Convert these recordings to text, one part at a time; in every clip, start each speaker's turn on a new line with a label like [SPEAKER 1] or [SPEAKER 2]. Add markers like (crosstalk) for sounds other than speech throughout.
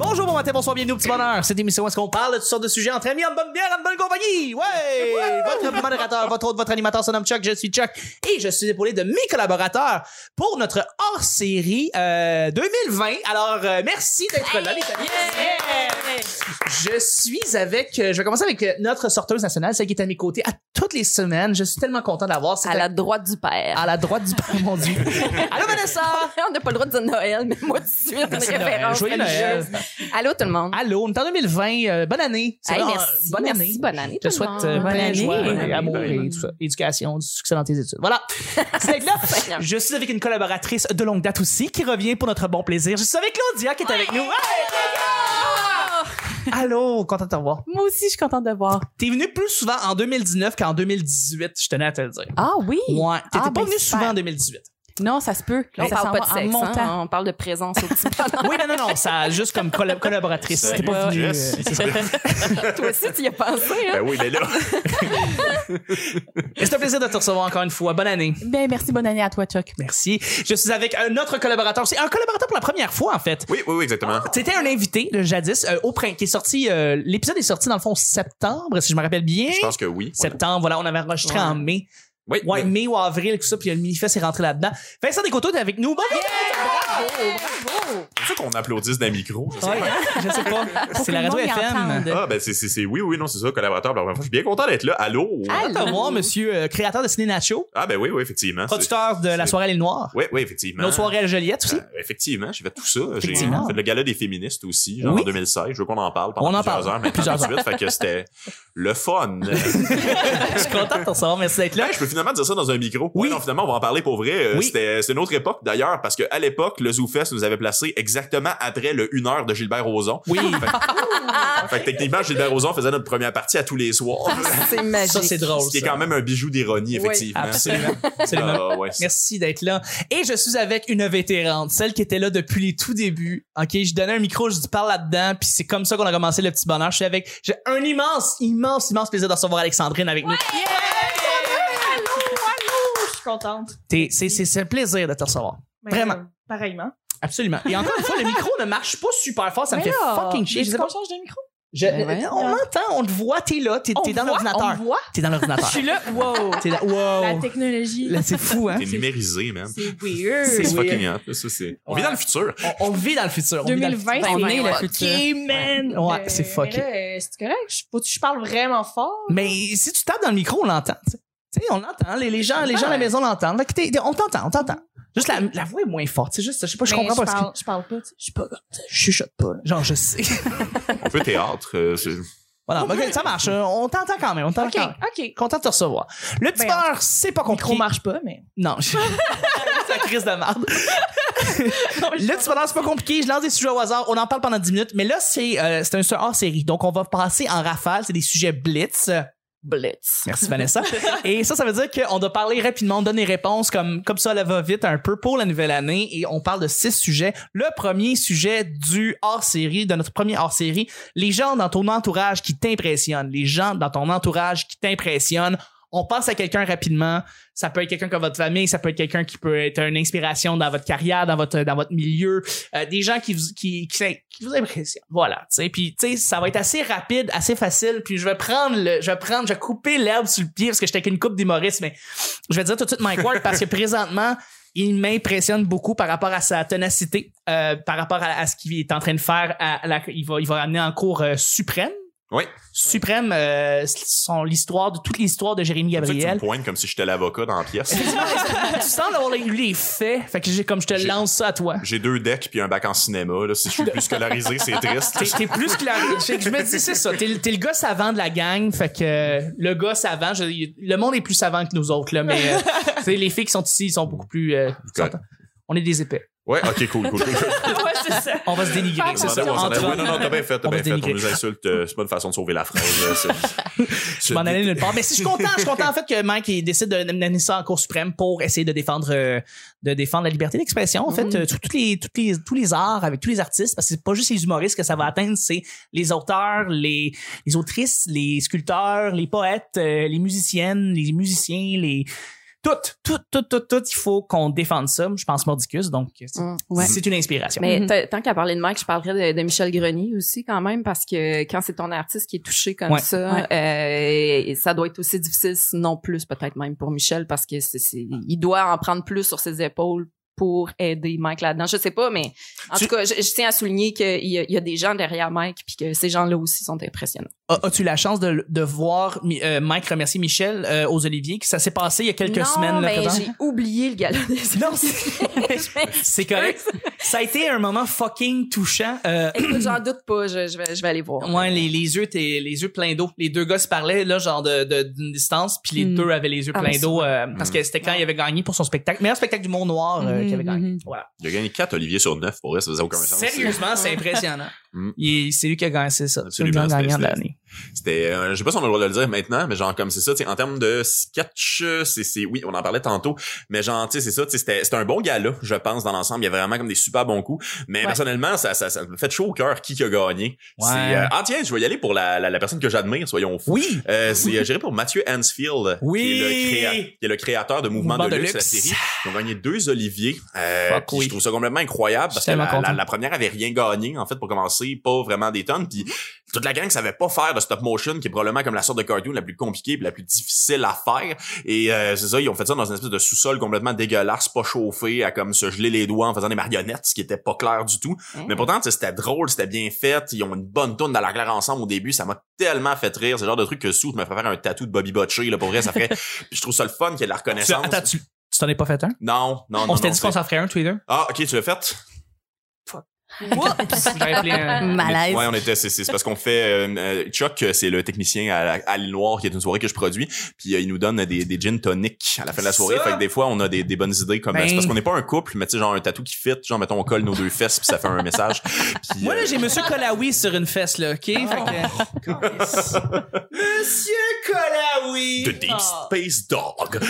[SPEAKER 1] bonsoir, bienvenue au petit bonheur. Cette émission où est-ce qu'on parle de toutes sortes de sujets entre amis, en bonne bière, en bonne compagnie. Ouais! votre modérateur, votre hôte, votre animateur se nomme Chuck, je suis Chuck et je suis épaulé de mes collaborateurs pour notre hors-série euh, 2020. Alors, euh, merci d'être là, les amis. Je suis avec, euh, je vais commencer avec euh, notre sorteuse nationale, celle qui est à mes côtés à toutes les semaines. Je suis tellement content d'avoir cette
[SPEAKER 2] À la droite du père.
[SPEAKER 1] à la droite du père, mon
[SPEAKER 2] (laughs)
[SPEAKER 1] Dieu. Allô, Vanessa!
[SPEAKER 2] On n'a pas le droit de dire Noël, mais moi, tout de suite, une
[SPEAKER 1] C'est Noël.
[SPEAKER 2] référence.
[SPEAKER 1] Joyeux Noël.
[SPEAKER 2] religieuse. Allô, tout le monde.
[SPEAKER 1] Allô, on est en 2020. euh, bonne année. C'est
[SPEAKER 2] Hey,
[SPEAKER 1] vraiment,
[SPEAKER 2] merci,
[SPEAKER 1] euh, bonne
[SPEAKER 2] merci,
[SPEAKER 1] année.
[SPEAKER 2] bonne année,
[SPEAKER 1] Je te
[SPEAKER 2] tout
[SPEAKER 1] souhaite
[SPEAKER 2] le
[SPEAKER 1] euh,
[SPEAKER 2] monde.
[SPEAKER 1] plein
[SPEAKER 2] Bonne
[SPEAKER 1] de joie,
[SPEAKER 2] année.
[SPEAKER 1] euh, amour
[SPEAKER 3] Bonne
[SPEAKER 1] et
[SPEAKER 3] année.
[SPEAKER 1] tout ça. Éducation, du succès dans tes études. Voilà. C'est là.
[SPEAKER 2] Seigneur.
[SPEAKER 1] Je suis avec une collaboratrice de longue date aussi qui revient pour notre bon plaisir. Je suis avec Claudia qui est avec nous.
[SPEAKER 2] Ah!
[SPEAKER 1] Hey, Claudia! Allô, content de te revoir.
[SPEAKER 4] Moi aussi, je suis contente de voir.
[SPEAKER 1] T'es venue plus souvent en 2019 qu'en 2018, je tenais à te le dire.
[SPEAKER 4] Ah oui?
[SPEAKER 1] Ouais, t'étais
[SPEAKER 4] Ah,
[SPEAKER 1] pas
[SPEAKER 4] ben,
[SPEAKER 1] venue
[SPEAKER 4] super.
[SPEAKER 1] souvent en 2018.
[SPEAKER 4] Non, ça se peut.
[SPEAKER 2] On
[SPEAKER 4] ça s'en
[SPEAKER 2] parle pas
[SPEAKER 4] va
[SPEAKER 2] de
[SPEAKER 4] en
[SPEAKER 2] sexe, hein,
[SPEAKER 4] montant.
[SPEAKER 2] on parle de présence au
[SPEAKER 1] (laughs)
[SPEAKER 2] petit bonheur.
[SPEAKER 1] Oui, non, non, non, ça juste comme colla- collaboratrice.
[SPEAKER 3] Salut,
[SPEAKER 1] T'es pas venue. euh,
[SPEAKER 3] Jess.
[SPEAKER 1] c'est ça.
[SPEAKER 2] Toi aussi, tu y as pensé, hein?
[SPEAKER 3] Ben oui,
[SPEAKER 1] (laughs)
[SPEAKER 3] mais là,
[SPEAKER 1] Mais C'est un plaisir de te recevoir encore une fois. Bonne année.
[SPEAKER 4] Ben, merci, bonne année à toi, Chuck.
[SPEAKER 1] Merci. Je suis avec un autre collaborateur. C'est un collaborateur pour la première fois, en fait.
[SPEAKER 3] oui, oui, oui, exactement.
[SPEAKER 1] C'était un invité, le jadis, euh, au print, qui est sorti, euh, l'épisode est sorti dans le fond septembre, si je me rappelle bien.
[SPEAKER 3] Je pense que oui.
[SPEAKER 1] Septembre, voilà, on avait enregistré
[SPEAKER 2] Ouais.
[SPEAKER 1] en mai.
[SPEAKER 3] Oui,
[SPEAKER 1] Ouais,
[SPEAKER 3] mais-
[SPEAKER 1] mai ou avril, tout ça, puis le manifeste est rentré là-dedans. Vincent Descoteaux, t'es avec nous. Bonne
[SPEAKER 3] c'est ça qu'on applaudisse d'un micro. je sais
[SPEAKER 1] Ouais,
[SPEAKER 3] pas.
[SPEAKER 1] je sais pas.
[SPEAKER 4] Pour
[SPEAKER 1] C'est
[SPEAKER 4] que
[SPEAKER 1] la
[SPEAKER 4] le
[SPEAKER 1] radio
[SPEAKER 4] monde y
[SPEAKER 1] FM.
[SPEAKER 4] entende.
[SPEAKER 3] Ah, ben c'est, c'est, c'est- oui, oui, non, c'est ça, collaborateur. bla, bla, bla. Je suis bien content d'être là. Allô?
[SPEAKER 2] Allô?
[SPEAKER 1] Content de voir, monsieur, euh, créateur de Ciné Nacho,
[SPEAKER 3] Ah, ben oui, oui, effectivement. c'est-
[SPEAKER 1] producteur de La
[SPEAKER 3] c'est- Ben.
[SPEAKER 1] Soirée à l'île Noire,
[SPEAKER 3] Oui, oui, effectivement.
[SPEAKER 1] Notre Soirée à la Joliette aussi.
[SPEAKER 3] Ah, effectivement, j'ai fait tout ça. J'ai
[SPEAKER 1] Effectivement.
[SPEAKER 3] fait le gala des féministes aussi, genre
[SPEAKER 1] Oui.
[SPEAKER 3] en 2016. Je veux qu'on en parle pendant
[SPEAKER 1] On en
[SPEAKER 3] plusieurs
[SPEAKER 1] parle.
[SPEAKER 3] heures, mais
[SPEAKER 1] Plusieurs
[SPEAKER 3] tout de suite, fait que c'était le fun.
[SPEAKER 1] (laughs) je suis content de te recevoir, merci d'être là.
[SPEAKER 3] Hey, je peux finalement dire ça dans un micro.
[SPEAKER 1] Oui.
[SPEAKER 3] Ouais, non, finalement, on va en parler pour vrai. Euh,
[SPEAKER 1] Oui.
[SPEAKER 3] C'était, c'est une autre époque d'ailleurs, parce que à l'époque, le ZooFest nous avait placé exactement après le 1 heure de Gilbert Rozon. (laughs)
[SPEAKER 1] Oui,
[SPEAKER 3] Fait que techniquement, Gilbert Rozon faisait notre première partie à tous les soirs.
[SPEAKER 2] C'est magique.
[SPEAKER 1] ça, (laughs) c'est drôle.
[SPEAKER 3] Ce qui est
[SPEAKER 1] ça.
[SPEAKER 3] quand même un bijou d'ironie,
[SPEAKER 2] Oui,
[SPEAKER 3] effectivement.
[SPEAKER 1] Absolument. absolument.
[SPEAKER 3] Ah, ouais, c'est-
[SPEAKER 1] Merci d'être là. Et je suis avec une vétérante, celle qui était là depuis les tout débuts. OK, je donnais un micro, je dis parle là-dedans, puis c'est comme ça qu'on a commencé le petit bonheur. Je suis avec j'ai un immense immense immense plaisir de recevoir Alexandrine avec nous.
[SPEAKER 5] Je suis contente.
[SPEAKER 1] T'es- c'est c'est c'est un plaisir de te recevoir.
[SPEAKER 5] Mais,
[SPEAKER 1] Vraiment.
[SPEAKER 5] euh, pareillement.
[SPEAKER 1] Absolument. Et encore une fois, le micro ne marche pas super fort, ça me fait
[SPEAKER 4] Mais là,
[SPEAKER 1] fucking chier. Je
[SPEAKER 5] Est-ce
[SPEAKER 1] sais pas-
[SPEAKER 5] qu'on change de micro?
[SPEAKER 1] je-
[SPEAKER 4] Mais ouais.
[SPEAKER 1] on l'entend, on te voit, t'es là, t'es
[SPEAKER 5] On
[SPEAKER 1] t'es dans
[SPEAKER 5] voit,
[SPEAKER 1] l'ordinateur.
[SPEAKER 5] On voit.
[SPEAKER 1] T'es dans l'ordinateur.
[SPEAKER 5] Je suis là. Wow.
[SPEAKER 1] T'es là.
[SPEAKER 5] La
[SPEAKER 1] Wow.
[SPEAKER 5] technologie.
[SPEAKER 1] Là, c'est fou hein.
[SPEAKER 3] T'es numérisé, man.
[SPEAKER 5] C'est weird.
[SPEAKER 1] C'est
[SPEAKER 3] C'est
[SPEAKER 1] weird.
[SPEAKER 3] fucking hot. Ça, c'est... On vit
[SPEAKER 1] Ouais.
[SPEAKER 3] dans le futur.
[SPEAKER 1] On, on vit dans le futur. on vit dans le
[SPEAKER 5] 2020,
[SPEAKER 2] on est le
[SPEAKER 5] c'est
[SPEAKER 2] futur.
[SPEAKER 5] fucking man.
[SPEAKER 1] Ouais,
[SPEAKER 5] Euh,
[SPEAKER 1] c'est fucké.
[SPEAKER 5] mais là, euh, C'est correct. Je, faut que je parle vraiment fort.
[SPEAKER 1] Mais si tu tapes dans le micro, on l'entend. Tu sais. Tu sais, on l'entend. Les, les gens, les gens à la maison l'entendent. Fait que t'es- t'es- on t'entend, on t'entend. Juste la, la voix est moins forte. C'est juste, ça. je sais pas, je
[SPEAKER 5] Mais
[SPEAKER 1] comprends pas. ce
[SPEAKER 5] parle, je parle pas. tu sais. Je suis pas comme ça. Je chuchote pas. là.
[SPEAKER 1] que- Genre, je sais. (laughs)
[SPEAKER 3] On peut théâtre. euh, c'est-
[SPEAKER 1] voilà, ok, ça
[SPEAKER 5] (laughs)
[SPEAKER 1] marche. Euh, On t'entend quand même. On t'entend
[SPEAKER 5] OK,
[SPEAKER 1] quand même.
[SPEAKER 5] OK.
[SPEAKER 1] Content de te recevoir. Le petit
[SPEAKER 5] Ben,
[SPEAKER 1] beurre, c'est pas
[SPEAKER 5] Le micro
[SPEAKER 1] compliqué.
[SPEAKER 5] marche pas, mais.
[SPEAKER 1] Non, je- (laughs) c'est la crise de merde. Le petit bonheur, c'est pas compliqué. Je lance des sujets au hasard. On en parle pendant 10 minutes. Mais là, c'est euh, c'est un c'est un hors-série. Donc, on va passer en rafale. C'est des sujets blitz.
[SPEAKER 2] Blitz.
[SPEAKER 1] Merci Vanessa. et ça, ça veut dire qu'on doit parler rapidement, on donne des réponses comme, comme ça, elle va vite un peu pour la nouvelle année et on parle de six sujets. Le premier sujet du hors-série, de notre premier hors-série, les gens dans ton entourage qui t'impressionnent, les gens dans ton entourage qui t'impressionnent. On pense à quelqu'un rapidement. Ça peut être quelqu'un comme votre famille, ça peut être quelqu'un qui peut être une inspiration dans votre carrière, dans votre dans votre milieu, Euh, des gens qui vous qui qui, qui vous impressionnent. Voilà, tu sais. Puis tu sais, ça va être assez rapide, assez facile. Puis je vais prendre le, je vais prendre, je vais couper l'herbe sur le pied parce que j'étais qu'une coupe d'humoristes, mais je vais dire tout de suite Mike Ward parce que présentement. Il m'impressionne beaucoup par rapport à sa ténacité, euh, par rapport à, à ce qu'il est en train de faire. À la, il va, il va amener en cours euh, suprême.
[SPEAKER 3] Oui.
[SPEAKER 1] Suprême, euh, son l'histoire de toute l'histoire de Jérémy
[SPEAKER 3] C'est pour ça que tu me
[SPEAKER 1] Gabriel.
[SPEAKER 3] pointes comme si j'étais l'avocat dans la pièce.
[SPEAKER 1] tu sens d'avoir eu les faits. Fait que j'ai comme je te
[SPEAKER 3] J'ai-
[SPEAKER 1] lance ça à toi.
[SPEAKER 3] J'ai deux decks puis un bac en cinéma. Là. Si je suis plus scolarisé, c'est
[SPEAKER 1] T'es,
[SPEAKER 3] triste.
[SPEAKER 1] t'es plus que la- Fait que Je me dis, c'est ça. T'es, le- t'es le gars savant de la gang. Fait que euh, le gars savant, je- le monde est plus savant que nous autres, là. Mais euh, tu sais, les filles qui sont ici, ils sont beaucoup plus. euh,
[SPEAKER 3] Correct.
[SPEAKER 1] on est des épais.
[SPEAKER 3] Ouais, ok, cool,
[SPEAKER 1] (laughs)
[SPEAKER 3] cool. cool.
[SPEAKER 5] (laughs) ouais, c'est ça.
[SPEAKER 1] On va se dénigrer.
[SPEAKER 5] Pardon.
[SPEAKER 1] C'est
[SPEAKER 3] On
[SPEAKER 1] ça.
[SPEAKER 3] s'en allait, on s'en allait.
[SPEAKER 1] Entre-
[SPEAKER 3] Ouais, non, non, t'as bien fait, t'as
[SPEAKER 1] On va
[SPEAKER 3] bien fait. On
[SPEAKER 1] dénigrer.
[SPEAKER 3] nous insulte. euh, C'est pas une façon de sauver la France. là, c'est-
[SPEAKER 1] (laughs) Je m'en allais nulle part. Mais si je suis content, je suis content en fait que Mike il décide de- d'amener ça en Cour suprême pour essayer de défendre, euh, de défendre la liberté d'expression. En fait,
[SPEAKER 2] Mm.
[SPEAKER 1] euh, tout- toutes les, toutes les, tous les arts avec tous les artistes, parce que c'est pas juste les humoristes que ça va atteindre, c'est les auteurs, les, les autrices, les sculpteurs, les poètes, euh, les musiciennes, les musiciens, les Tout, tout, tout, tout, tout, il faut qu'on défende ça. Je pense Mordicus, donc c'est
[SPEAKER 2] Mm.
[SPEAKER 4] Ouais.
[SPEAKER 1] c'est une inspiration.
[SPEAKER 2] Mais t- tant qu'à parler de Mike, je parlerais de, de Michel Grenier aussi quand même parce que quand c'est ton artiste qui est touché comme
[SPEAKER 1] Ouais.
[SPEAKER 2] ça, euh, ça doit être aussi difficile, sinon plus peut-être même pour Michel parce que c'est, c'est- il doit en prendre plus sur ses épaules pour aider Mike là-dedans. Je sais pas, mais en
[SPEAKER 1] Tu-
[SPEAKER 2] tout cas, je, je tiens à souligner qu'il y, a- il y a des gens derrière Mike puis que ces gens-là aussi sont impressionnants.
[SPEAKER 1] As- As-tu la chance de, de voir Mi- euh, Mike remercier Michel euh, aux Oliviers? que Ça s'est passé il y a quelques
[SPEAKER 2] non,
[SPEAKER 1] semaines. là,
[SPEAKER 2] mais
[SPEAKER 1] présent?
[SPEAKER 2] j'ai oublié le gala des
[SPEAKER 1] Non, c'est correct. Ça a été un moment fucking touchant. Euh,
[SPEAKER 2] Écoute, j'en doute pas, je, je vais, je vais aller voir.
[SPEAKER 1] ouais, les, les yeux, t'es, les yeux pleins d'eau. Les deux gars se parlaient là, genre de, de- d'une distance, puis les
[SPEAKER 4] Mm.
[SPEAKER 1] deux avaient les yeux
[SPEAKER 2] Ah,
[SPEAKER 1] pleins
[SPEAKER 2] mais
[SPEAKER 1] d'eau euh, parce que c'était quand il avait gagné pour son spectacle, meilleur spectacle du monde noir euh, qu'il avait
[SPEAKER 4] Mhm,
[SPEAKER 1] gagné.
[SPEAKER 4] mhm.
[SPEAKER 1] Voilà.
[SPEAKER 3] Il a gagné 4 Olivier sur 9, pour vrai, ça faisait aucun sens.
[SPEAKER 1] Sérieusement, c'est impressionnant.
[SPEAKER 3] (laughs) Mm.
[SPEAKER 1] Il- c'est lui qui a gagné, c'est ça. C'est le
[SPEAKER 3] Absolument,
[SPEAKER 1] grand
[SPEAKER 3] c'était-
[SPEAKER 1] gagnant de
[SPEAKER 3] c'était-
[SPEAKER 1] l'année.
[SPEAKER 3] C'était, euh, je sais pas si on a le droit de le dire maintenant, mais genre comme c'est ça, tu sais, en termes de sketch, euh, c'est, c'est, oui, on en parlait tantôt, mais genre, tu sais, c'est ça, tu sais, c'était, c'était un bon gala, je pense, dans l'ensemble. Il y a vraiment comme des super bons coups, mais
[SPEAKER 2] Ouais.
[SPEAKER 3] personnellement, ça, ça, ça me fait chaud au cœur qui qui a gagné.
[SPEAKER 1] Ouais.
[SPEAKER 3] C'est, euh, ah tiens, je vais y aller pour la, la, la personne que j'admire, soyons fous.
[SPEAKER 1] Oui.
[SPEAKER 3] Euh, c'est, euh, j'irai pour Mathieu Hansfield,
[SPEAKER 1] Oui.
[SPEAKER 3] qui, est le créa- qui est le créateur de Mouvement,
[SPEAKER 1] Mouvement
[SPEAKER 3] de,
[SPEAKER 1] de
[SPEAKER 3] luxe, la
[SPEAKER 1] Luxe.
[SPEAKER 3] série. Ils ont gagné deux Oliviers. Euh,
[SPEAKER 1] Fuck
[SPEAKER 3] puis
[SPEAKER 1] oui.
[SPEAKER 3] Je trouve ça complètement incroyable parce
[SPEAKER 1] Je
[SPEAKER 3] que
[SPEAKER 1] suis
[SPEAKER 3] la,
[SPEAKER 1] tellement
[SPEAKER 3] la-
[SPEAKER 1] content.
[SPEAKER 3] la première avait rien gagné, en fait, pour commencer, pas vraiment des tonnes. Puis toute la gang savait pas faire de stop motion, qui est probablement comme la sorte de cartoon la plus compliquée puis la plus difficile à faire. Et euh, c'est ça, ils ont fait ça dans une espèce de sous-sol complètement dégueulasse, pas chauffé, à comme se geler les doigts en faisant des marionnettes, ce qui était pas clair du tout.
[SPEAKER 1] Oh.
[SPEAKER 2] Hein?
[SPEAKER 3] Mais pourtant, tu sais, c'était drôle, c'était bien fait. Ils ont une bonne tourne dans la claire ensemble au début. Ça m'a tellement fait rire. C'est le genre de truc que Sout me ferait faire un tatou de Bobby Butcher. Là, pour vrai, ça
[SPEAKER 1] (laughs)
[SPEAKER 3] ferait. Puis je trouve ça le fun qu'il y ait de la
[SPEAKER 1] Tu,
[SPEAKER 3] reconnaissance.
[SPEAKER 1] attends, tu, tu t'en es pas fait un?
[SPEAKER 3] Non, non, non.
[SPEAKER 1] On s'était
[SPEAKER 3] non,
[SPEAKER 1] dit qu'on
[SPEAKER 3] c'est-
[SPEAKER 1] s'en ferait un, Twitter?
[SPEAKER 3] Ah, ok, tu l'as fait.
[SPEAKER 1] Oups! J'aurais appelé
[SPEAKER 4] (laughs)
[SPEAKER 3] (laughs)
[SPEAKER 1] un-
[SPEAKER 4] Malaise.
[SPEAKER 3] Ouais, on était, c'est, c'est c'est parce qu'on fait euh, euh, Chuck, euh, c'est le technicien à, la- à l'île Noire, qui est une soirée que je produis, puis euh, il nous donne des, des gin tonic à la fin de la soirée.
[SPEAKER 1] Ça!
[SPEAKER 3] Fait que des fois, on a des, des bonnes idées comme
[SPEAKER 1] Ben.
[SPEAKER 3] euh, c'est parce qu'on n'est pas un couple, mais tu sais genre un tatou qui fit, genre mettons on colle nos deux fesses puis ça fait un
[SPEAKER 1] (laughs)
[SPEAKER 3] message. Puis,
[SPEAKER 1] Moi,
[SPEAKER 3] euh,
[SPEAKER 1] là, j'ai Monsieur Colaoui sur une fesse, là, OK? Fait que- Monsieur Colaoui!
[SPEAKER 3] The Deep
[SPEAKER 1] Ah.
[SPEAKER 3] Space Dog.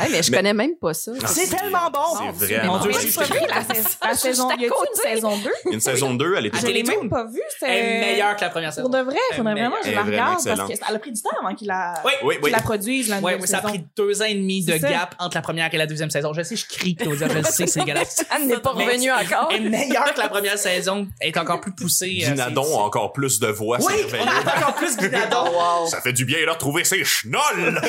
[SPEAKER 2] Hey, mais je
[SPEAKER 3] Mais-
[SPEAKER 2] connais même
[SPEAKER 1] (laughs)
[SPEAKER 2] pas ça.
[SPEAKER 1] C'est tellement bon!
[SPEAKER 3] Ah, C'est vraiment
[SPEAKER 1] Mon Dieu,
[SPEAKER 3] bon.
[SPEAKER 1] j'ai-
[SPEAKER 5] pas vu la, sais- la saison.
[SPEAKER 2] Juste à
[SPEAKER 5] Y a une
[SPEAKER 2] côté.
[SPEAKER 5] saison 2?
[SPEAKER 3] Il y a Une saison 2, elle était
[SPEAKER 1] Ah,
[SPEAKER 5] Je
[SPEAKER 1] t'es les
[SPEAKER 5] l'ai
[SPEAKER 1] mêmes?
[SPEAKER 5] même pas vue.
[SPEAKER 1] Elle est
[SPEAKER 5] C'est
[SPEAKER 1] meilleure que la première saison.
[SPEAKER 5] Euh, Pour de vrai,
[SPEAKER 1] Elle est
[SPEAKER 5] faudrait vraiment que
[SPEAKER 3] Elle
[SPEAKER 5] je
[SPEAKER 3] est
[SPEAKER 5] la
[SPEAKER 3] vraiment
[SPEAKER 5] regarde
[SPEAKER 3] excellente.
[SPEAKER 5] parce qu'elle a pris du temps avant qu'il la,
[SPEAKER 1] Oui,
[SPEAKER 3] Oui,
[SPEAKER 5] qu'il
[SPEAKER 3] oui.
[SPEAKER 5] la produise, la
[SPEAKER 1] Ouais,
[SPEAKER 5] nouvelle
[SPEAKER 1] ouais, ça a
[SPEAKER 5] saison.
[SPEAKER 1] pris deux ans et demi de
[SPEAKER 5] C'est ça.
[SPEAKER 1] gap entre la première et la deuxième saison. Je sais, je crie, Claudia,
[SPEAKER 5] (laughs)
[SPEAKER 1] je le sais, c'est dégueulasse.
[SPEAKER 2] Anne n'est pas
[SPEAKER 1] Mais-
[SPEAKER 2] revenue encore.
[SPEAKER 1] Elle est meilleure que la première saison, elle est encore plus poussée. euh,
[SPEAKER 3] Guinadon
[SPEAKER 1] c'est-
[SPEAKER 3] a encore plus de voix,
[SPEAKER 1] Oui, Oh.
[SPEAKER 3] c'est
[SPEAKER 1] on
[SPEAKER 3] merveilleux.
[SPEAKER 1] a encore plus
[SPEAKER 3] (laughs)
[SPEAKER 1] Guinadon.
[SPEAKER 3] Ça fait du bien de retrouver ses
[SPEAKER 1] (laughs)
[SPEAKER 3] chenolles.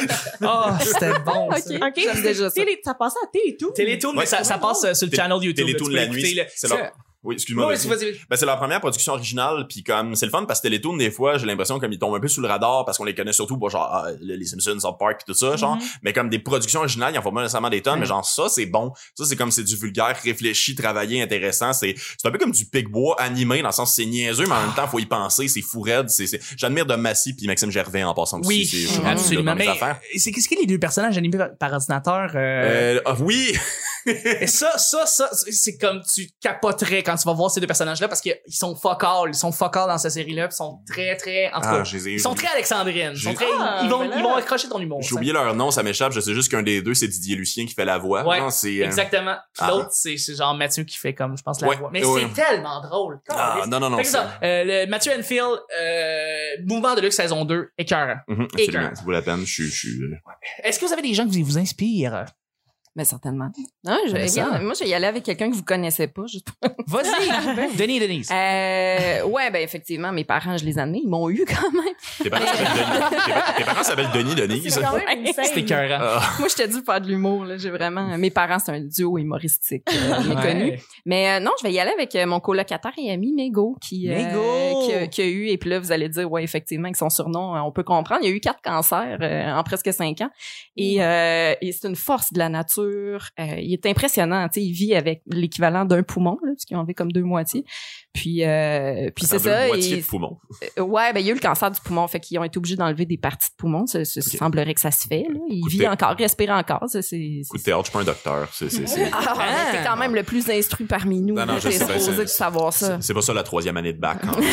[SPEAKER 1] Oh, c'était bon. ça.
[SPEAKER 2] Ok.
[SPEAKER 5] Ok,
[SPEAKER 2] J'aime déjà ça.
[SPEAKER 5] Télé- ça passait à télé et tout.
[SPEAKER 1] Télétoon, mais
[SPEAKER 3] Ouais,
[SPEAKER 1] ça, ça passe euh, sur le
[SPEAKER 3] Télé-
[SPEAKER 1] channel YouTube.
[SPEAKER 3] Télétoon
[SPEAKER 1] tu
[SPEAKER 3] la
[SPEAKER 1] peux
[SPEAKER 3] nuit,
[SPEAKER 1] l'écouter, là.
[SPEAKER 3] c'est
[SPEAKER 1] Ça-
[SPEAKER 3] leur- Oui, excuse-moi.
[SPEAKER 1] Oui,
[SPEAKER 3] vas-y.
[SPEAKER 1] vas-y.
[SPEAKER 3] Ben, c'est leur première production originale, puis comme c'est le fun parce que Télétoon, des fois, j'ai l'impression comme ils tombent un peu sous le radar parce qu'on les connaît surtout, bon, genre ah, le- les Simpsons, South Park, puis tout ça, genre.
[SPEAKER 1] Mhm.
[SPEAKER 3] Mais comme des productions originales, ils en font pas nécessairement des tonnes, mais genre ça, c'est bon. Ça, c'est comme c'est du vulgaire, réfléchi, travaillé, intéressant. C'est c'est un peu comme du pic bois animé dans le sens c'est niaiseux, mais en même temps, faut y penser, c'est fou raide. c'est- c'est- J'admire de Massy puis Maxime Gervais en passant
[SPEAKER 1] Oui,
[SPEAKER 3] aussi. c'est- je suis rendu là
[SPEAKER 1] absolument.
[SPEAKER 3] dans mes
[SPEAKER 1] Mais
[SPEAKER 3] affaires.
[SPEAKER 1] c'est qu'est-ce que les deux personnages animés par, par ordinateur? euh,
[SPEAKER 3] Euh, ah, oui,
[SPEAKER 1] (laughs) Et ça, ça, ça, c'est comme tu capoterais quand tu vas voir ces deux personnages-là parce qu'ils sont fuck all, ils sont fuck all dans cette série-là, puis ils sont très, très, en tout
[SPEAKER 3] Ah,
[SPEAKER 1] cas,
[SPEAKER 3] je les ai-
[SPEAKER 1] ils sont très alexandrines, ils sont
[SPEAKER 3] J'ai-
[SPEAKER 1] très,
[SPEAKER 5] Ah,
[SPEAKER 1] ils vont,
[SPEAKER 5] voilà.
[SPEAKER 1] ils vont accrocher ton humour.
[SPEAKER 3] J'ai
[SPEAKER 1] ça.
[SPEAKER 3] oublié leur nom, ça m'échappe. Je sais juste qu'un des deux, c'est Didier Lucien qui fait la voix.
[SPEAKER 1] Ouais,
[SPEAKER 3] Non, c'est, euh,
[SPEAKER 1] Exactement. Puis
[SPEAKER 3] Ah.
[SPEAKER 1] l'autre, c'est, c'est genre Mathieu qui fait comme, je pense, la
[SPEAKER 3] Ouais,
[SPEAKER 1] voix. Mais
[SPEAKER 3] ouais.
[SPEAKER 1] c'est tellement drôle.
[SPEAKER 3] Ah,
[SPEAKER 1] Caliste.
[SPEAKER 3] non, non, non.
[SPEAKER 1] Fait que c'est ça, euh, le Mathieu Enfield, euh, Mouvement de Luxe saison 2, écœurant.
[SPEAKER 3] Mhm,
[SPEAKER 1] Et
[SPEAKER 3] absolument.
[SPEAKER 1] que-
[SPEAKER 3] Ça vaut la peine. Je suis, je suis- euh,
[SPEAKER 1] Est-ce que vous avez des gens qui vous inspirent?
[SPEAKER 2] Mais certainement. Non, je,
[SPEAKER 1] Mais ça.
[SPEAKER 2] regarde, moi, je vais y aller avec quelqu'un que vous connaissez pas. juste pour-
[SPEAKER 5] (laughs) Ben
[SPEAKER 1] Vas-y, Denis et Denise.
[SPEAKER 5] Ah,
[SPEAKER 2] Euh, ouais, ben effectivement, mes parents, je les admets, ils m'ont eu quand même.
[SPEAKER 3] Tes parents s'appellent Denis. (laughs) Tes pa- Tes parents s'appellent Denis, Denise.
[SPEAKER 5] C'est quand même insane.
[SPEAKER 1] C'est écœurant.
[SPEAKER 3] (laughs) Ah,
[SPEAKER 2] moi, je t'ai dû faire de l'humour. là. J'ai vraiment. Mes parents, c'est un duo humoristique euh, méconnu.
[SPEAKER 1] Ouais.
[SPEAKER 2] Mais euh, non, je vais y aller avec euh, mon colocataire et ami Mégo qui, euh,
[SPEAKER 1] Mégo!
[SPEAKER 2] qui, a- qui a eu et puis là vous allez dire ouais effectivement avec son surnom euh, on peut comprendre, il y a eu quatre cancers euh, en presque cinq ans
[SPEAKER 3] Mm.
[SPEAKER 2] et, euh, et c'est une force de la nature. Euh, il est impressionnant, tu sais, il vit avec l'équivalent d'un poumon là, parce qu'il en avait comme deux moitiés. Puis euh, puis c'est
[SPEAKER 3] deux
[SPEAKER 2] ça
[SPEAKER 3] moitiés
[SPEAKER 2] et-
[SPEAKER 3] de poumon.
[SPEAKER 2] euh, ouais, ben il y a eu le cancer du poumon, fait qu'ils ont été obligés d'enlever des parties de poumon, ça, ça- ça
[SPEAKER 3] Ok.
[SPEAKER 2] semblerait que ça se fait là. il
[SPEAKER 3] Écoutez.
[SPEAKER 2] vit encore, il respire encore, ça, c'est
[SPEAKER 3] Coup de théâtre, je suis pas un docteur. C'est, c'est, c'est-
[SPEAKER 2] ah, mais t'es quand même le plus instruit parmi nous.
[SPEAKER 3] Non, non, je
[SPEAKER 2] T'es
[SPEAKER 3] sais, ben,
[SPEAKER 2] supposé
[SPEAKER 3] c'est-
[SPEAKER 2] de savoir ça.
[SPEAKER 3] c'est- c'est pas ça la troisième année de bac. en
[SPEAKER 2] (laughs)
[SPEAKER 3] plus.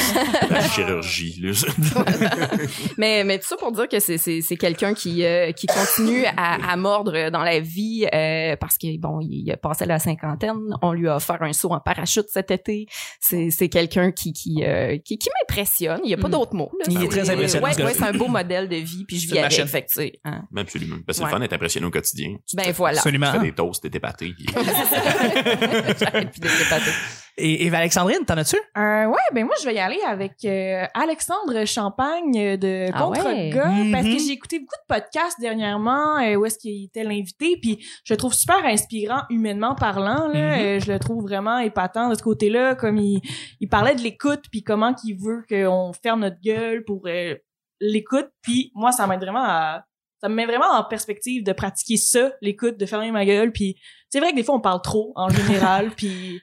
[SPEAKER 3] la chirurgie. là.
[SPEAKER 2] Mais, mais tout ça pour dire que c'est, c'est, c'est quelqu'un qui, euh, qui continue à, à mordre dans la vie, euh, euh, parce que bon, il a passé la cinquantaine. On lui a offert un saut en parachute cet été. C'est c'est quelqu'un qui qui, euh, qui qui m'impressionne. Il n'y a pas
[SPEAKER 1] Mm.
[SPEAKER 2] d'autres mots. là.
[SPEAKER 1] Il est
[SPEAKER 2] C'est-
[SPEAKER 1] très impressionnant, ce
[SPEAKER 2] Ouais,
[SPEAKER 1] gars-là.
[SPEAKER 2] ouais, c'est un beau modèle de vie. Puis je
[SPEAKER 1] C'est
[SPEAKER 2] vis
[SPEAKER 1] une
[SPEAKER 2] avec.
[SPEAKER 1] machine.
[SPEAKER 2] Fait que, tu sais, hein.
[SPEAKER 3] Ben, absolument. Parce que
[SPEAKER 2] Ouais.
[SPEAKER 3] le fun est impressionné au quotidien.
[SPEAKER 2] Ben voilà.
[SPEAKER 3] Tu
[SPEAKER 1] Absolument.
[SPEAKER 3] fais des toasts et des pâtés.
[SPEAKER 2] (laughs) J'arrête plus
[SPEAKER 1] (laughs)
[SPEAKER 2] de l'épater.
[SPEAKER 1] Et, et Alexandrine, t'en as-tu?
[SPEAKER 5] Euh, ouais, ben moi je vais y aller avec euh, Alexandre Champagne euh, de
[SPEAKER 2] Ah
[SPEAKER 5] Contre
[SPEAKER 2] ouais.
[SPEAKER 5] Gars parce
[SPEAKER 1] Mhm.
[SPEAKER 5] que j'ai écouté beaucoup de podcasts dernièrement euh, où est-ce qu'il était l'invité puis je le trouve super inspirant humainement parlant là,
[SPEAKER 1] Mhm.
[SPEAKER 5] Euh, je le trouve vraiment épatant de ce côté-là comme il il parlait de l'écoute puis comment qu'il veut qu'on ferme notre gueule pour euh, l'écoute puis moi ça m'aide vraiment à ça me met vraiment en perspective de pratiquer ça, l'écoute, de fermer ma gueule puis c'est vrai que des fois on parle trop en général puis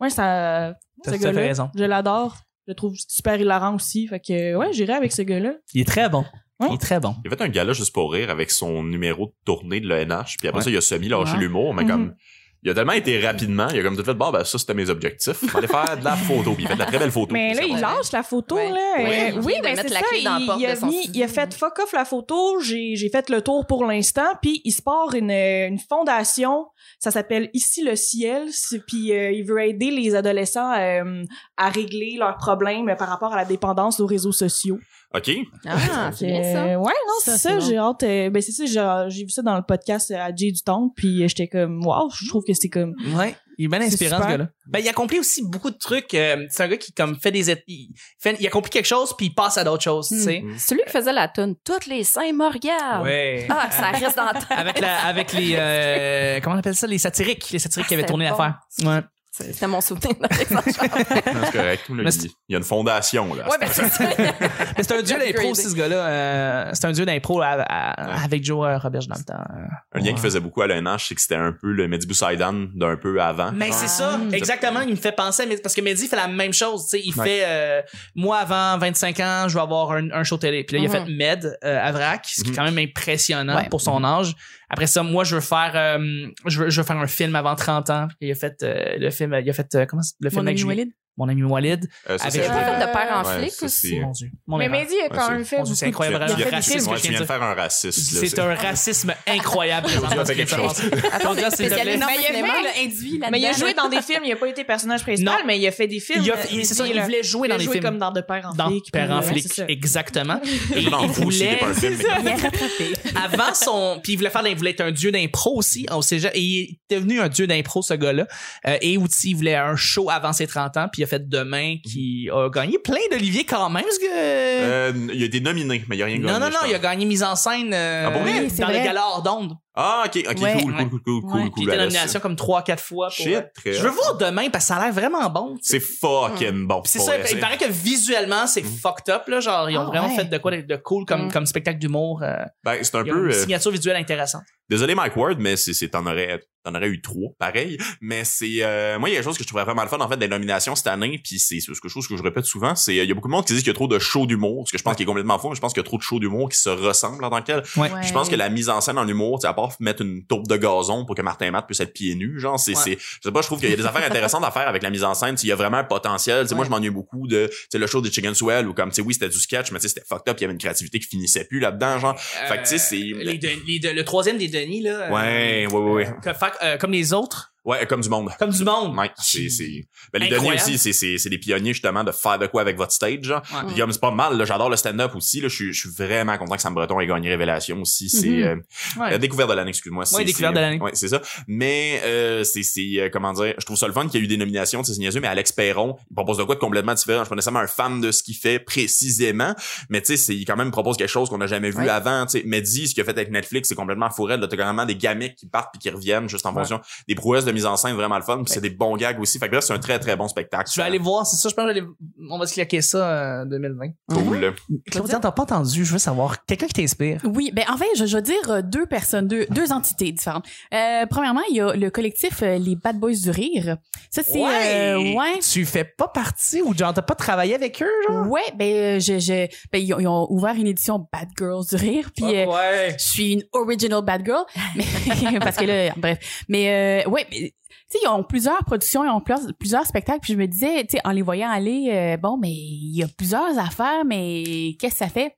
[SPEAKER 5] ouais ça
[SPEAKER 1] T'as tout
[SPEAKER 5] ce
[SPEAKER 1] à fait
[SPEAKER 5] gars-là.
[SPEAKER 1] raison.
[SPEAKER 5] Je l'adore. Je le trouve super hilarant aussi. Fait que, ouais, j'irai avec ce gars-là.
[SPEAKER 1] Il est très bon.
[SPEAKER 5] Ouais.
[SPEAKER 1] Il est très bon.
[SPEAKER 3] Il a fait un gala juste pour rire avec son numéro de tournée de l'ENH, puis après
[SPEAKER 1] Ouais.
[SPEAKER 3] ça, il a semi-lâché
[SPEAKER 2] Ouais. Mm-hmm.
[SPEAKER 3] l'humour, mais comme. Il a tellement été rapidement, il a comme tout fait, bon, ben ça, c'était mes objectifs. On allait faire de la photo, puis il fait de la très belle photo.
[SPEAKER 5] Mais
[SPEAKER 3] Puis
[SPEAKER 5] là,
[SPEAKER 3] c'est
[SPEAKER 5] il
[SPEAKER 3] bon.
[SPEAKER 2] va.
[SPEAKER 5] lâche la photo,
[SPEAKER 2] Ouais.
[SPEAKER 5] là.
[SPEAKER 2] Ouais,
[SPEAKER 5] Euh,
[SPEAKER 2] il
[SPEAKER 5] oui,
[SPEAKER 2] vient de
[SPEAKER 5] mais
[SPEAKER 2] mettre
[SPEAKER 5] c'est
[SPEAKER 2] la
[SPEAKER 5] ça.
[SPEAKER 2] clé dans la
[SPEAKER 5] il,
[SPEAKER 2] porte
[SPEAKER 5] il a
[SPEAKER 2] de son
[SPEAKER 5] mis-
[SPEAKER 2] studio.
[SPEAKER 5] il a fait fuck off la photo. J'ai, j'ai fait le tour pour l'instant. Puis il se part une, une fondation. Ça s'appelle Ici le ciel. C'est- Puis euh, il veut aider les adolescents euh, à régler leurs problèmes par rapport à la dépendance aux réseaux sociaux.
[SPEAKER 3] OK.
[SPEAKER 2] Ah, c'est bien ça.
[SPEAKER 5] Euh, ouais, non,
[SPEAKER 4] Ça,
[SPEAKER 5] c'est
[SPEAKER 4] c'est
[SPEAKER 5] ça.
[SPEAKER 4] bon.
[SPEAKER 5] J'ai hâte. euh, ben, c'est ça. J'ai, j'ai vu ça dans le podcast euh, à Jay Dutton. Puis euh, j'étais comme, waouh, je trouve que c'est comme.
[SPEAKER 1] Ouais, il est bien
[SPEAKER 5] C'est
[SPEAKER 1] inspirant
[SPEAKER 5] super.
[SPEAKER 1] ce gars-là. Ben il accomplit aussi beaucoup de trucs. euh, c'est un gars qui comme fait des ét- il, fait, il accomplit quelque chose puis il passe à d'autres choses,
[SPEAKER 5] Hmm.
[SPEAKER 1] tu sais.
[SPEAKER 3] Mm.
[SPEAKER 2] Celui qui faisait la tonne, toutes les seins me regardent.
[SPEAKER 1] Ouais.
[SPEAKER 2] Ah, que ça reste dans la tête.
[SPEAKER 1] Avec la avec les euh,
[SPEAKER 2] (laughs)
[SPEAKER 1] comment on appelle ça les satiriques, les satiriques
[SPEAKER 2] Ah,
[SPEAKER 1] qui avaient
[SPEAKER 2] c'est
[SPEAKER 1] tourné
[SPEAKER 2] bon.
[SPEAKER 1] l'affaire. Ouais.
[SPEAKER 2] C'est- C'était mon souvenir d'Alexandre Champagne.
[SPEAKER 3] Non,
[SPEAKER 1] (laughs)
[SPEAKER 3] C'est correct. Là,
[SPEAKER 1] Mais
[SPEAKER 3] il, il y a une fondation, là.
[SPEAKER 2] Ouais, ben c'est
[SPEAKER 3] (laughs)
[SPEAKER 2] ça.
[SPEAKER 1] Mais
[SPEAKER 2] (laughs)
[SPEAKER 1] c'est un dieu
[SPEAKER 2] Upgradé.
[SPEAKER 1] d'impro aussi ce gars-là. euh, c'est un dieu d'impro à- à-
[SPEAKER 3] Ouais.
[SPEAKER 1] avec Joe euh, Roberge dans le temps.
[SPEAKER 3] Un lien qui faisait beaucoup à l'ENH, c'est que c'était un peu le Medibus Aidan d'un peu avant.
[SPEAKER 1] Mais
[SPEAKER 3] genre.
[SPEAKER 1] c'est ça,
[SPEAKER 2] Mm.
[SPEAKER 1] exactement. Il me fait penser à Mehdi, parce que Mehdi fait la même chose. tu sais, il
[SPEAKER 3] Ah. Ouais.
[SPEAKER 1] fait euh, moi avant 25 ans, je vais avoir un, un show télé. Puis là, il a
[SPEAKER 5] Mm-hmm.
[SPEAKER 2] Mhm.
[SPEAKER 1] fait Med euh, à Vrac, ce qui est
[SPEAKER 3] Mhm.
[SPEAKER 1] quand même impressionnant
[SPEAKER 2] Ouais.
[SPEAKER 1] pour son âge. Après ça, moi, je veux faire, euh, je, veux, je veux faire un film avant 30 ans. Puis il a fait euh, le film, il a fait euh, comment c'est- le film
[SPEAKER 4] Mon
[SPEAKER 1] avec
[SPEAKER 4] ami
[SPEAKER 1] Julie-
[SPEAKER 4] Walid.
[SPEAKER 1] Mon ami Walid.
[SPEAKER 3] Euh, ça,
[SPEAKER 1] Avec-
[SPEAKER 3] c'est-
[SPEAKER 2] Il a pas fait de père en
[SPEAKER 3] Ouais,
[SPEAKER 2] flic
[SPEAKER 3] ça,
[SPEAKER 2] aussi.
[SPEAKER 3] c'est- euh,
[SPEAKER 1] Mon Dieu, mon
[SPEAKER 5] mais
[SPEAKER 1] erreur.
[SPEAKER 5] Mehdi a quand
[SPEAKER 3] Ouais,
[SPEAKER 5] même fait.
[SPEAKER 1] Mon Dieu, c'est
[SPEAKER 5] beaucoup de-
[SPEAKER 1] incroyable,
[SPEAKER 5] il a fait
[SPEAKER 1] vraiment
[SPEAKER 5] des films.
[SPEAKER 1] racisme,
[SPEAKER 3] Ouais,
[SPEAKER 1] je
[SPEAKER 3] tu
[SPEAKER 1] viens
[SPEAKER 3] viens
[SPEAKER 1] de
[SPEAKER 3] de faire un raciste. là,
[SPEAKER 1] C'est un racisme
[SPEAKER 3] (laughs)
[SPEAKER 1] incroyable.
[SPEAKER 3] Claudia fait quelque chose.
[SPEAKER 1] Claudia, s'il te plaît.
[SPEAKER 2] Spécialiste.
[SPEAKER 5] Mais il a
[SPEAKER 2] Cinéma,
[SPEAKER 5] fait-
[SPEAKER 2] là, induit là-dedans.
[SPEAKER 5] Mais il a joué dans des films, il a pas été personnage principal,
[SPEAKER 1] Non.
[SPEAKER 5] mais il a fait des films.
[SPEAKER 1] Il, a,
[SPEAKER 5] Euh,
[SPEAKER 1] il- c'est ça, il
[SPEAKER 5] a-
[SPEAKER 1] voulait jouer
[SPEAKER 5] il a
[SPEAKER 1] dans les
[SPEAKER 5] joué
[SPEAKER 1] films.
[SPEAKER 5] comme dans De Père en
[SPEAKER 1] dans
[SPEAKER 5] flic.
[SPEAKER 1] Père
[SPEAKER 5] puis,
[SPEAKER 1] en
[SPEAKER 5] euh,
[SPEAKER 1] flic,
[SPEAKER 5] c'est ça.
[SPEAKER 1] exactement. Et
[SPEAKER 3] Dans
[SPEAKER 1] il
[SPEAKER 3] vous aussi,
[SPEAKER 1] voulait
[SPEAKER 3] c'est pas un film,
[SPEAKER 4] Il
[SPEAKER 3] mais-
[SPEAKER 4] a rattrapé.
[SPEAKER 1] avant son puis il voulait faire il voulait être un dieu d'impro aussi au cégep et il est devenu un dieu d'impro ce gars-là Euh, et aussi il voulait un show avant ses 30 ans puis il a fait demain qui a gagné plein d'Olivier quand même ce gars.
[SPEAKER 3] Mhm. Euh, il a été nominé, mais il a rien gagné.
[SPEAKER 1] non non
[SPEAKER 3] je
[SPEAKER 1] non
[SPEAKER 3] pense.
[SPEAKER 1] il a gagné mise en scène euh,
[SPEAKER 3] Ah bon? Oui,
[SPEAKER 4] c'est
[SPEAKER 1] dans
[SPEAKER 4] vrai.
[SPEAKER 1] les galas d'onde
[SPEAKER 3] Ah, ok, ok,
[SPEAKER 4] Ouais.
[SPEAKER 3] cool, cool, cool, cool, cool, cool,
[SPEAKER 1] puis il était
[SPEAKER 3] Alice.
[SPEAKER 1] nomination comme 3 4 fois pour- euh,
[SPEAKER 3] Shit, très-
[SPEAKER 1] je veux voir demain parce que ça a l'air vraiment bon tu sais.
[SPEAKER 3] C'est fucking bon.
[SPEAKER 1] Puis c'est
[SPEAKER 3] pour
[SPEAKER 1] ça,
[SPEAKER 3] vrai, Mhm.
[SPEAKER 1] il paraît que visuellement c'est fucked up là, genre ils ont
[SPEAKER 4] Ah,
[SPEAKER 1] vraiment
[SPEAKER 4] ouais. Mhm.
[SPEAKER 1] fait de quoi de- de cool comme
[SPEAKER 2] Mm.
[SPEAKER 1] comme spectacle d'humour, euh,
[SPEAKER 3] Ben, c'est un
[SPEAKER 1] ils ont une
[SPEAKER 3] peu. euh,
[SPEAKER 1] signature visuelle intéressante.
[SPEAKER 3] Désolé Mike Ward, mais c'est c'est- t'en aurais t'en aurais eu trois, pareil. Mais c'est euh, moi il y a quelque chose que je trouvais vraiment le fun en fait des nominations cette année, puis c'est c'est quelque chose que je répète souvent, c'est euh, il y a beaucoup de monde qui dit qu'il y a trop de shows d'humour, ce que je pense qui est complètement faux, mais je pense qu'il y a trop de shows d'humour qui se ressemblent en tant que tel.
[SPEAKER 1] Ouais.
[SPEAKER 3] Je pense que la mise en scène en humour, tu sais, à part mettre une taupe de gazon pour que Martin et Matt puisse être pieds nus, genre,
[SPEAKER 1] Ouais.
[SPEAKER 3] c'est, c'est, je sais pas, je trouve qu'il y a des affaires intéressantes à faire avec la mise en scène, tu sais, il y a vraiment un potentiel, tu sais, moi, je m'ennuie beaucoup de, tu sais, le show des Chicken Swell ou comme, tu sais, oui, c'était du sketch, mais tu sais, c'était fucked up, il y avait une créativité qui finissait plus là-dedans, genre. Fait que, tu sais, c'est-
[SPEAKER 1] Euh, les de- les de- le troisième des Denis là. euh,
[SPEAKER 3] Ouais, ouais, ouais, ouais.
[SPEAKER 1] Que- fait- euh, comme les autres,
[SPEAKER 3] Ouais, comme du monde.
[SPEAKER 1] comme du monde.
[SPEAKER 3] Ouais, c'est, c'est, ben, les données
[SPEAKER 1] Incroyable.
[SPEAKER 3] aussi, c'est, c'est, c'est des pionniers, justement, de faire de quoi avec votre stage, genre.
[SPEAKER 1] Ouais.
[SPEAKER 3] Puis comme c'est pas mal, là, j'adore le stand-up aussi, là, je suis, je suis vraiment content que Sam Breton ait gagné Révélation aussi, c'est,
[SPEAKER 4] Mhm.
[SPEAKER 3] euh,
[SPEAKER 1] Ouais.
[SPEAKER 3] La découverte de l'année, excuse-moi. c'est-
[SPEAKER 1] découverte
[SPEAKER 3] c'est-
[SPEAKER 1] de l'année.
[SPEAKER 3] Ouais, c'est ça. Mais euh, c'est, c'est euh, comment dire, je trouve ça le fun qu'il y a eu des nominations, c'est niaiseux, mais Alex Perron, il propose de quoi de complètement différent. Je suis pas nécessairement un fan de ce qu'il fait précisément, mais tu sais, c'est- il quand même propose quelque chose qu'on n'a jamais vu
[SPEAKER 2] Ouais.
[SPEAKER 3] avant. Tu sais, Mehdi, ce qu'il a fait avec Netflix, c'est complètement fourré. Là, t'as carrément des gamiques qui partent puis qui reviennent juste en fonction des prouesses de mise en scène, vraiment le fun. Puis c'est des bons gags aussi. Fait que bref, c'est un très très bon spectacle.
[SPEAKER 1] Je vais aller voir, c'est ça, je pense que je vais aller- on va se claquer ça euh, en 2020.
[SPEAKER 3] Cool.
[SPEAKER 1] Claudia, t'as pas entendu, je veux savoir, quelqu'un qui t'inspire.
[SPEAKER 4] Oui, ben en fait, je, je veux dire euh, deux personnes, deux, deux entités différentes. Euh, premièrement, il y a le collectif euh, les Bad Boys du rire. Ça c'est euh, ouais.
[SPEAKER 1] Tu fais pas partie ou genre t'as pas travaillé avec eux, genre?
[SPEAKER 4] Ouais, ben euh, je, je ben ils ont, ils ont ouvert une édition Bad Girls du rire
[SPEAKER 3] Oh,
[SPEAKER 4] puis euh,
[SPEAKER 1] Ah, ouais.
[SPEAKER 4] je suis une original bad girl mais (laughs) parce que là bref mais euh, ouais mais, tu sais ils ont plusieurs productions ils ont plusieurs, plusieurs spectacles puis je me disais tu sais en les voyant aller euh, bon mais il y a plusieurs affaires mais qu'est-ce que ça fait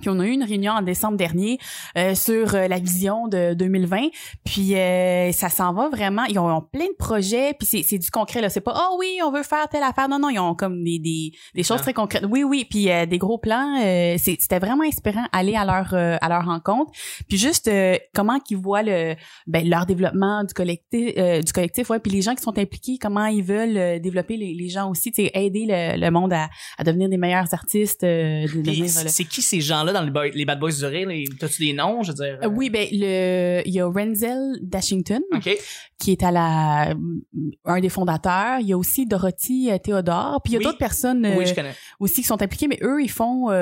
[SPEAKER 4] Puis on a eu une réunion en décembre dernier euh, sur euh, la vision de 2020. Puis euh, ça s'en va vraiment. Ils ont, ont plein de projets. Puis c'est, c'est du concret là. C'est pas oh oui on veut faire telle affaire. Non non ils ont comme des des, des choses
[SPEAKER 1] Ah.
[SPEAKER 4] très concrètes. Oui oui. Puis euh, des gros plans. Euh, c'est- c'était vraiment inspirant aller à leur euh, à leur rencontre. Puis juste euh, comment qu'ils voient le ben, leur développement du collectif euh, du collectif. Ouais. Puis les gens qui sont impliqués comment ils veulent euh, développer les, les gens aussi. Tu sais, aider le, le monde à, à devenir des meilleurs artistes. euh, de
[SPEAKER 1] Puis
[SPEAKER 4] devenir, euh,
[SPEAKER 1] c'est
[SPEAKER 4] le-
[SPEAKER 1] c'est qui ces gens-là dans les, boy- les Bad Boys du Rire? les- T'as-tu des noms, je veux dire?
[SPEAKER 4] Euh, Oui, ben le il y a Renzel Dashington
[SPEAKER 1] OK.
[SPEAKER 4] qui est à la euh, un des fondateurs, il y a aussi Dorothy euh, Théodore, puis il y a
[SPEAKER 1] Oui.
[SPEAKER 4] d'autres personnes euh,
[SPEAKER 1] oui, je connais.
[SPEAKER 4] aussi qui sont impliquées mais eux ils font euh,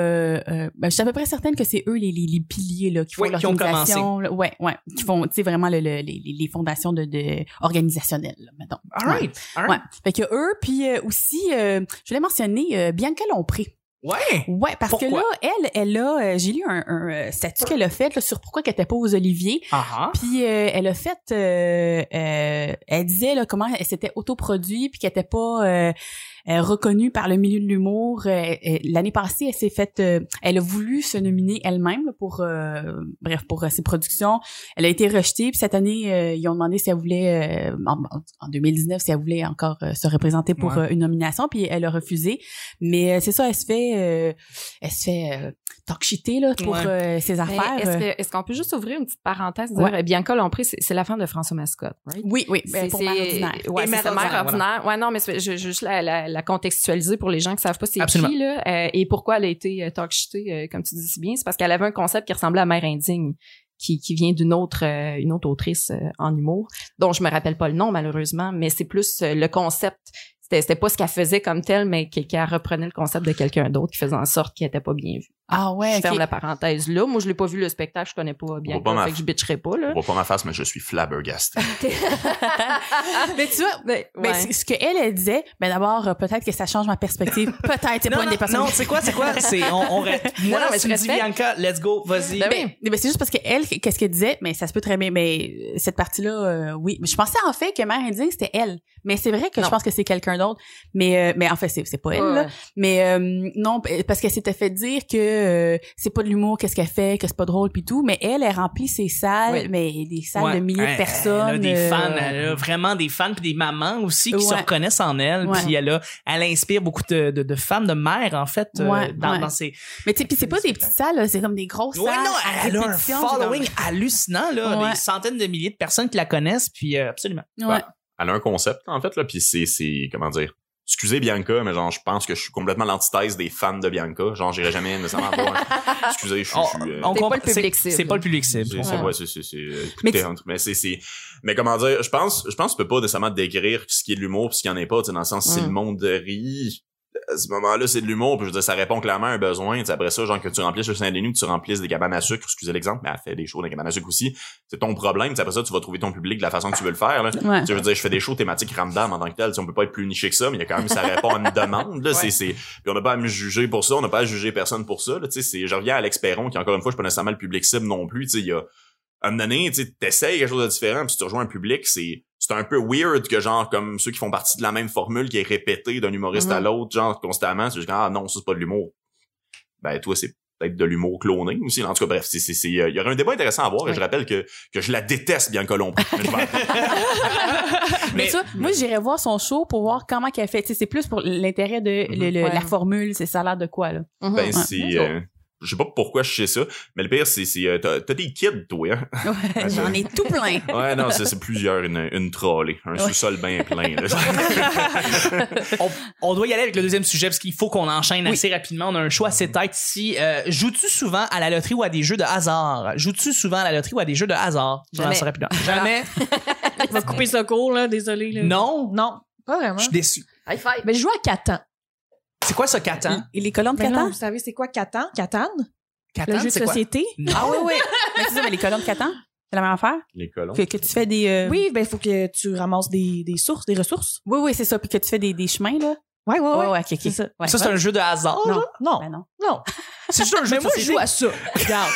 [SPEAKER 4] euh, ben, je suis à peu près certaine que c'est eux les, les, les piliers là qui font
[SPEAKER 1] Oui, qui ont
[SPEAKER 4] l'organisation, là. ouais ouais, qui font tu sais vraiment le- le- les, les fondations de, de organisationnelles là, mettons.
[SPEAKER 1] All right. All
[SPEAKER 4] Ouais.
[SPEAKER 1] right.
[SPEAKER 4] Fait que eux puis euh, aussi euh, je l'ai mentionné euh, Bianca Lompré.
[SPEAKER 1] Ouais.
[SPEAKER 4] Ouais, parce que
[SPEAKER 1] Pourquoi?
[SPEAKER 4] là, elle, elle a, euh, j'ai lu un, un, euh, statut qu'elle a fait là, sur pourquoi qu'elle était pas aux Oliviers.
[SPEAKER 1] Ah
[SPEAKER 4] Puis euh, elle a fait, euh, euh, elle disait là, comment elle s'était autoproduite puis qu'elle était pas euh, euh, reconnue par le milieu de l'humour. Euh, euh, L'année passée, elle s'est faite, euh, elle a voulu se nominer elle-même là, pour, euh, bref, pour euh, ses productions. Elle a été rejetée puis cette année, euh, ils ont demandé si elle voulait, euh, en, en 2019, si elle voulait encore euh, se représenter pour
[SPEAKER 1] Ouais.
[SPEAKER 4] euh, une nomination puis elle a refusé. Mais euh, c'est ça, elle se fait, euh, elle se fait euh, talk-shiter, là pour
[SPEAKER 1] Ouais.
[SPEAKER 4] euh, ses
[SPEAKER 2] Mais
[SPEAKER 4] affaires.
[SPEAKER 2] Est-ce que- est-ce qu'on peut juste ouvrir une petite parenthèse? Dire,
[SPEAKER 4] Ouais.
[SPEAKER 2] euh, Bianca Lompré, c'est c'est la femme de François Mascotte, right?
[SPEAKER 4] Oui, oui, ben, pour Mère Ordinaire.
[SPEAKER 2] Ouais,
[SPEAKER 1] Et
[SPEAKER 2] c'est
[SPEAKER 1] Mère
[SPEAKER 2] ça, Mère
[SPEAKER 1] Ordinaire,
[SPEAKER 2] Ordinaire. Ouais, non, mais c'est- je je- juste la, la, la contextualiser pour les gens qui savent pas c'est
[SPEAKER 1] Absolument.
[SPEAKER 2] qui, là, euh, et pourquoi elle a été euh, talk-shitée, euh, comme tu dis si bien. C'est parce qu'elle avait un concept qui ressemblait à Mère Indigne, qui, qui vient d'une autre, euh, une autre autrice euh, en humour, dont je me rappelle pas le nom, malheureusement, mais c'est plus euh, le concept. C'était c'était pas ce qu'elle faisait comme tel, mais qu'elle qu'elle reprenait le concept de quelqu'un d'autre qui faisait en sorte qu'elle était pas bien vue.
[SPEAKER 4] Ah ouais,
[SPEAKER 2] Je ferme
[SPEAKER 4] ok.
[SPEAKER 2] la parenthèse là. Moi, je l'ai pas vu le spectacle, je connais pas bien.
[SPEAKER 3] On voit pas ma-
[SPEAKER 2] fait que je bitcherai pas, là.
[SPEAKER 3] On voit pas ma face, mais je suis flabbergasté.
[SPEAKER 4] Ah, mais tu vois,
[SPEAKER 2] Ben,
[SPEAKER 4] ben, c'est- ce qu'elle, elle disait, ben d'abord, euh, peut-être que ça change
[SPEAKER 1] (laughs)
[SPEAKER 4] ma perspective. Peut-être, c'est
[SPEAKER 1] Non,
[SPEAKER 4] pas une
[SPEAKER 1] non,
[SPEAKER 4] des personnes.
[SPEAKER 1] non, c'est quoi, c'est quoi? C'est, on,
[SPEAKER 4] (laughs)
[SPEAKER 1] on reste. Moi,
[SPEAKER 2] Non, mais
[SPEAKER 1] tu
[SPEAKER 2] je
[SPEAKER 1] me dis,
[SPEAKER 2] respecte.
[SPEAKER 1] Bianca, let's go, vas-y.
[SPEAKER 2] Ben oui.
[SPEAKER 4] Ben, ben, c'est juste parce qu'elle, qu'est-ce qu'elle disait? Mais ça se peut très bien, mais euh, cette partie-là, euh, oui. Mais Je pensais en fait que Mère Indigne, c'était elle. Mais c'est vrai que
[SPEAKER 2] Non.
[SPEAKER 4] je pense que c'est quelqu'un d'autre. Mais, euh, mais en fait, c'est c'est pas elle, là. Mais euh, non, p- parce qu'elle s'était fait dire que euh, c'est pas de l'humour, qu'est-ce qu'elle fait, que c'est pas drôle puis tout. Mais elle, elle remplit ses salles,
[SPEAKER 2] Oui.
[SPEAKER 4] mais des salles
[SPEAKER 1] Ouais.
[SPEAKER 4] de milliers
[SPEAKER 1] Elle-
[SPEAKER 4] de personnes.
[SPEAKER 1] Elle a des
[SPEAKER 4] euh,
[SPEAKER 1] fans, elle a vraiment des fans puis des mamans aussi qui se
[SPEAKER 4] Ouais.
[SPEAKER 1] reconnaissent en elle.
[SPEAKER 4] Ouais.
[SPEAKER 1] Puis elle a, elle inspire beaucoup de, de, de femmes, de mères en fait, euh,
[SPEAKER 4] Ouais,
[SPEAKER 1] dans,
[SPEAKER 4] ouais.
[SPEAKER 1] dans ses.
[SPEAKER 4] Mais tu sais, puis c'est pas des petites salles, là, c'est comme des grosses
[SPEAKER 1] Ouais,
[SPEAKER 4] salles.
[SPEAKER 1] non,
[SPEAKER 4] à
[SPEAKER 1] elle a un
[SPEAKER 4] répétition, c'est comme-
[SPEAKER 1] following hallucinant là,
[SPEAKER 4] Ouais.
[SPEAKER 1] des centaines de milliers de personnes qui la connaissent, puis euh, absolument.
[SPEAKER 4] Ouais.
[SPEAKER 3] Elle a un concept, en fait, là, puis c'est, c'est, comment dire... Excusez Bianca, mais genre, je pense que je suis complètement l'antithèse des fans de Bianca. Genre, j'irai jamais nécessairement voir. un- Excusez, je suis... je suis, euh,
[SPEAKER 1] Oh, On
[SPEAKER 2] C'est
[SPEAKER 1] comprend-
[SPEAKER 2] pas le public
[SPEAKER 1] c'est-
[SPEAKER 2] cible.
[SPEAKER 1] C'est pas le public
[SPEAKER 3] C'est,
[SPEAKER 1] cible.
[SPEAKER 3] c'est,
[SPEAKER 2] Ouais.
[SPEAKER 3] ouais, c'est, c'est, c'est, euh,
[SPEAKER 4] Mais
[SPEAKER 3] écoutez, entre- mais c'est, c'est, mais comment dire, je pense, je pense que tu peux pas nécessairement décrire ce qui est de l'humour pis ce qui en est pas, tu sais, dans le sens, si
[SPEAKER 2] Mm.
[SPEAKER 3] le monde rit, à ce moment-là, c'est de l'humour, puis je veux dire, ça répond clairement à un besoin, tu sais, après ça, genre, que tu remplisses le Saint-Denis, ou que tu remplisses des cabanes à sucre, excusez l'exemple, mais elle fait des shows dans les cabanes à sucre aussi, c'est ton problème, tu sais, après ça, tu vas trouver ton public de la façon que tu veux le faire,
[SPEAKER 4] Ouais.
[SPEAKER 3] là. Tu sais, Je veux dire, je fais des shows thématiques ramdam en tant que tel. Tu sais, on peut pas être plus niché que ça, mais il y a quand même, ça répond à une demande. Là, c'est, c'est, puis on n'a pas à me juger pour ça, on n'a pas à juger personne pour ça. Là, tu sais, c'est, je reviens à Alex Perron, qui encore une fois, je suis pas nécessairement le public cible non plus. Tu sais, il y a, à un moment donné, tu sais, t'essayes quelque chose de différent, puis si tu rejoins un public, c'est, c'est un peu weird que genre, comme ceux qui font partie de la même formule qui est répétée d'un humoriste à
[SPEAKER 2] Mhm.
[SPEAKER 3] l'autre, genre, constamment, tu dis, ah non, ça c'est pas de l'humour. Ben, toi, c'est peut-être de l'humour cloné aussi. En tout cas, bref, c'est, c'est, c'est, euh, il y aurait un débat intéressant à voir, et
[SPEAKER 2] Oui.
[SPEAKER 3] je rappelle que, que je la déteste, bien que l'on. Mais je vais-
[SPEAKER 4] Mais,
[SPEAKER 1] Mais-
[SPEAKER 4] tu vois, moi, j'irais voir son show pour voir comment qu'elle fait. Tu sais, c'est plus pour l'intérêt de
[SPEAKER 1] Mm-hmm.
[SPEAKER 4] le- le-
[SPEAKER 2] Ouais.
[SPEAKER 4] la formule, c'est ça a l'air de
[SPEAKER 1] (laughs)
[SPEAKER 4] quoi, là.
[SPEAKER 2] Mhm.
[SPEAKER 3] Ben,
[SPEAKER 2] Ouais.
[SPEAKER 3] c'est. euh, je sais pas pourquoi je sais ça, mais le pire, c'est. c'est euh, t'as, t'as des kids, toi, hein?
[SPEAKER 4] Ouais, J'en ai tout plein.
[SPEAKER 3] (laughs) Ouais, non, c'est, c'est plusieurs, une, une trollée. Un
[SPEAKER 4] Ouais.
[SPEAKER 3] sous-sol bien plein, là. (laughs)
[SPEAKER 1] on, on doit y aller avec le deuxième sujet parce qu'il faut qu'on enchaîne assez rapidement. On a un choix assez tête ici. Euh, Joues-tu souvent à la loterie ou à des jeux de hasard? Joues-tu souvent à la loterie ou à des jeux de hasard? Je
[SPEAKER 2] Jamais.
[SPEAKER 1] lance
[SPEAKER 4] (laughs)
[SPEAKER 1] rapidement. Jamais.
[SPEAKER 5] On va couper ça court, là, désolé. Là.
[SPEAKER 1] non.
[SPEAKER 5] Non, pas vraiment.
[SPEAKER 1] Je suis déçu.
[SPEAKER 2] High five.
[SPEAKER 4] ben,
[SPEAKER 5] Mais je joue à Catan.
[SPEAKER 1] C'est quoi ce Catan?
[SPEAKER 4] Et les colonnes de
[SPEAKER 5] Maintenant,
[SPEAKER 4] Catan?
[SPEAKER 5] vous savez, c'est quoi Catan? Ben Catan? Le
[SPEAKER 1] Catan,
[SPEAKER 5] jeu de
[SPEAKER 1] c'est quoi? (laughs)
[SPEAKER 5] société?
[SPEAKER 4] Ah oui, oui. mais c'est ça, mais les colonnes de Catan, c'est la même affaire?
[SPEAKER 3] Les colons.
[SPEAKER 4] Que, que tu fais des... euh,
[SPEAKER 5] Oui, ben, il faut que tu ramasses des, des sources, des ressources.
[SPEAKER 4] Oui, oui, c'est ça. Puis que tu fais des, des chemins, là.
[SPEAKER 5] Ouais, ouais, ouais.
[SPEAKER 4] Ouais, ouais, ok, ok.
[SPEAKER 5] C'est ça.
[SPEAKER 4] Ouais.
[SPEAKER 1] ça, c'est un jeu de hasard.
[SPEAKER 4] Non,
[SPEAKER 1] genre?
[SPEAKER 5] Non,
[SPEAKER 4] ben non.
[SPEAKER 5] non.
[SPEAKER 1] C'est juste un jeu
[SPEAKER 5] Mais
[SPEAKER 1] de
[SPEAKER 5] moi, je
[SPEAKER 1] société.
[SPEAKER 5] joue à ça. Regarde.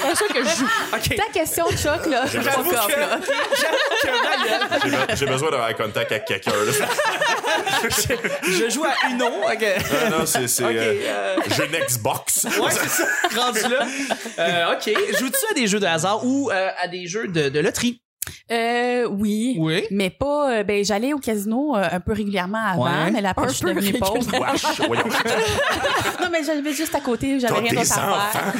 [SPEAKER 5] C'est à ça que je joue.
[SPEAKER 1] OK.
[SPEAKER 4] Ta question, Chuck, là, je
[SPEAKER 3] J'avoue
[SPEAKER 4] pas
[SPEAKER 1] que-
[SPEAKER 4] là.
[SPEAKER 1] J'avoue
[SPEAKER 3] J'ai be- J'ai besoin d'avoir un contact avec quelqu'un. là. (laughs)
[SPEAKER 1] que Manuel, je joue à Uno. OK.
[SPEAKER 3] Non, non, c'est. c'est,
[SPEAKER 1] OK.
[SPEAKER 3] euh,
[SPEAKER 1] euh,
[SPEAKER 3] Jeu Xbox.
[SPEAKER 1] Ouais, c'est ça. Rendu là. Euh, OK. Joues-tu à des jeux de hasard ou euh, à des jeux de, de loterie?
[SPEAKER 4] Euh, oui.
[SPEAKER 1] Oui.
[SPEAKER 4] Mais pas, euh, ben, j'allais au casino euh, un peu régulièrement avant,
[SPEAKER 1] Ouais.
[SPEAKER 4] mais là, après, je suis
[SPEAKER 2] peu
[SPEAKER 4] devenue pauvre.
[SPEAKER 3] (laughs) Wesh, (laughs) voyons.
[SPEAKER 4] (laughs) non, mais j'avais juste à côté, j'avais
[SPEAKER 3] T'as
[SPEAKER 4] rien
[SPEAKER 3] des
[SPEAKER 4] d'autre à faire.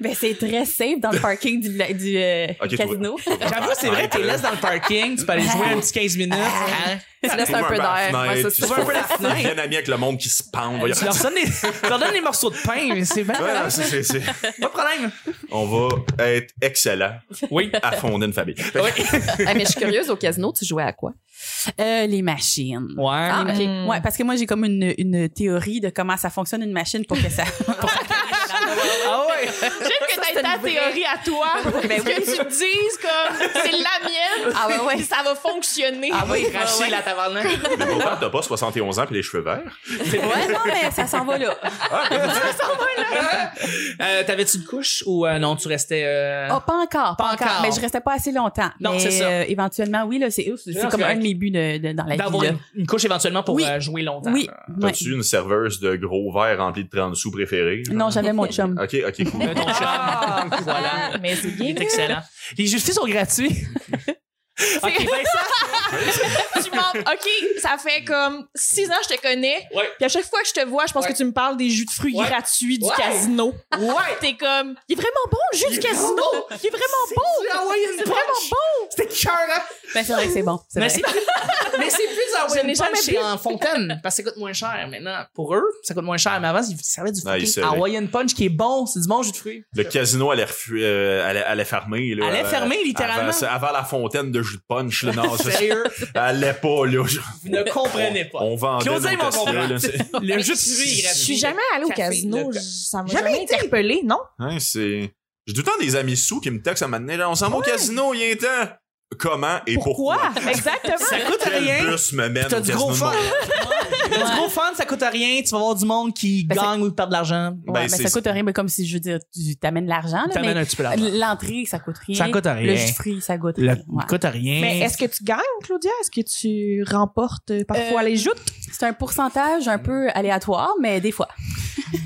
[SPEAKER 4] ben, c'est très safe
[SPEAKER 1] (laughs)
[SPEAKER 4] dans le parking du, vla- du euh,
[SPEAKER 3] Ok,
[SPEAKER 4] casino.
[SPEAKER 1] J'avoue, c'est vrai, t'es laisse dans le parking, tu peux aller jouer un petit 15 minutes.
[SPEAKER 5] Ah.
[SPEAKER 1] hein?
[SPEAKER 2] Tu laisses
[SPEAKER 3] Trouve
[SPEAKER 2] un peu
[SPEAKER 3] bar à
[SPEAKER 2] d'air.
[SPEAKER 3] fenêtre,
[SPEAKER 2] Ouais, ça,
[SPEAKER 3] tu
[SPEAKER 2] c'est
[SPEAKER 1] trouves
[SPEAKER 3] fais-
[SPEAKER 1] un peu la
[SPEAKER 3] (laughs)
[SPEAKER 1] fenêtre.
[SPEAKER 3] Ils viennent amis avec le monde qui se pend. voyons.
[SPEAKER 1] Tu leur, donnes des, tu leur donnes des morceaux de pain, mais c'est bien.
[SPEAKER 3] Ouais, non, c'est- c'est- c'est-
[SPEAKER 1] Pas de problème.
[SPEAKER 3] On va être excellent
[SPEAKER 1] Oui.
[SPEAKER 3] à fonder une famille. Fait que-
[SPEAKER 1] Oui.
[SPEAKER 2] (laughs) Ah, mais je suis curieuse, au casino, tu jouais à quoi?
[SPEAKER 4] Euh, les machines.
[SPEAKER 1] Ouais.
[SPEAKER 2] Ah, ok.
[SPEAKER 5] Mm.
[SPEAKER 4] Ouais, parce que moi, j'ai comme une, une théorie de comment ça fonctionne une machine pour
[SPEAKER 1] (laughs)
[SPEAKER 4] que ça. pour-
[SPEAKER 1] Ah ouais.
[SPEAKER 5] J'aime que t'aies ta théorie à (laughs) toi.
[SPEAKER 4] Ben
[SPEAKER 5] que
[SPEAKER 1] (laughs)
[SPEAKER 5] tu te dises comme c'est la mienne.
[SPEAKER 4] Ah ouais, ouais.
[SPEAKER 5] Ça va fonctionner.
[SPEAKER 1] Ah oui, cracher la tabarnak.
[SPEAKER 3] Mais mon père, t'as pas 71 ans puis les cheveux verts.
[SPEAKER 4] Ouais, non, mais ça s'en va là.
[SPEAKER 1] Euh, T'avais-tu une couche ou euh, non, tu restais. euh,
[SPEAKER 4] Oh, pas encore, pas,
[SPEAKER 1] Pas
[SPEAKER 4] encore.
[SPEAKER 1] encore.
[SPEAKER 4] Mais je restais pas assez longtemps.
[SPEAKER 1] Non,
[SPEAKER 4] Mais,
[SPEAKER 1] c'est ça.
[SPEAKER 4] euh, éventuellement, oui, là, c'est c'est
[SPEAKER 1] Non,
[SPEAKER 4] comme
[SPEAKER 1] c'est
[SPEAKER 4] un
[SPEAKER 1] correct.
[SPEAKER 4] de mes buts de- de- dans la vie.
[SPEAKER 1] D'avoir
[SPEAKER 4] là.
[SPEAKER 1] une, une couche éventuellement pour
[SPEAKER 4] Oui.
[SPEAKER 1] euh, jouer longtemps.
[SPEAKER 4] Oui. ouais.
[SPEAKER 3] T'as-tu une serveuse de gros verres remplis de 30 sous préférés? genre?
[SPEAKER 4] Non, j'avais
[SPEAKER 1] (laughs)
[SPEAKER 4] mon chum.
[SPEAKER 3] Ok, ok, cool.
[SPEAKER 1] Euh, ton charme. voilà.
[SPEAKER 5] Mais c'est
[SPEAKER 1] (laughs)
[SPEAKER 5] bien.
[SPEAKER 1] Il est excellent. Les jeux de filles sont gratuits. (laughs) ok, Vincent.
[SPEAKER 5] tu m'en- OK, ça fait comme six ans que je te connais.
[SPEAKER 1] Ouais.
[SPEAKER 5] Puis à chaque fois que je te vois, je pense
[SPEAKER 1] Ouais.
[SPEAKER 5] que tu me parles des jus de fruits
[SPEAKER 1] Ouais.
[SPEAKER 5] gratuits du
[SPEAKER 1] Ouais.
[SPEAKER 5] casino.
[SPEAKER 1] Ouais.
[SPEAKER 5] T'es comme, il est vraiment bon le jus du casino. Il est vraiment
[SPEAKER 1] C'est
[SPEAKER 5] bon.
[SPEAKER 1] du Hawaiian
[SPEAKER 5] C'est
[SPEAKER 1] Punch.
[SPEAKER 5] vraiment
[SPEAKER 1] C'était cœur.
[SPEAKER 4] Ben, c'est vrai que c'est bon. c'est
[SPEAKER 1] Mais
[SPEAKER 4] vrai.
[SPEAKER 1] c'est plus, mais c'est plus en
[SPEAKER 5] Je n'ai jamais
[SPEAKER 1] Punch,
[SPEAKER 5] bu.
[SPEAKER 1] c'est en fontaine parce que ça coûte moins cher maintenant. Pour eux, ça coûte moins cher. Mais avant, ils servaient du
[SPEAKER 3] Ah, ils
[SPEAKER 1] fucking
[SPEAKER 3] servaient.
[SPEAKER 1] Hawaiian Punch qui est bon. C'est du bon jus de fruits.
[SPEAKER 3] Le casino allait, refu- euh, allait, allait fermer. Là,
[SPEAKER 1] Allait
[SPEAKER 3] Euh,
[SPEAKER 1] fermer, littéralement.
[SPEAKER 3] Avant, c'est avant la fontaine de jus de punch. Là, non, ça,
[SPEAKER 1] Sérieux,
[SPEAKER 3] allait pas. Là,
[SPEAKER 1] vous ne comprenez pas.
[SPEAKER 3] On vendait
[SPEAKER 1] Claudine,
[SPEAKER 3] nos
[SPEAKER 1] on
[SPEAKER 3] casseroles,
[SPEAKER 1] comprend.
[SPEAKER 3] là, c'est-
[SPEAKER 1] Le jus de fruits est
[SPEAKER 5] Je
[SPEAKER 1] gratuit.
[SPEAKER 5] suis jamais allée au
[SPEAKER 1] Café,
[SPEAKER 5] casino.
[SPEAKER 1] le
[SPEAKER 5] je- Ça m'a
[SPEAKER 1] Jamais
[SPEAKER 5] jamais interpellée, non?
[SPEAKER 3] Hein, c'est... J'ai tout le temps des amis sous qui me textent à m'amener. On s'en va au casino, il y a un temps. Comment et pourquoi?
[SPEAKER 1] (laughs) Ça
[SPEAKER 5] Exactement.
[SPEAKER 1] coûte
[SPEAKER 3] Quel
[SPEAKER 1] rien.
[SPEAKER 3] bus me mène
[SPEAKER 1] T'as
[SPEAKER 3] au
[SPEAKER 1] du
[SPEAKER 3] casino
[SPEAKER 1] gros
[SPEAKER 3] de
[SPEAKER 1] fun.
[SPEAKER 3] Montréal?
[SPEAKER 1] T'as du gros fun, ça coûte rien. Tu vas avoir du monde qui
[SPEAKER 4] Ben,
[SPEAKER 1] gagne ou perd de l'argent.
[SPEAKER 3] Ben,
[SPEAKER 4] Ouais, ben,
[SPEAKER 3] c'est-
[SPEAKER 4] ça coûte rien, mais comme si, je veux dire, tu t'amènes l'argent, là,
[SPEAKER 1] T'amènes
[SPEAKER 4] mais
[SPEAKER 1] un petit peu d'argent.
[SPEAKER 4] l'entrée, ça coûte rien.
[SPEAKER 1] Ça coûte rien.
[SPEAKER 4] Le jus de fruits, ça coûte
[SPEAKER 1] Le-
[SPEAKER 4] rien. Ouais.
[SPEAKER 1] coûte rien.
[SPEAKER 5] Mais est-ce que tu gagnes, Claudia? Est-ce que tu remportes euh, parfois
[SPEAKER 4] Euh,
[SPEAKER 1] (laughs)
[SPEAKER 5] les joutes?
[SPEAKER 4] C'est un pourcentage un peu aléatoire, mais des fois.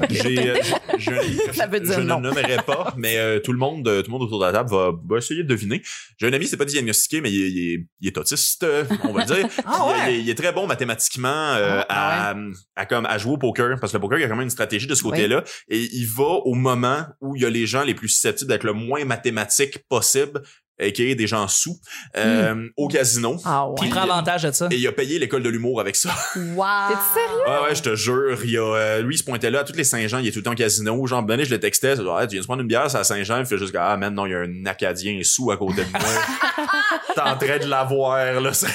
[SPEAKER 3] J'ai,
[SPEAKER 2] (laughs)
[SPEAKER 3] euh, je, je-
[SPEAKER 2] Ça veut dire
[SPEAKER 3] je ne
[SPEAKER 2] non.
[SPEAKER 3] nommerai pas, mais euh, tout le monde, euh, tout le monde autour de la table va, va essayer de deviner. J'ai un ami, c'est pas diagnostiqué, mais il, est- il est- il est autiste, euh, on va le
[SPEAKER 2] (laughs)
[SPEAKER 3] dire.
[SPEAKER 1] Ah ouais?
[SPEAKER 3] il, est- il est- il est très bon mathématiquement euh,
[SPEAKER 2] Ah,
[SPEAKER 3] à, à comme à jouer au poker, parce que le poker, il y a quand même une stratégie de ce côté-là, et il va au moment où il y a les gens les plus susceptibles d'être le moins mathématique possible, et qui est des gens sous, euh, au casino.
[SPEAKER 2] Hmm. Ah
[SPEAKER 1] Puis il prend avantage de ça.
[SPEAKER 3] Et il a payé l'école de l'humour avec ça.
[SPEAKER 4] Wow!
[SPEAKER 2] T'es-tu sérieux?
[SPEAKER 3] Ouais, ouais, je te jure, il y a, euh, lui, il se pointait là à toutes les Saint-Jean, il est tout le temps au casino. Genre, donné, je le textais, je dis, ah, tu viens de prendre une bière, c'est à Saint-Jean, il fait juste, ah, man, non, il y a un Acadien sous à côté de moi. T'es en train de l'avoir, là. c'est-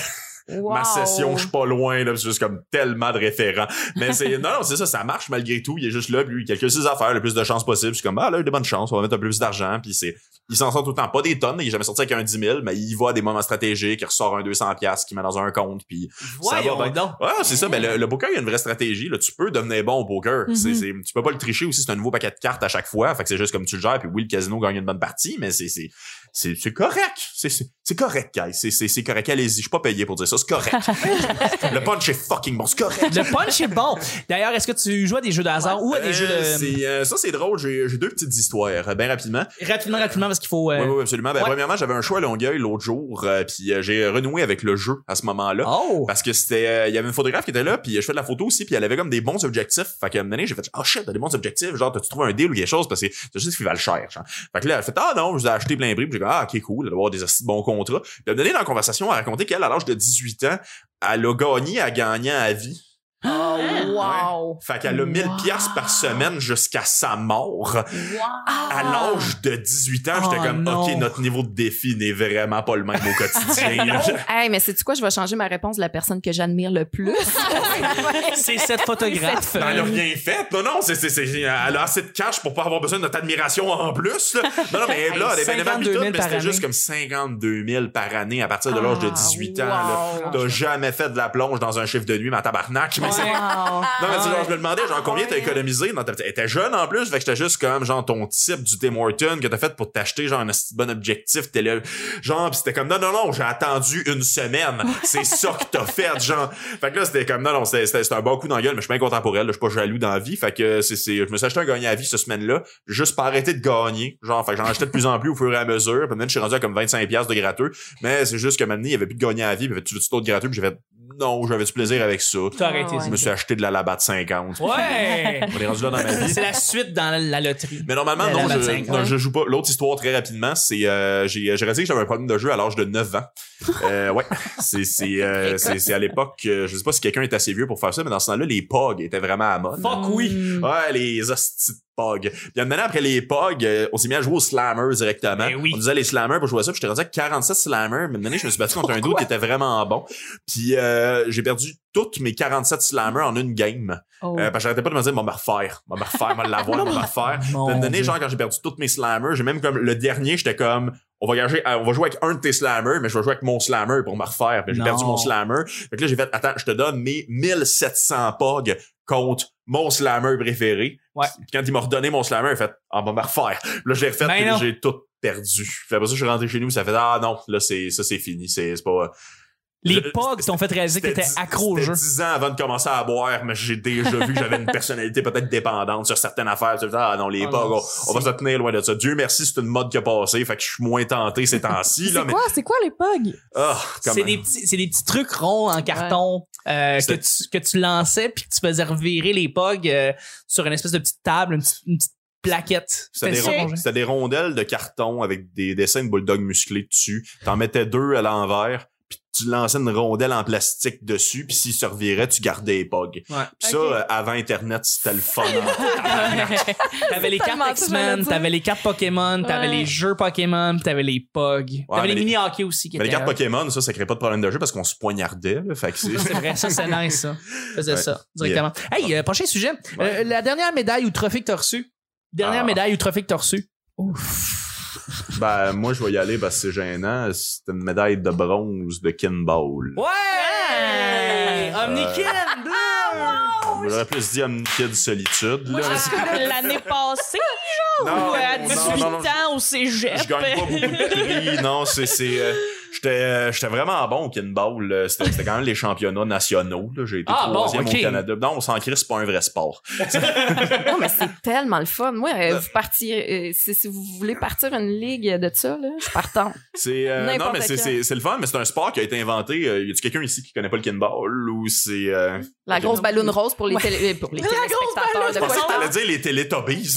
[SPEAKER 3] Ma session, je suis pas loin, là, pis c'est juste comme tellement de référents. Mais c'est, non, non, c'est ça, ça marche malgré tout, il est juste là, puis lui, il calcule ses affaires, le plus de chances possible. Je suis comme, ah, là, il a des bonnes chances, on va mettre un peu plus d'argent, puis c'est, il s'en sort tout le temps, pas des tonnes, il est jamais sorti avec un 10 000, mais il voit des moments stratégiques, il ressort un 200 piastres qu'il met dans un compte, puis
[SPEAKER 1] Voyons
[SPEAKER 3] bien.
[SPEAKER 1] donc.
[SPEAKER 3] Ouais, c'est ça. Ben, le, le poker, il y a une vraie stratégie. Là. Tu peux devenir bon au poker.
[SPEAKER 5] Mhm.
[SPEAKER 1] Mm-hmm.
[SPEAKER 3] C'est- c'est- tu peux pas le tricher aussi. C'est un nouveau paquet de cartes à chaque fois. Fait que c'est juste comme tu le gères. Puis oui, le casino gagne une bonne partie, mais c'est, c'est, c'est, c'est correct. C'est, c'est, c'est correct, guys. C'est, c'est, c'est correct. Allez-y. Je suis pas payé pour dire ça.
[SPEAKER 1] (laughs)
[SPEAKER 3] C'est correct. le punch est fucking bon. C'est correct.
[SPEAKER 1] Le punch est bon. D'ailleurs, est-ce que tu joues à des jeux de hasard ou à des
[SPEAKER 3] Euh,
[SPEAKER 1] jeux de...
[SPEAKER 3] c'est, euh, ça, c'est drôle. J'ai, j'ai deux petites histoires. euh, Bien rapidement.
[SPEAKER 1] Rapidement, rapidement, parce qu'il faut... euh,
[SPEAKER 3] Oui, oui, absolument. Ben,
[SPEAKER 1] ouais.
[SPEAKER 3] Premièrement, j'avais un choix à Longueuil l'autre jour. euh, puis euh, j'ai renoué avec le jeu à ce moment-là.
[SPEAKER 1] Oh!
[SPEAKER 3] Parce que c'était, euh, il y avait une photographe qui était là, puis je fais de la photo aussi, puis elle avait comme des bons objectifs. Fait qu'à un moment donné, j'ai fait, ah shit, t'as des bons objectifs, genre, t'as-tu trouvé un deal ou quelque chose, parce que c'est juste qu'ils valent cher, genre. Fait que là, elle fait, ah non, je les ai acheté plein prix, puis j'ai dit, ah, ok, cool, elle doit avoir des assis de bons contrats. Puis elle me donnait dans la conversation, elle racontait qu'elle, à l'âge de 18 ans, elle a gagné à gagnant à vie.
[SPEAKER 1] Ah,
[SPEAKER 2] Oh, wow!
[SPEAKER 3] Fait qu'elle a 1000
[SPEAKER 4] Wow.
[SPEAKER 3] piastres par semaine jusqu'à sa mort. À l'âge de 18 ans, j'étais
[SPEAKER 1] Oh
[SPEAKER 3] comme,
[SPEAKER 1] non.
[SPEAKER 3] OK, notre niveau de défi n'est vraiment pas le même au
[SPEAKER 1] (laughs)
[SPEAKER 3] quotidien. là.
[SPEAKER 2] Hey, mais c'est quoi? Je vais changer ma réponse de la personne que j'admire le plus.
[SPEAKER 1] C'est cette photographe.
[SPEAKER 3] Non, elle a rien fait. Non, non, c'est, c'est, c'est- elle a assez de cash pour pas avoir besoin de notre admiration en plus. là. Non, non,
[SPEAKER 1] (laughs)
[SPEAKER 3] mais là, elle est bien
[SPEAKER 1] 52 000
[SPEAKER 3] mais
[SPEAKER 1] par année.
[SPEAKER 3] c'était
[SPEAKER 1] Ah,
[SPEAKER 3] juste comme 52 000 par année à partir de l'âge de 18 ans. là. T'as jamais fait de la plonge dans un chiffre de nuit, ma tabarnak. mais c'est- Non, mais c'est genre, je me demandais, genre, combien t'as économisé dans ta petite- Elle était jeune en plus, fait que j'étais juste comme, genre, ton type du Tim Horton que t'as fait pour t'acheter, genre, un esti de bon objectif. T'es là, genre, pis c'était comme, non, non, non, j'ai attendu une semaine. C'est ça que t'as fait, genre. Fait que là, c'était comme, non, non, c'était- c'était c'était un bon coup dans la gueule, mais je suis bien content pour elle, là, je suis pas jaloux dans la vie. Fait que c'est, c'est, je me suis acheté un gagnant à vie ce semaine-là, juste pas arrêter de gagner. Genre, fait que j'en achetais de plus en plus au fur et à mesure. Puis maintenant, je suis rendu à comme 25$ de gratteux. Mais c'est juste que maintenant, il y avait plus de gagnant à vie, pis tu veux-tu d'autres gratteux? Puis j'ai fait, non, j'avais du plaisir avec ça.
[SPEAKER 1] T'as arrêté.
[SPEAKER 2] Ah
[SPEAKER 3] Je me suis acheté de la Labatt 50.
[SPEAKER 1] Ouais!
[SPEAKER 3] On est rendu là
[SPEAKER 1] (laughs)
[SPEAKER 3] dans ma vie.
[SPEAKER 1] C'est la suite dans la loterie.
[SPEAKER 3] Mais normalement,
[SPEAKER 1] La
[SPEAKER 3] non,
[SPEAKER 1] Labatt
[SPEAKER 3] je,
[SPEAKER 1] 50.
[SPEAKER 3] non, je joue pas. L'autre histoire, très rapidement, c'est... Euh, j'ai j'ai réalisé que j'avais un problème de jeu à l'âge de 9 ans. Euh, ouais, c'est c'est, euh, c'est- c'est à l'époque... euh, je sais pas si quelqu'un est assez vieux pour faire ça, mais dans ce temps-là, les POG étaient vraiment à mode.
[SPEAKER 1] Fuck oui!
[SPEAKER 3] Ouais, les hosties de POG. Puis une manière après les POG, euh, on s'est mis à jouer aux Slammers directement.
[SPEAKER 1] Ben oui.
[SPEAKER 3] On disait les Slammers pour jouer à ça. Puis j'étais rendu à 47 Slammers. Mais une année, je me suis battu contre un doute qui était vraiment bon. Puis euh, j'ai perdu toutes mes 47 Slammers en une game. Euh, parce que j'arrêtais pas de me dire, va me refaire, va me refaire, va l'avoir, va me refaire. Puis à un moment donné, genre, quand j'ai perdu toutes mes slammers, j'ai même comme le dernier, j'étais comme, on va, gager, euh, on va jouer avec un de tes slammers, mais je vais jouer avec mon slammer pour me refaire. Puis j'ai
[SPEAKER 1] Non.
[SPEAKER 3] perdu mon slammer. Fait que là, j'ai fait, attends, je te donne mes 1700 pogs contre mon slammer préféré.
[SPEAKER 1] Ouais.
[SPEAKER 3] Puis quand il m'a redonné mon slammer, il a fait, ah, on va me refaire. Puis là, je l'ai refait,
[SPEAKER 1] Ben
[SPEAKER 3] puis là,
[SPEAKER 1] non.
[SPEAKER 3] j'ai tout perdu. Puis après ça, je suis rentré chez nous, ça fait, ah non, là, c'est, ça, c'est fini, c'est, c'est pas,
[SPEAKER 1] Les
[SPEAKER 3] Je-
[SPEAKER 1] pogs t'ont fait réaliser que t'étais
[SPEAKER 3] dix-
[SPEAKER 1] accro au
[SPEAKER 3] c'était
[SPEAKER 1] jeu.
[SPEAKER 3] 10 ans avant de commencer à boire, mais j'ai déjà vu que j'avais une personnalité peut-être dépendante sur certaines affaires. Tu sais, ah non, les
[SPEAKER 1] Oh
[SPEAKER 3] pas,
[SPEAKER 1] non,
[SPEAKER 3] on,
[SPEAKER 1] c'est-
[SPEAKER 3] on va se tenir loin de ça. Dieu merci, c'est une mode qui a passé, fait que je suis moins tenté ces temps-ci, là,
[SPEAKER 5] C'est
[SPEAKER 3] mais,
[SPEAKER 5] quoi, c'est quoi les pogs?
[SPEAKER 3] ah, quand
[SPEAKER 1] C'est
[SPEAKER 3] même.
[SPEAKER 1] des petits, c'est des petits trucs ronds en carton euh, que
[SPEAKER 3] C'est-
[SPEAKER 1] tu que tu lançais puis que tu faisais revirer les pogs euh, sur une espèce de petite table, une petite, une petite plaquette.
[SPEAKER 3] C'était des,
[SPEAKER 1] C'était ça,
[SPEAKER 3] ron-
[SPEAKER 1] mon jeu.
[SPEAKER 3] c'était des rondelles de carton avec des dessins de bulldogs musclés dessus. T'en mettais deux à l'envers, puis tu lançais une rondelle en plastique dessus, puis s'ils se reviraient, tu gardais les pogs.
[SPEAKER 1] Ouais.
[SPEAKER 3] Puis ça,
[SPEAKER 5] Ok.
[SPEAKER 3] euh, avant Internet, c'était le fun. hein.
[SPEAKER 1] (laughs) T'avais les
[SPEAKER 2] tellement ça,
[SPEAKER 1] cartes
[SPEAKER 2] j'allais
[SPEAKER 1] X-Men,
[SPEAKER 2] dire.
[SPEAKER 1] t'avais les cartes Pokémon, t'avais
[SPEAKER 2] Ouais.
[SPEAKER 1] les jeux Pokémon, puis t'avais les pogs. t'avais
[SPEAKER 3] mais
[SPEAKER 1] les,
[SPEAKER 3] les-
[SPEAKER 1] mini hockey aussi qui
[SPEAKER 3] Mais les
[SPEAKER 1] étaient
[SPEAKER 3] cartes
[SPEAKER 1] là.
[SPEAKER 3] Pokémon, ça, ça crée pas de problème de jeu parce qu'on se poignardait. Là, fait que
[SPEAKER 1] (laughs)
[SPEAKER 3] c'est-
[SPEAKER 1] C'est vrai, ça c'est nice ça. Faisais
[SPEAKER 3] Ouais.
[SPEAKER 1] ça directement. Hey, euh, prochain sujet. Euh,
[SPEAKER 3] Ouais.
[SPEAKER 1] la dernière médaille ou trophée que t'as reçu. Dernière
[SPEAKER 3] Ah.
[SPEAKER 1] médaille ou trophée que t'as reçu.
[SPEAKER 3] Ben, moi, je vais y aller parce que c'est gênant. C'est une médaille de bronze de Kinball.
[SPEAKER 5] Oh!
[SPEAKER 1] Ouais!
[SPEAKER 3] Ah.
[SPEAKER 1] Omnikin! bleu!
[SPEAKER 3] J'aurais plus dit Omnikid Solitude.
[SPEAKER 5] Moi,
[SPEAKER 3] là.
[SPEAKER 5] je
[SPEAKER 2] (laughs)
[SPEAKER 5] suis comme l'année passée, ou euh, à 18
[SPEAKER 3] non, non,
[SPEAKER 5] ans au cégep.
[SPEAKER 3] Je gagne pas beaucoup de
[SPEAKER 5] (laughs)
[SPEAKER 3] prix. Non, c'est... c'est euh, J'étais euh, j'étais vraiment bon au kinball. là. C'était c'était quand même les championnats nationaux. là. J'ai été
[SPEAKER 1] Ah, bon,
[SPEAKER 3] troisième
[SPEAKER 1] ok.
[SPEAKER 3] au Canada. Non, on s'en crie, c'est pas un vrai sport.
[SPEAKER 2] non, mais c'est tellement le fun. Moi, euh, vous partiez, euh, si, si vous voulez partir une ligue de ça, là, je partant.
[SPEAKER 3] C'est euh, non,
[SPEAKER 2] N'importe
[SPEAKER 3] mais c'est-
[SPEAKER 2] quand.
[SPEAKER 3] c'est c'est le fun, mais c'est un sport qui a été inventé. Euh, y a-tu quelqu'un ici qui connaît pas le kinball ou c'est... Euh...
[SPEAKER 2] La grosse ballonne rose pour les, télé- euh, pour les
[SPEAKER 5] La grosse
[SPEAKER 2] téléspectateurs. De
[SPEAKER 3] Je
[SPEAKER 2] quoi
[SPEAKER 3] pensais
[SPEAKER 2] je
[SPEAKER 3] que
[SPEAKER 2] parle?
[SPEAKER 3] t'allais dire les Teletubbies.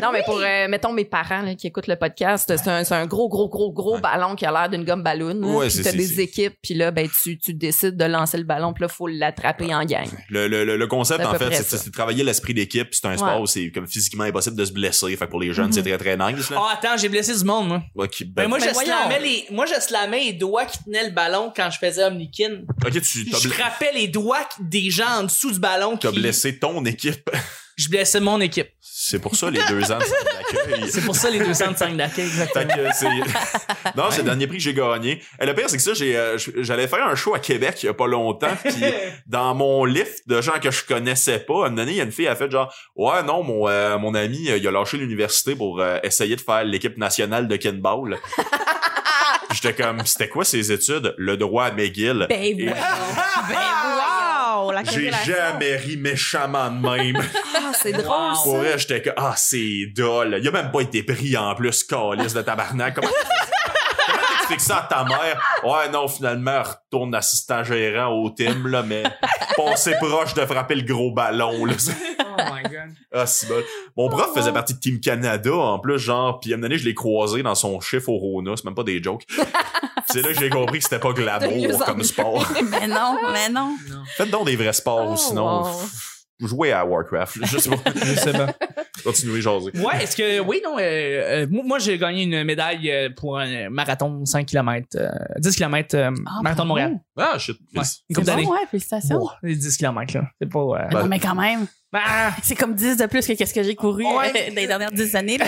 [SPEAKER 2] Non, mais pour, euh, mettons, mes parents là, qui écoutent le podcast, c'est un, c'est un gros, gros, gros, gros
[SPEAKER 3] Ouais.
[SPEAKER 2] ballon qui a l'air d'une gomme ballon.
[SPEAKER 3] Ouais,
[SPEAKER 2] puis
[SPEAKER 3] c'est-
[SPEAKER 2] t'as
[SPEAKER 3] c'est-
[SPEAKER 2] des
[SPEAKER 3] c'est-
[SPEAKER 2] équipes, puis là, ben, tu, tu décides de lancer le ballon, puis là, faut l'attraper en gang.
[SPEAKER 3] Le, le, le le concept,
[SPEAKER 2] C'est à
[SPEAKER 3] en
[SPEAKER 2] peu
[SPEAKER 3] fait,
[SPEAKER 2] près
[SPEAKER 3] c'est-
[SPEAKER 2] ça.
[SPEAKER 3] c'est de travailler l'esprit d'équipe. C'est un sport où c'est comme physiquement impossible de se blesser. Fait que pour les
[SPEAKER 2] Mm-hmm.
[SPEAKER 3] jeunes, c'est très, très nice. Là.
[SPEAKER 1] Ah, attends, j'ai blessé du monde, moi.
[SPEAKER 3] Ok, ben-
[SPEAKER 1] Ben, moi, je
[SPEAKER 5] voyons.
[SPEAKER 1] slamais les, moi, je slamais les doigts qui tenaient le ballon quand je faisais Omnikin.
[SPEAKER 3] ok, tu
[SPEAKER 1] Je
[SPEAKER 3] t'as bl-
[SPEAKER 1] frappais les doigts qui- des gens en dessous du ballon.
[SPEAKER 3] t'as
[SPEAKER 1] qui-
[SPEAKER 3] blessé ton équipe.
[SPEAKER 1] Je blessais mon équipe.
[SPEAKER 3] C'est pour ça les deux ans de centre
[SPEAKER 1] (laughs)
[SPEAKER 3] d'accueil.
[SPEAKER 1] C'est pour ça les 205 d'accueil, (laughs)
[SPEAKER 3] Fait
[SPEAKER 1] exactement.
[SPEAKER 3] que c'est- non, c'est (laughs) le dernier prix que j'ai gagné. Et le pire, c'est que ça, j'ai, euh, j- j'allais faire un show à Québec il y a pas longtemps. Puis dans mon lift de gens que je connaissais pas, à un moment donné, il y a une fille, elle a fait genre, ouais, non, mon, euh, mon ami, euh, il a lâché l'université pour euh, essayer de faire l'équipe nationale de Kinball. Puis J'étais comme, c'était quoi ses études? Le droit à McGill.
[SPEAKER 2] Ben,
[SPEAKER 3] Et
[SPEAKER 5] Wow! La
[SPEAKER 3] j'ai
[SPEAKER 5] corrélation.
[SPEAKER 3] jamais ri méchamment de même.
[SPEAKER 2] Ah, c'est drôle, ça.
[SPEAKER 3] Pour vrai, j'étais comme, ah, c'est dole. Il a même pas été pris en plus, calice de tabarnak. Comment comment t'expliques ça à ta mère? Ouais, non, finalement, elle retourne assistant gérant au team, là, mais passé proche de frapper le gros ballon, là. (laughs)
[SPEAKER 1] Oh my god.
[SPEAKER 3] Ah, c'est bon. Mon prof
[SPEAKER 2] Oh.
[SPEAKER 3] faisait partie de Team
[SPEAKER 2] (laughs)
[SPEAKER 3] Canada, en plus, genre, puis à un moment donné, je l'ai croisé dans son chiffre au Rona, c'est même pas des jokes. C'est là que j'ai compris que c'était pas
[SPEAKER 2] De mieux
[SPEAKER 3] glamour
[SPEAKER 2] en
[SPEAKER 3] comme
[SPEAKER 2] mieux.
[SPEAKER 3] sport.
[SPEAKER 4] mais non, mais non.
[SPEAKER 3] Faites donc des vrais sports,
[SPEAKER 2] Oh,
[SPEAKER 3] sinon
[SPEAKER 2] wow.
[SPEAKER 3] pff, jouez à Warcraft. Je sais pas. Continuez jaser.
[SPEAKER 1] Ouais, est-ce que. Oui, non. euh, euh, moi, moi, j'ai gagné une médaille euh, pour un marathon 5 km, 10 km,
[SPEAKER 4] Ah,
[SPEAKER 1] euh, marathon de Montréal.
[SPEAKER 3] Ah, shit.
[SPEAKER 1] Ouais,
[SPEAKER 3] Chris.
[SPEAKER 1] une
[SPEAKER 4] C'est
[SPEAKER 1] couple d'années.
[SPEAKER 4] bon, ouais, félicitations.
[SPEAKER 1] Bon, hein, les 10 km, là. C'est pas. euh,
[SPEAKER 4] Mais non, mais quand même,
[SPEAKER 1] bah,
[SPEAKER 4] c'est comme 10 de plus que qu'est-ce que j'ai couru
[SPEAKER 1] Ouais.
[SPEAKER 4] euh, dans les dernières 10 années. Là.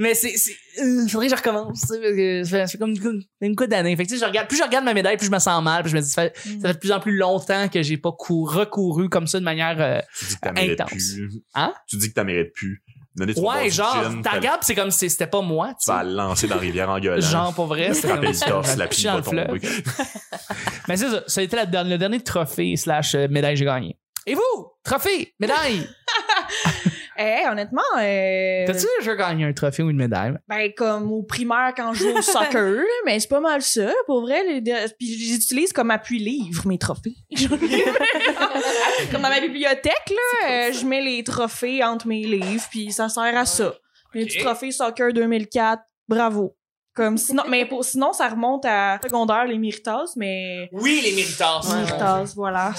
[SPEAKER 1] mais c'est. c'est- euh, faudrait que je recommence. tu sais, parce que Ça fait, ça fait comme une, couple- une couple d'années. Fait que, tu sais, je regarde, plus je regarde ma médaille, plus je me sens mal. Puis je me dis, ça fait,
[SPEAKER 2] Mm.
[SPEAKER 1] ça fait de plus en plus longtemps que j'ai pas cou- recouru comme ça de manière. euh,
[SPEAKER 3] Tu dis que t'as mérites
[SPEAKER 1] Intense.
[SPEAKER 3] plus.
[SPEAKER 1] Hein?
[SPEAKER 3] Tu dis que t'as mérites plus. Donnez ton bord
[SPEAKER 1] ouais,
[SPEAKER 3] du
[SPEAKER 1] genre,
[SPEAKER 3] gin,
[SPEAKER 1] t'as Bah,
[SPEAKER 3] t'as-
[SPEAKER 1] regardes, puis c'est comme si c'était pas moi, tu
[SPEAKER 3] Tu
[SPEAKER 1] sais.
[SPEAKER 3] vas la lancer dans la rivière en gueulant.
[SPEAKER 1] Genre, pour vrai, c'est
[SPEAKER 3] Frapper
[SPEAKER 1] comme
[SPEAKER 3] le torse, la
[SPEAKER 1] Puis
[SPEAKER 3] pile
[SPEAKER 1] dans
[SPEAKER 3] va
[SPEAKER 1] le fleuve.
[SPEAKER 3] tomber.
[SPEAKER 1] Mais c'est ça, ça a été la dernière- le dernier trophée slash euh, médaille que j'ai gagné. Et vous? Trophée? Médaille?
[SPEAKER 5] Eh, honnêtement, euh,
[SPEAKER 1] T'as-tu déjà gagné un trophée ou une médaille?
[SPEAKER 5] ben comme au primaire quand je joue au soccer, là, mais c'est pas mal ça, pour vrai. les deux- Puis je les utilise comme appui-livre, mes trophées. comme dans ma bibliothèque, là, euh, je mets les trophées entre mes livres, puis ça sert à ça. Le petit trophée soccer 2004, bravo. Comme sinon, mais pour, sinon, ça remonte à secondaire, les Méritas, mais...
[SPEAKER 1] Oui, les méritants.
[SPEAKER 5] Méritas, voilà.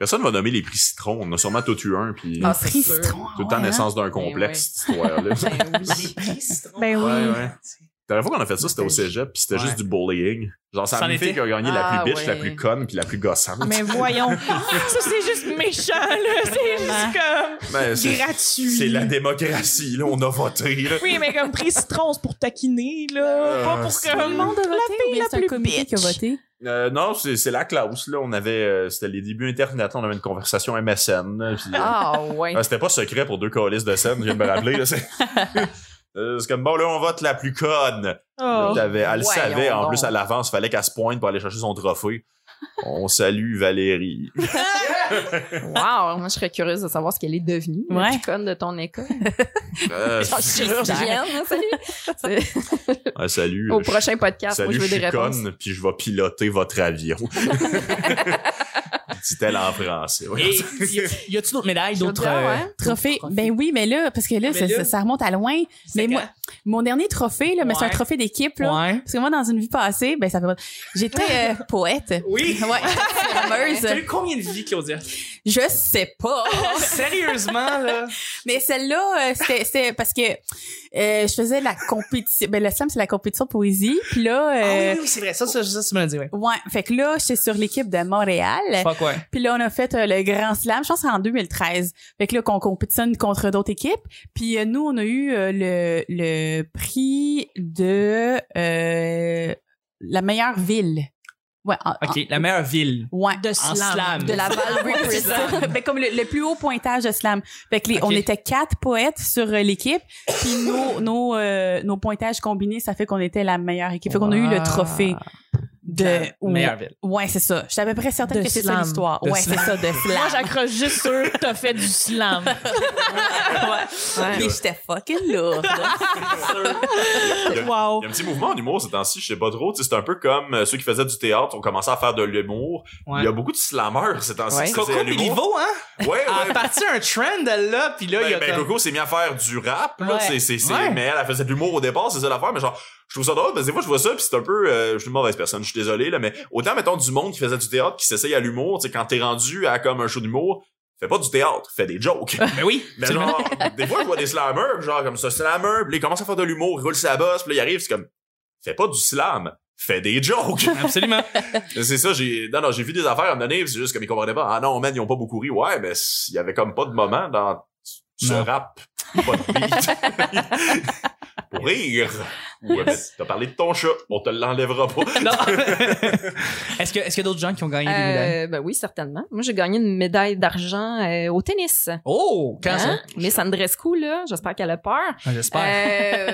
[SPEAKER 3] Personne va nommer les prix citron. On a sûrement tout eu un, puis
[SPEAKER 4] Ah,
[SPEAKER 2] c'est
[SPEAKER 4] Christ,
[SPEAKER 2] sûr.
[SPEAKER 4] ouais,
[SPEAKER 3] tout le temps
[SPEAKER 4] hein.
[SPEAKER 3] naissance d'un
[SPEAKER 2] ouais.
[SPEAKER 3] complexe, cette histoire-là. Ouais,
[SPEAKER 5] Ben oui.
[SPEAKER 3] ouais. La dernière fois qu'on a fait ça, c'était au cégep, puis c'était juste du bullying. Genre, c'est
[SPEAKER 1] Ça en
[SPEAKER 3] la même fille
[SPEAKER 1] était.
[SPEAKER 3] qui a gagné la
[SPEAKER 2] Ah,
[SPEAKER 3] plus bitch, la
[SPEAKER 2] ouais.
[SPEAKER 3] plus conne, puis la plus gossante.
[SPEAKER 5] Mais voyons, ça c'est juste méchant, là. C'est juste comme
[SPEAKER 3] Ben, c'est-
[SPEAKER 5] gratuit.
[SPEAKER 3] c'est la démocratie, là. On a voté, là.
[SPEAKER 5] Oui, mais comme pris citron, c'est pour taquiner, là.
[SPEAKER 3] Euh,
[SPEAKER 5] pas pour
[SPEAKER 3] c'est-
[SPEAKER 5] que.
[SPEAKER 4] Tout le monde a voté ou
[SPEAKER 5] fille
[SPEAKER 4] bien
[SPEAKER 5] la
[SPEAKER 4] c'est un
[SPEAKER 5] plus
[SPEAKER 4] comité qui a
[SPEAKER 5] bitch.
[SPEAKER 4] voté?
[SPEAKER 3] Euh, non, c'est c'est la classe, là. On avait... euh, c'était les débuts Internet, on avait une conversation MSN, là, puis, euh,
[SPEAKER 2] Ah, ouais.
[SPEAKER 3] Ah, c'était pas secret pour deux colistes de scène, je viens de me rappeler. là,
[SPEAKER 2] (laughs)
[SPEAKER 3] C'est Euh, c'est comme, bon, là, on vote la plus conne. Là,
[SPEAKER 5] Oh.
[SPEAKER 3] t'avais- elle le
[SPEAKER 2] Voyons
[SPEAKER 3] savait, en
[SPEAKER 2] donc.
[SPEAKER 3] plus, à l'avance, fallait qu'elle se pointe pour aller chercher son trophée. On salue Valérie.
[SPEAKER 2] Wow, moi, je serais curieuse de savoir ce qu'elle est devenue, la
[SPEAKER 4] Ouais.
[SPEAKER 2] plus conne de ton
[SPEAKER 4] (laughs)
[SPEAKER 2] école.
[SPEAKER 3] Euh,
[SPEAKER 4] Ah,
[SPEAKER 2] Genre chirurgienne, hein, salut. C'est-
[SPEAKER 3] ah, salut.
[SPEAKER 2] Au
[SPEAKER 3] euh, je-
[SPEAKER 2] prochain podcast,
[SPEAKER 3] Salut,
[SPEAKER 2] moi, je veux
[SPEAKER 3] je
[SPEAKER 2] des
[SPEAKER 3] suis
[SPEAKER 2] réponses.
[SPEAKER 3] conne, puis je vais piloter votre
[SPEAKER 2] (laughs)
[SPEAKER 3] avion. Dit-elle en français. Ouais.
[SPEAKER 1] Et (laughs) y a-tu d'autres médailles,
[SPEAKER 2] Je veux
[SPEAKER 1] d'autres.
[SPEAKER 2] dire,
[SPEAKER 1] euh,
[SPEAKER 2] ouais.
[SPEAKER 4] Trophée. Ben oui, mais là, parce que là,
[SPEAKER 1] Ah, Mais
[SPEAKER 4] ça,
[SPEAKER 1] là-
[SPEAKER 4] ça- ça remonte à loin. Mais moi, mon dernier trophée, là, mais c'est un
[SPEAKER 1] Ouais.
[SPEAKER 4] trophée d'équipe, là.
[SPEAKER 1] Ouais.
[SPEAKER 4] Parce que moi, dans une vie passée, ben ça fait pas-
[SPEAKER 1] (laughs)
[SPEAKER 4] J'étais euh, poète.
[SPEAKER 1] Oui.
[SPEAKER 4] Ouais, (laughs) rameuse.
[SPEAKER 1] T'as eu combien de vies, Claudia?
[SPEAKER 4] Je sais pas.
[SPEAKER 1] Sérieusement, là.
[SPEAKER 4] Mais celle-là, euh, c'était- c'était parce que euh, je faisais la compétition. Ben, le slam, c'est la compétition poésie. Puis là,
[SPEAKER 1] Ah
[SPEAKER 4] euh,
[SPEAKER 1] oui, oui, c'est vrai. Ça, ça, ça, tu me l'as dit, ouais.
[SPEAKER 4] ouais. Fait que là, j'étais sur l'équipe de Montréal.
[SPEAKER 1] Fuck, ouais.
[SPEAKER 4] Puis là, on a fait euh, le grand slam, je pense que c'est en 2013. Fait que là, qu'on compétitionne contre d'autres équipes. Puis euh, nous, on a eu euh, le, le prix de euh, la meilleure ville. Ouais, en-
[SPEAKER 1] Ok, la meilleure ville.
[SPEAKER 4] en- ouais.
[SPEAKER 5] De
[SPEAKER 1] En slam.
[SPEAKER 4] (laughs) De la Val ben, comme le, le plus haut pointage de slam. Fait que les-
[SPEAKER 1] Ok.
[SPEAKER 4] on était quatre poètes sur euh, l'équipe, puis nos nos euh, nos pointages combinés, ça fait qu'on était la meilleure équipe. Fait qu'on a eu le trophée de
[SPEAKER 1] meilleure ville.
[SPEAKER 4] Ouais, c'est ça. Je suis à peu près certaine
[SPEAKER 5] De
[SPEAKER 4] que c'est ça
[SPEAKER 5] slam.
[SPEAKER 4] l'histoire.
[SPEAKER 1] De
[SPEAKER 4] Ouais,
[SPEAKER 1] slam.
[SPEAKER 4] c'est ça de
[SPEAKER 5] Moi,
[SPEAKER 4] slam.
[SPEAKER 5] j'accroche juste sur t'as fait du slam.
[SPEAKER 4] ouais. Mais j'étais fucking
[SPEAKER 2] Euh,
[SPEAKER 4] lourde.
[SPEAKER 3] (laughs) Il y a un petit mouvement en humour ces temps-ci, je sais pas trop. Tu sais, C'est un peu comme euh, ceux qui faisaient du théâtre, ont commencé à faire de l'humour.
[SPEAKER 1] Ouais.
[SPEAKER 3] Il y a beaucoup de slammeurs ces temps-ci.
[SPEAKER 2] Ouais.
[SPEAKER 3] qui faisaient
[SPEAKER 1] Coco
[SPEAKER 3] l'humour.
[SPEAKER 1] Bilivo, hein?
[SPEAKER 3] Ouais, ouais.
[SPEAKER 1] Elle a parti un trend, elle, là, pis là, il y
[SPEAKER 3] Ben,
[SPEAKER 1] a.
[SPEAKER 3] ben,
[SPEAKER 1] comme-
[SPEAKER 3] Coco s'est mis à faire du rap, là.
[SPEAKER 4] Ouais.
[SPEAKER 3] C'est, c'est, c'est-
[SPEAKER 1] Ouais.
[SPEAKER 3] Mais elle, elle faisait de l'humour au départ, c'est ça l'affaire. Mais genre, je trouve ça drôle parce que des fois, je vois ça, puis c'est un peu. euh, je suis une mauvaise personne, je suis désolé, là. Mais autant, mettons, du monde qui faisait du théâtre, qui s'essaye à l'humour, tu sais, quand t'es rendu à comme un show d'humour, fais pas du théâtre, fais des jokes.
[SPEAKER 1] Ben oui.
[SPEAKER 3] Mais
[SPEAKER 1] absolument.
[SPEAKER 3] genre, des fois, je vois des slammers, genre comme ça, slammer, puis là, ils commencent à faire de l'humour, ils roulent sa bosse, puis là, ils arrivent, c'est comme, fais pas du slam, fais
[SPEAKER 1] (laughs)
[SPEAKER 3] des jokes.
[SPEAKER 1] Absolument.
[SPEAKER 3] c'est ça, j'ai, non, non, j'ai vu des affaires à un moment donné, puis c'est juste comme ils comprenaient pas, ah non, man, ils ont pas beaucoup ri, ouais, mais s- il y avait comme pas de moment dans ce
[SPEAKER 1] Non.
[SPEAKER 3] rap, pas de
[SPEAKER 1] (laughs)
[SPEAKER 3] beat. Pour rire. Ouais, mais t'as parlé de ton chat, on te l'enlèvera pas.
[SPEAKER 1] Non. (laughs) Est-ce que- est-ce qu'il y a d'autres gens qui ont gagné des médailles?
[SPEAKER 2] Euh, ben oui, certainement. Moi, j'ai gagné une médaille d'argent euh, au tennis.
[SPEAKER 1] Oh, quand ça?
[SPEAKER 2] Hein? Miss Andrescu, là, j'espère qu'elle a peur.
[SPEAKER 1] Ah, J'espère.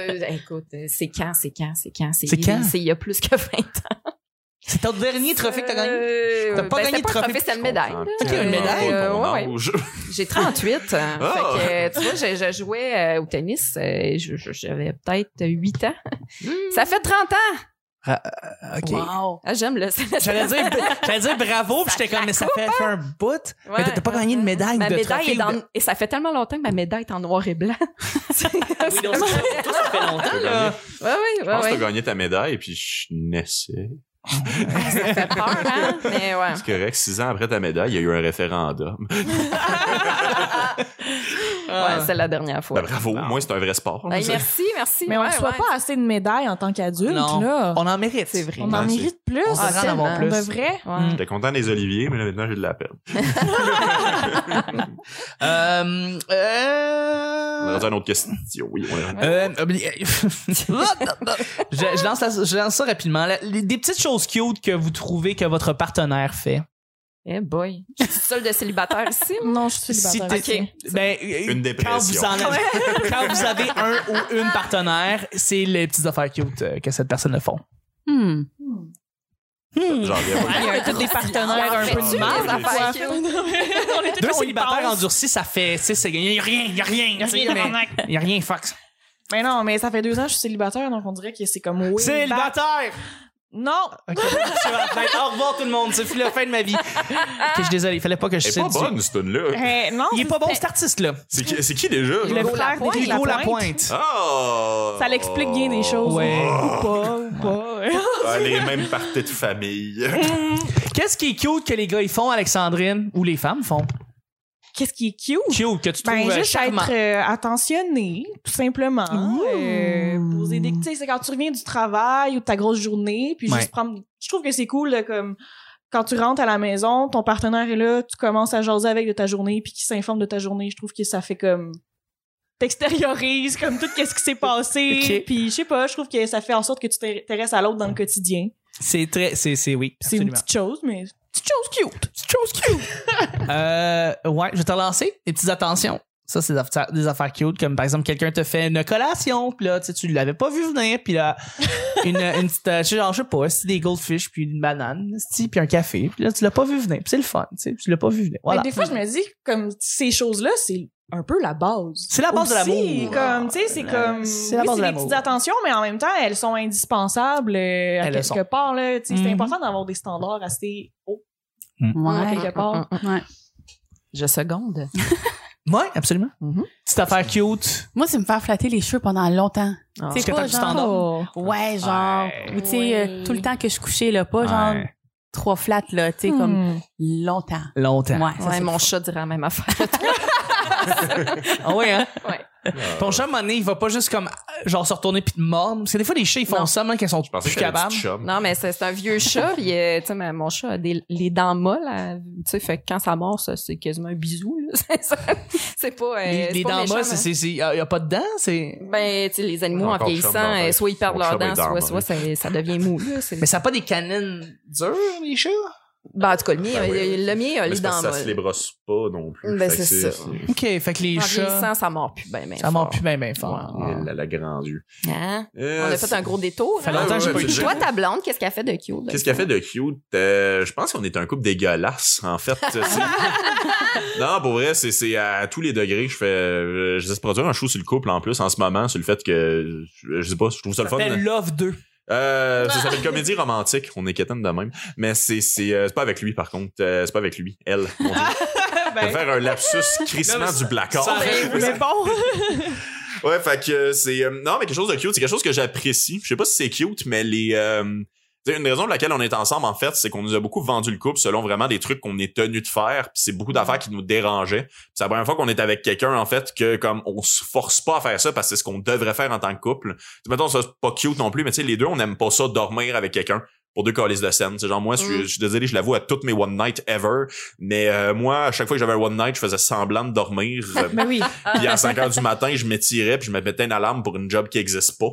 [SPEAKER 2] Euh,
[SPEAKER 1] (laughs)
[SPEAKER 2] écoute, euh, c'est quand, c'est quand, c'est quand, c'est
[SPEAKER 1] C'est quand?
[SPEAKER 2] C'est il y a plus que 20 ans.
[SPEAKER 1] C'est ton dernier trophée que t'as gagné?
[SPEAKER 2] Euh,
[SPEAKER 1] T'as pas
[SPEAKER 2] ben,
[SPEAKER 1] gagné
[SPEAKER 2] c'était
[SPEAKER 1] de
[SPEAKER 2] pas un
[SPEAKER 1] trophée,
[SPEAKER 2] trophée, c'était une médaille. là.
[SPEAKER 1] Ok, une médaille, Ah,
[SPEAKER 2] Euh,
[SPEAKER 3] Ton
[SPEAKER 2] ouais, ouais.
[SPEAKER 3] âge.
[SPEAKER 2] J'ai 38. euh,
[SPEAKER 3] Ah!
[SPEAKER 2] fait que, tu vois, je, je
[SPEAKER 3] Mmh.
[SPEAKER 2] jouais euh, au tennis, euh, je- je- j'avais peut-être 8 ans. Ça fait 30 ans!
[SPEAKER 1] Ah, euh, OK.
[SPEAKER 4] Wow.
[SPEAKER 2] Ah, j'aime le. (laughs)
[SPEAKER 1] J'allais dire, j'allais dire bravo, puis j'étais comme, mais ça fait, fait un bout. mais t'as pas gagné de médaille
[SPEAKER 2] Ma
[SPEAKER 1] ou de
[SPEAKER 2] médaille
[SPEAKER 1] trophée.
[SPEAKER 2] est
[SPEAKER 1] ou
[SPEAKER 2] dans-
[SPEAKER 1] de-
[SPEAKER 2] Et ça fait tellement longtemps que ma médaille est en noir et blanc. (laughs) C'est-
[SPEAKER 1] Oui, donc, ça fait- toi, ça fait longtemps,
[SPEAKER 3] T'as
[SPEAKER 1] là.
[SPEAKER 3] gagné.
[SPEAKER 2] Ouais, oui,
[SPEAKER 3] Je pense que
[SPEAKER 2] oui,
[SPEAKER 3] t'as gagné ta médaille, puis je naissais.
[SPEAKER 2] Ça fait peur,
[SPEAKER 3] (laughs)
[SPEAKER 2] hein? Mais ouais.
[SPEAKER 3] C'est correct. Six ans après ta médaille, il y a eu un référendum.
[SPEAKER 2] Ouais, c'est la dernière fois.
[SPEAKER 3] Ben, bravo. Au moins, c'est un vrai sport. là,
[SPEAKER 2] Hey,
[SPEAKER 3] ça.
[SPEAKER 2] Ben, merci, merci.
[SPEAKER 5] Mais on
[SPEAKER 2] Ouais,
[SPEAKER 5] ne reçoit
[SPEAKER 2] ouais.
[SPEAKER 5] pas assez de médailles en tant qu'adulte,
[SPEAKER 1] Non.
[SPEAKER 5] là.
[SPEAKER 1] On en mérite.
[SPEAKER 2] C'est vrai.
[SPEAKER 5] On en
[SPEAKER 3] Ouais,
[SPEAKER 5] mérite plus.
[SPEAKER 1] On devrait en
[SPEAKER 5] tellement.
[SPEAKER 1] avoir plus.
[SPEAKER 5] De vrai.
[SPEAKER 2] Ouais.
[SPEAKER 1] Mm.
[SPEAKER 3] J'étais content des oliviers, mais là, maintenant, j'ai de la peine.
[SPEAKER 1] Euh,
[SPEAKER 3] On va
[SPEAKER 1] euh,
[SPEAKER 3] rendu à une autre question. Oui, on est rendu.
[SPEAKER 1] Euh, oublié- je, (laughs) je lance la- je lance ça rapidement. La- les- des petites choses cute que vous trouvez que votre partenaire fait.
[SPEAKER 2] Eh boy. Je suis seule de célibataire ici. moi.
[SPEAKER 5] Non, je suis célibataire.
[SPEAKER 1] Si t'es- ben, euh,
[SPEAKER 3] Une
[SPEAKER 1] quand
[SPEAKER 3] dépression.
[SPEAKER 1] vous, en avez, quand vous avez un ou une partenaire, c'est les petites affaires cute euh, que cette personne le font.
[SPEAKER 4] Hmm.
[SPEAKER 3] (laughs) J'en reviens pas.
[SPEAKER 5] (laughs) Ah, Il y a tous des partenaires un peu
[SPEAKER 2] Fais-tu
[SPEAKER 5] de
[SPEAKER 2] des
[SPEAKER 5] mal.
[SPEAKER 2] affaires qui-
[SPEAKER 1] Deux célibataires endurcis, ça fait. tu sais, c'est gagné. Y a rien, y a rien. tu sais, mais- Y a rien, fuck.
[SPEAKER 5] Mais non, mais ça fait deux ans que je suis célibataire, donc on dirait que c'est comme oui. bah-
[SPEAKER 1] Célibataire!
[SPEAKER 5] Non!
[SPEAKER 1] Ok, je suis à la fête. Au revoir tout le monde, c'est fini la fin de ma vie. Ok, je suis désolé, il fallait pas que je
[SPEAKER 3] Elle est pas
[SPEAKER 1] cite du-
[SPEAKER 3] bonne, cette tune-là.
[SPEAKER 5] Eh, non!
[SPEAKER 1] Il est pas bon cet artiste-là.
[SPEAKER 3] C'est qui, c'est qui déjà?
[SPEAKER 5] Le
[SPEAKER 3] genre?
[SPEAKER 5] frère
[SPEAKER 2] Lapointe.
[SPEAKER 5] d'Éric
[SPEAKER 1] Hugo
[SPEAKER 5] Lapointe.
[SPEAKER 1] Lapointe.
[SPEAKER 3] Ah!
[SPEAKER 5] Ça l'explique bien des choses.
[SPEAKER 1] Ouais.
[SPEAKER 5] Ou pas, ou pas.
[SPEAKER 3] Ah, les mêmes parties
[SPEAKER 2] (laughs)
[SPEAKER 3] de famille.
[SPEAKER 1] Qu'est-ce qui est cute que les gars ils font, Alexandrine, ou les femmes font?
[SPEAKER 5] Qu'est-ce qui est cute?
[SPEAKER 1] Cute, que tu trouves
[SPEAKER 5] Ben,
[SPEAKER 1] euh,
[SPEAKER 5] juste
[SPEAKER 1] charmant.
[SPEAKER 5] être euh, attentionné, tout simplement. Euh, poser des. Tu sais, c'est quand tu reviens du travail ou de ta grosse journée, puis
[SPEAKER 1] Ouais.
[SPEAKER 5] juste prendre. Je trouve que c'est cool, là, comme. Quand tu rentres à la maison, ton partenaire est là, tu commences à jaser avec de ta journée, puis qui s'informe de ta journée. Je trouve que ça fait comme. T'extériorises, comme tout qu'est-ce qui s'est passé.
[SPEAKER 1] (laughs) Ok.
[SPEAKER 5] Puis, je sais pas, je trouve que ça fait en sorte que tu t'intéresses à l'autre dans le quotidien.
[SPEAKER 1] C'est très. C'est, c'est oui.
[SPEAKER 5] C'est une
[SPEAKER 1] Absolument.
[SPEAKER 5] petite chose, mais. Petite chose cute!
[SPEAKER 1] petite chose cute. euh, ouais, je vais te relancer. Des petites attentions. Ça, c'est des affaires, des affaires cute, comme par exemple, quelqu'un te fait une collation, puis là, tu sais, tu l'avais pas vu venir, puis
[SPEAKER 5] (laughs)
[SPEAKER 1] là, une, une petite, euh, tu sais, genre, je sais pas, c'est des goldfish, puis une banane, si, puis un café, puis là, tu l'as pas vu venir, puis c'est le fun, tu sais, puis tu l'as pas vu venir. Voilà.
[SPEAKER 5] Mais des fois, je me dis, comme, ces choses-là, c'est un peu la base.
[SPEAKER 1] C'est la base de
[SPEAKER 5] Aussi,
[SPEAKER 1] l'amour.
[SPEAKER 5] comme, tu sais, c'est
[SPEAKER 1] La-
[SPEAKER 5] comme.
[SPEAKER 1] c'est la base
[SPEAKER 5] oui,
[SPEAKER 1] de
[SPEAKER 5] c'est des
[SPEAKER 1] l'amour.
[SPEAKER 5] petites attentions, mais en même temps, elles sont indispensables euh, à
[SPEAKER 1] Elles le
[SPEAKER 5] quelque
[SPEAKER 1] sont.
[SPEAKER 5] part, là. Tu sais,
[SPEAKER 1] Mhm.
[SPEAKER 5] c'est important d'avoir des standards assez hauts, à
[SPEAKER 4] Ouais.
[SPEAKER 2] Mm,
[SPEAKER 5] quelque part.
[SPEAKER 4] Ouais.
[SPEAKER 2] Je seconde.
[SPEAKER 1] Ouais, absolument.
[SPEAKER 2] Mhm.
[SPEAKER 1] Petite affaire cute.
[SPEAKER 4] Moi, c'est me faire flatter les cheveux pendant longtemps.
[SPEAKER 2] Ah.
[SPEAKER 1] Est-ce que t'as du standard?
[SPEAKER 5] Mm.
[SPEAKER 4] Ouais, genre.
[SPEAKER 1] Ouais.
[SPEAKER 4] Ou tu sais, euh, tout le temps que je couchais, là, pas genre
[SPEAKER 1] Ouais.
[SPEAKER 4] trois flats, là, tu sais,
[SPEAKER 5] Hmm.
[SPEAKER 4] comme longtemps.
[SPEAKER 1] Longtemps.
[SPEAKER 4] Ouais, ça,
[SPEAKER 2] Ouais,
[SPEAKER 4] c'est
[SPEAKER 2] mon chat dirait la même affaire.
[SPEAKER 1] Ah (laughs) ouais, hein?
[SPEAKER 2] Ouais.
[SPEAKER 1] Ton chat, à un moment donné, il va pas juste comme, euh, genre, se retourner puis te mordre. Parce que des fois, les chats, ils font
[SPEAKER 2] Non.
[SPEAKER 1] ça, même qu'ils sont
[SPEAKER 3] Je pensais
[SPEAKER 1] plus
[SPEAKER 3] que t'avais
[SPEAKER 1] capables.
[SPEAKER 3] dit chum.
[SPEAKER 2] Non, mais c'est c'est un vieux chat. Puis, euh, tu sais, ma- mon chat a des, les dents molles. euh, Tu sais, fait que quand ça mord, ça, c'est quasiment un bisou. là. (laughs) C'est ça. C'est pas. euh,
[SPEAKER 1] Les,
[SPEAKER 2] c'est
[SPEAKER 1] les
[SPEAKER 2] pas
[SPEAKER 1] dents
[SPEAKER 2] méchant,
[SPEAKER 1] molles,
[SPEAKER 2] mais-
[SPEAKER 1] c'est, hein. c'est, y a y a pas de dents, c'est.
[SPEAKER 2] Ben, tu sais, les animaux, en
[SPEAKER 3] Encore
[SPEAKER 2] vieillissant,
[SPEAKER 3] chum dans la
[SPEAKER 2] euh,
[SPEAKER 3] tête.
[SPEAKER 2] soit ils perdent
[SPEAKER 3] Mon
[SPEAKER 2] leurs
[SPEAKER 3] chum est
[SPEAKER 2] dents,
[SPEAKER 3] dans
[SPEAKER 2] soit,
[SPEAKER 3] la
[SPEAKER 2] soit ça, ça
[SPEAKER 3] (laughs)
[SPEAKER 2] devient mou. Là. C'est-
[SPEAKER 1] Mais ça n'a pas des canines dures, les chats?
[SPEAKER 2] Ben, en tout cas, le mien, euh,
[SPEAKER 3] Ben oui.
[SPEAKER 2] le mien a
[SPEAKER 3] Mais
[SPEAKER 2] les
[SPEAKER 3] c'est parce
[SPEAKER 2] dents
[SPEAKER 3] que ça se les
[SPEAKER 2] molles.
[SPEAKER 3] brosse pas non plus.
[SPEAKER 2] Ben,
[SPEAKER 3] Fait que
[SPEAKER 2] c'est ça.
[SPEAKER 1] OK, fait que les
[SPEAKER 2] En
[SPEAKER 1] chats,
[SPEAKER 2] vieillissant, ça mord plus ben, ben
[SPEAKER 1] ça mord
[SPEAKER 2] fort.
[SPEAKER 1] plus bien, bien fort.
[SPEAKER 2] Ouais.
[SPEAKER 3] Elle a la grandue.
[SPEAKER 2] Hein? On
[SPEAKER 3] Euh,
[SPEAKER 2] a fait un gros détour.
[SPEAKER 1] Fait
[SPEAKER 2] hein?
[SPEAKER 1] longtemps que j'ai
[SPEAKER 3] Ouais,
[SPEAKER 1] pas eu de
[SPEAKER 3] ouais,
[SPEAKER 1] chat.
[SPEAKER 2] Toi, ta blonde, qu'est-ce qu'elle fait de cute? là?
[SPEAKER 3] Qu'est-ce qu'elle fait de cute? Euh, je pense qu'on est un couple dégueulasse, en fait. C'est- non, pour vrai, c'est, c'est à tous les degrés que je fais. euh, J'essaie de produire un show sur le couple en plus en ce moment, sur le fait que je je sais pas, je trouve ça le fun.
[SPEAKER 1] s'appelle Ben, Love 2.
[SPEAKER 3] Euh,
[SPEAKER 1] Ah.
[SPEAKER 3] ça s'appelle comédie romantique. On est quétaine de même. Mais c'est, c'est, euh, c'est pas avec lui, par contre. Euh, c'est pas avec lui. Elle.
[SPEAKER 1] (laughs)
[SPEAKER 3] Mon Dieu. Je vais faire un lapsus
[SPEAKER 1] Ah. Ben. Non,
[SPEAKER 3] crissement
[SPEAKER 1] mais ça-
[SPEAKER 3] du placard.
[SPEAKER 1] ça arrive.
[SPEAKER 5] Mais bon!
[SPEAKER 3] (laughs) Ouais, fait que euh, c'est euh, non, mais quelque chose de cute, c'est quelque chose que j'apprécie. Je sais pas si c'est cute, mais les euh, tu sais, une raison pour laquelle on est ensemble en fait, c'est qu'on nous a beaucoup vendu le couple selon vraiment des trucs qu'on est tenu de faire, puis c'est beaucoup
[SPEAKER 1] Mm.
[SPEAKER 3] d'affaires qui nous dérangeaient. Puis C'est la première fois qu'on est avec quelqu'un en fait que comme on se force pas à faire ça parce que c'est ce qu'on devrait faire en tant que couple. Tu sais, mettons ça c'est pas cute non plus, mais tu sais les deux on aime pas ça dormir avec quelqu'un. Pour deux calices de scène. C'est genre, moi, je suis-
[SPEAKER 2] Mm.
[SPEAKER 3] je suis désolé, je l'avoue à toutes mes one night ever. Mais euh, moi, à chaque fois que j'avais un one night, je faisais semblant de dormir. Euh,
[SPEAKER 5] mais oui.
[SPEAKER 3] (laughs) puis à 5 heures du matin, je m'étirais puis je me mettais une alarme pour une job qui existe pas.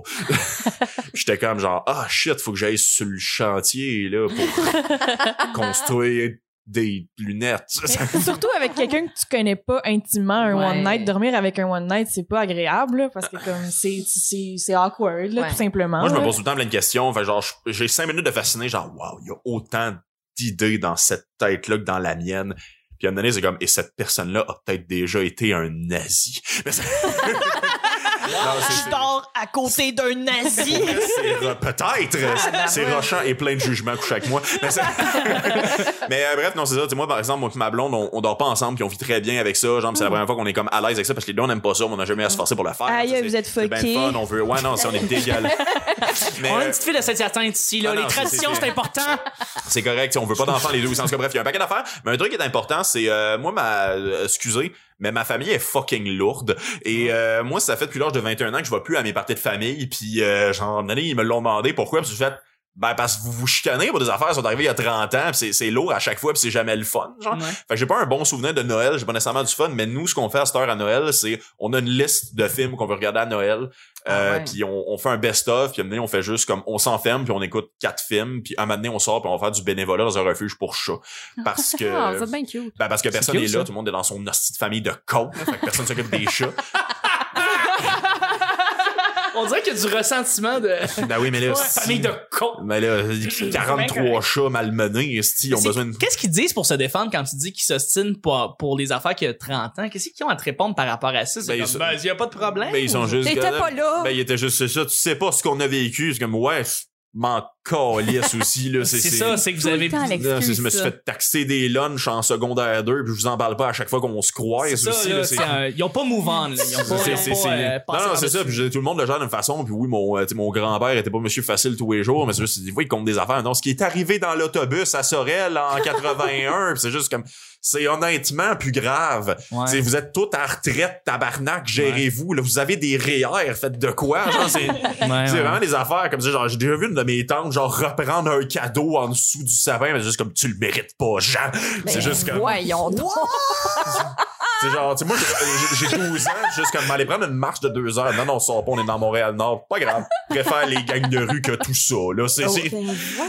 [SPEAKER 3] J'étais comme genre ah shit, faut que j'aille sur le chantier là pour construire des lunettes.
[SPEAKER 5] Mais (laughs) surtout avec quelqu'un que tu connais pas intimement, un
[SPEAKER 2] Ouais.
[SPEAKER 5] one night, dormir avec un one night, c'est pas agréable, là, parce que comme c'est c'est c'est awkward, là,
[SPEAKER 2] Ouais.
[SPEAKER 5] tout simplement.
[SPEAKER 3] Moi, je me
[SPEAKER 5] là.
[SPEAKER 3] pose tout le temps plein de questions. Fait genre, je- j'ai cinq minutes de fasciner, genre, waouh, il y a autant d'idées dans cette tête-là que dans la mienne. Puis à un (laughs) moment donné, c'est comme, et cette personne-là a peut-être déjà été un nazi. Mais ça- Non, c'est-
[SPEAKER 1] Je dors à côté d'un nazi.
[SPEAKER 3] C'est ro- peut-être. euh, C'est- c'est rochant et plein de jugements couchés avec moi. Mais, c'est- (laughs) Mais, euh, bref, non, c'est ça. Tu sais, moi, par exemple, moi et ma blonde, on, on dort pas ensemble, puis on vit très bien avec ça. Genre, c'est la première fois qu'on est comme à l'aise avec ça, parce que les deux, on aime pas ça, mais on a jamais à se forcer pour le faire.
[SPEAKER 6] Aïe,
[SPEAKER 3] Tu sais,
[SPEAKER 6] vous êtes
[SPEAKER 3] C'est bien
[SPEAKER 6] fuckés.
[SPEAKER 3] fun, on veut. Ouais, non, si on est dégueulasse. Mais,
[SPEAKER 1] On a
[SPEAKER 3] euh,
[SPEAKER 1] une petite fille de Saint-Hyacinthe ici, là.
[SPEAKER 3] Ah non,
[SPEAKER 1] les
[SPEAKER 3] c'est-
[SPEAKER 1] traditions,
[SPEAKER 3] c'est-
[SPEAKER 1] c'est important.
[SPEAKER 3] (laughs) c'est correct, si on veut pas d'enfants les deux. En tout cas, bref, il y a un paquet d'affaires. Mais un truc qui est important, c'est euh, moi, ma euh, excusez, mais ma famille est fucking lourde. Et euh, moi, ça fait depuis l'âge de 21 ans que je vais plus à mes parties de famille. Puis euh, genre, un moment donné, ils me l'ont demandé pourquoi. Puis je fait ben parce que vous vous chicanez pour des affaires qui sont arrivées il y a 30 ans, puis c'est- c'est lourd à chaque fois, puis c'est jamais le fun. Genre. Fait que j'ai pas un bon souvenir de Noël, j'ai pas nécessairement du fun, mais nous, ce qu'on fait à cette heure à Noël, c'est on a une liste de films qu'on veut regarder à Noël.
[SPEAKER 2] Ah
[SPEAKER 3] Euh,
[SPEAKER 2] ouais.
[SPEAKER 3] Puis on, on fait un best-of, puis à un moment donné, on fait juste comme on s'enferme, puis on écoute quatre films, puis un moment donné, on sort, puis on va faire du bénévolat dans un refuge pour chats. Parce
[SPEAKER 1] (laughs)
[SPEAKER 3] que.
[SPEAKER 2] Ah, vous êtes bien cute.
[SPEAKER 3] Ben, parce que personne
[SPEAKER 1] cute,
[SPEAKER 3] n'est là,
[SPEAKER 1] ça.
[SPEAKER 3] tout le monde est dans son hostie de famille de con. Fait que personne s'occupe des
[SPEAKER 1] (laughs)
[SPEAKER 3] chats.
[SPEAKER 1] On dirait qu'il y a du ressentiment de
[SPEAKER 3] Ben oui, mais là. si-
[SPEAKER 1] famille de cons.
[SPEAKER 3] Mais là,
[SPEAKER 1] bien
[SPEAKER 3] 43 chats malmenés, esti, ils ont
[SPEAKER 1] C'est-
[SPEAKER 3] besoin de.
[SPEAKER 1] Qu'est-ce qu'ils disent pour se défendre quand tu dis qu'ils s'ostinent pour, pour les affaires qu'il y a 30 ans? Qu'est-ce qu'ils ont à te répondre par rapport à ça? C'est
[SPEAKER 3] Ben,
[SPEAKER 1] comme,
[SPEAKER 3] ils-
[SPEAKER 1] ben, il y a pas de problème.
[SPEAKER 3] Ben, ils sont juste.
[SPEAKER 6] T'étais
[SPEAKER 3] comme-
[SPEAKER 6] pas là.
[SPEAKER 3] Ben, il était juste c'est ça. Tu sais pas ce qu'on a vécu. C'est comme, ouais, je m'en calisse
[SPEAKER 1] (laughs)
[SPEAKER 3] aussi, là.
[SPEAKER 1] c'est ça, c'est que vous
[SPEAKER 4] Tout le
[SPEAKER 1] avez...
[SPEAKER 4] temps,
[SPEAKER 1] dit-
[SPEAKER 4] Alex.
[SPEAKER 3] Là, c'est-
[SPEAKER 4] excuse,
[SPEAKER 3] je me suis
[SPEAKER 4] ça.
[SPEAKER 3] fait taxer des lunchs en secondaire 2, puis je vous en parle pas à chaque fois qu'on se croise
[SPEAKER 1] C'est
[SPEAKER 3] aussi.
[SPEAKER 1] ça,
[SPEAKER 3] là,
[SPEAKER 1] là,
[SPEAKER 3] c'est-
[SPEAKER 1] c'est un- ils ont pas move on, là. Ils ont pas,
[SPEAKER 3] c'est-
[SPEAKER 1] ils ont
[SPEAKER 3] c'est-
[SPEAKER 1] pas,
[SPEAKER 3] c'est-
[SPEAKER 1] euh,
[SPEAKER 3] non,
[SPEAKER 1] passé
[SPEAKER 3] non, c'est
[SPEAKER 1] par-dessus.
[SPEAKER 3] ça. Puis je- tout le monde le gère d'une façon. Puis oui, mon, euh, tu sais, mon grand-père était pas monsieur facile tous les jours, mais c'est juste, des fois, il compte des affaires. Non, ce qui est arrivé dans l'autobus à Sorel en 81, (laughs) puis c'est juste comme, c'est honnêtement plus grave.
[SPEAKER 1] Ouais.
[SPEAKER 3] Tu sais, Vous êtes tous en retraite, tabarnak, gérez-vous. Là, vous avez des REER, faites de
[SPEAKER 1] (laughs)
[SPEAKER 3] quoi? Genre,
[SPEAKER 1] Ouais,
[SPEAKER 3] c'est, c'est
[SPEAKER 1] ouais.
[SPEAKER 3] vraiment des affaires comme ça. Genre, j'ai déjà vu une de mes tantes, genre, reprendre un cadeau en dessous du sapin, mais c'est juste comme, tu le mérites pas, Jean. C'est juste comme,
[SPEAKER 2] Voyons donc.
[SPEAKER 3] c'est genre, tu sais, moi, j'ai- j'ai j'ai 12 ans, juste comme, aller prendre une marche de deux heures. Non, non, on sort pas, on est dans Montréal-Nord. Pas grave. Préfère les gangs de rue que tout ça, là.
[SPEAKER 5] Ah,
[SPEAKER 3] C'est, c'est-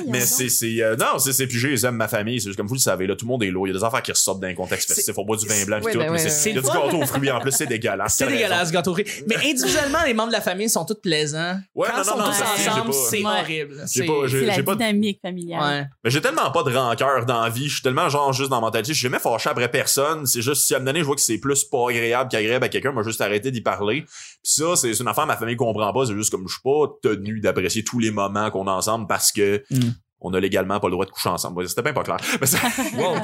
[SPEAKER 3] mais c'est, c'est, euh, non, c'est, c'est, puis je les aime, ma famille. C'est juste comme vous le savez, là, tout le monde est lourd. Il y a des affaires qui ressortent d'un contexte festif. Faut boire du vin blanc, pis
[SPEAKER 2] Oui,
[SPEAKER 3] tout.
[SPEAKER 2] ben
[SPEAKER 3] mais
[SPEAKER 2] oui,
[SPEAKER 3] c'est,
[SPEAKER 1] oui,
[SPEAKER 3] il y a du
[SPEAKER 1] oui.
[SPEAKER 3] gâteau aux fruits, en plus, c'est dégueulasse.
[SPEAKER 1] C'est
[SPEAKER 3] T'as raison.
[SPEAKER 1] dégueulasse, gâteau riz. Mais individuellement, les membres de la famille sont tous plaisants.
[SPEAKER 3] Ouais,
[SPEAKER 1] Quand
[SPEAKER 3] non,
[SPEAKER 1] ils sont
[SPEAKER 3] non, non,
[SPEAKER 1] tous
[SPEAKER 3] ça, j'ai
[SPEAKER 1] ensemble,
[SPEAKER 3] pas-
[SPEAKER 1] c'est
[SPEAKER 4] Ouais.
[SPEAKER 1] horrible.
[SPEAKER 3] J'ai
[SPEAKER 1] C'est-
[SPEAKER 3] pas, j'ai-
[SPEAKER 4] C'est la
[SPEAKER 3] j'ai pas de-
[SPEAKER 4] dynamique familiale.
[SPEAKER 1] Ouais.
[SPEAKER 3] Mais j'ai tellement pas de rancœur dans la vie, je suis tellement genre juste dans la mentalité, je suis jamais fâché après personne, c'est juste si à un moment donné, je vois que c'est plus pas agréable qu'agréable à quelqu'un, moi juste arrêter d'y parler. Puis ça, c'est c'est une affaire ma famille comprend pas, c'est juste comme je suis pas tenu d'apprécier tous les moments qu'on a ensemble parce que
[SPEAKER 1] Mm.
[SPEAKER 3] on a légalement pas le droit de coucher ensemble. Ouais, C'était bien pas clair. Mais ça-
[SPEAKER 1] Wow.
[SPEAKER 3] non,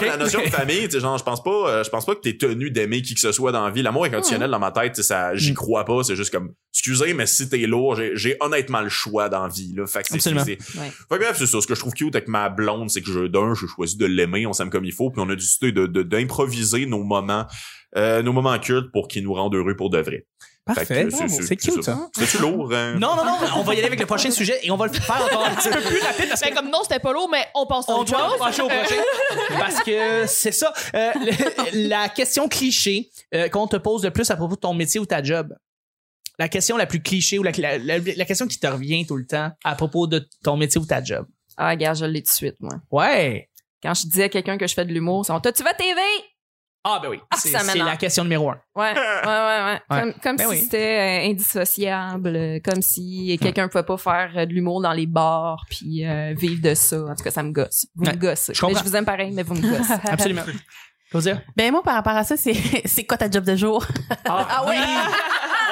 [SPEAKER 3] mais la
[SPEAKER 1] (laughs)
[SPEAKER 3] notion de famille, tu sais, genre, je pense pas, euh, je pense pas que t'es tenu d'aimer qui que ce soit dans la vie. L'amour
[SPEAKER 1] Hmm.
[SPEAKER 3] inconditionnel dans ma tête, tu sais, ça, j'y
[SPEAKER 1] Mm.
[SPEAKER 3] crois pas. C'est juste comme, excusez, mais si t'es lourd, j'ai, j'ai honnêtement le choix dans la vie, là. Fait que c'est,
[SPEAKER 1] Absolument.
[SPEAKER 3] c'est-
[SPEAKER 2] Ouais.
[SPEAKER 3] Fait que bref, c'est ça. Ce que je trouve cute avec ma blonde, c'est que je, d'un, je choisis de l'aimer, on s'aime comme il faut, puis on a décidé de, de- d'improviser nos moments, euh, nos moments cultes pour qu'ils nous rendent heureux pour de vrai.
[SPEAKER 1] Parfait.
[SPEAKER 3] Fait que, euh,
[SPEAKER 1] Bravo. C'est cute, hein?
[SPEAKER 3] C'est-tu lourd, hein?
[SPEAKER 1] Non, non, non, on va y aller avec le prochain sujet et on va le faire encore un petit peu plus rapide parce que
[SPEAKER 6] Fait comme non, c'était pas lourd, mais on pense à
[SPEAKER 1] on
[SPEAKER 6] autre
[SPEAKER 1] doit
[SPEAKER 6] chose.
[SPEAKER 1] pencher au prochain parce que c'est ça. Euh, le- la question cliché euh, qu'on te pose le plus à propos de ton métier ou ta job. La question la plus cliché ou la, la- la- la question qui te revient tout le temps à propos de ton métier ou ta job.
[SPEAKER 2] Ah, gars, je l'ai tout de suite, moi.
[SPEAKER 1] Ouais.
[SPEAKER 2] Quand je dis à quelqu'un que je fais de l'humour, c'est on T'as-tu vu la TV?
[SPEAKER 1] Ah, ben oui.
[SPEAKER 2] Ah,
[SPEAKER 1] c'est
[SPEAKER 2] ça
[SPEAKER 1] c'est
[SPEAKER 2] m'énerve.
[SPEAKER 1] la question numéro un.
[SPEAKER 2] Ouais,
[SPEAKER 3] (laughs)
[SPEAKER 2] ouais, ouais, ouais. Comme, comme
[SPEAKER 1] Ben
[SPEAKER 2] si
[SPEAKER 1] oui.
[SPEAKER 2] c'était euh, indissociable, euh, comme si quelqu'un pouvait pas faire euh, de l'humour dans les bars puis euh, vivre de ça. En tout cas, ça me gosse. Vous
[SPEAKER 1] Ouais,
[SPEAKER 2] me gossez.
[SPEAKER 1] je
[SPEAKER 2] Mais
[SPEAKER 1] comprends.
[SPEAKER 2] je vous aime pareil, mais vous me gossez.
[SPEAKER 1] Absolument. Faut dire.
[SPEAKER 4] Ben moi, par rapport à ça, c'est (laughs) c'est quoi ta job de jour?
[SPEAKER 1] Ah, oui.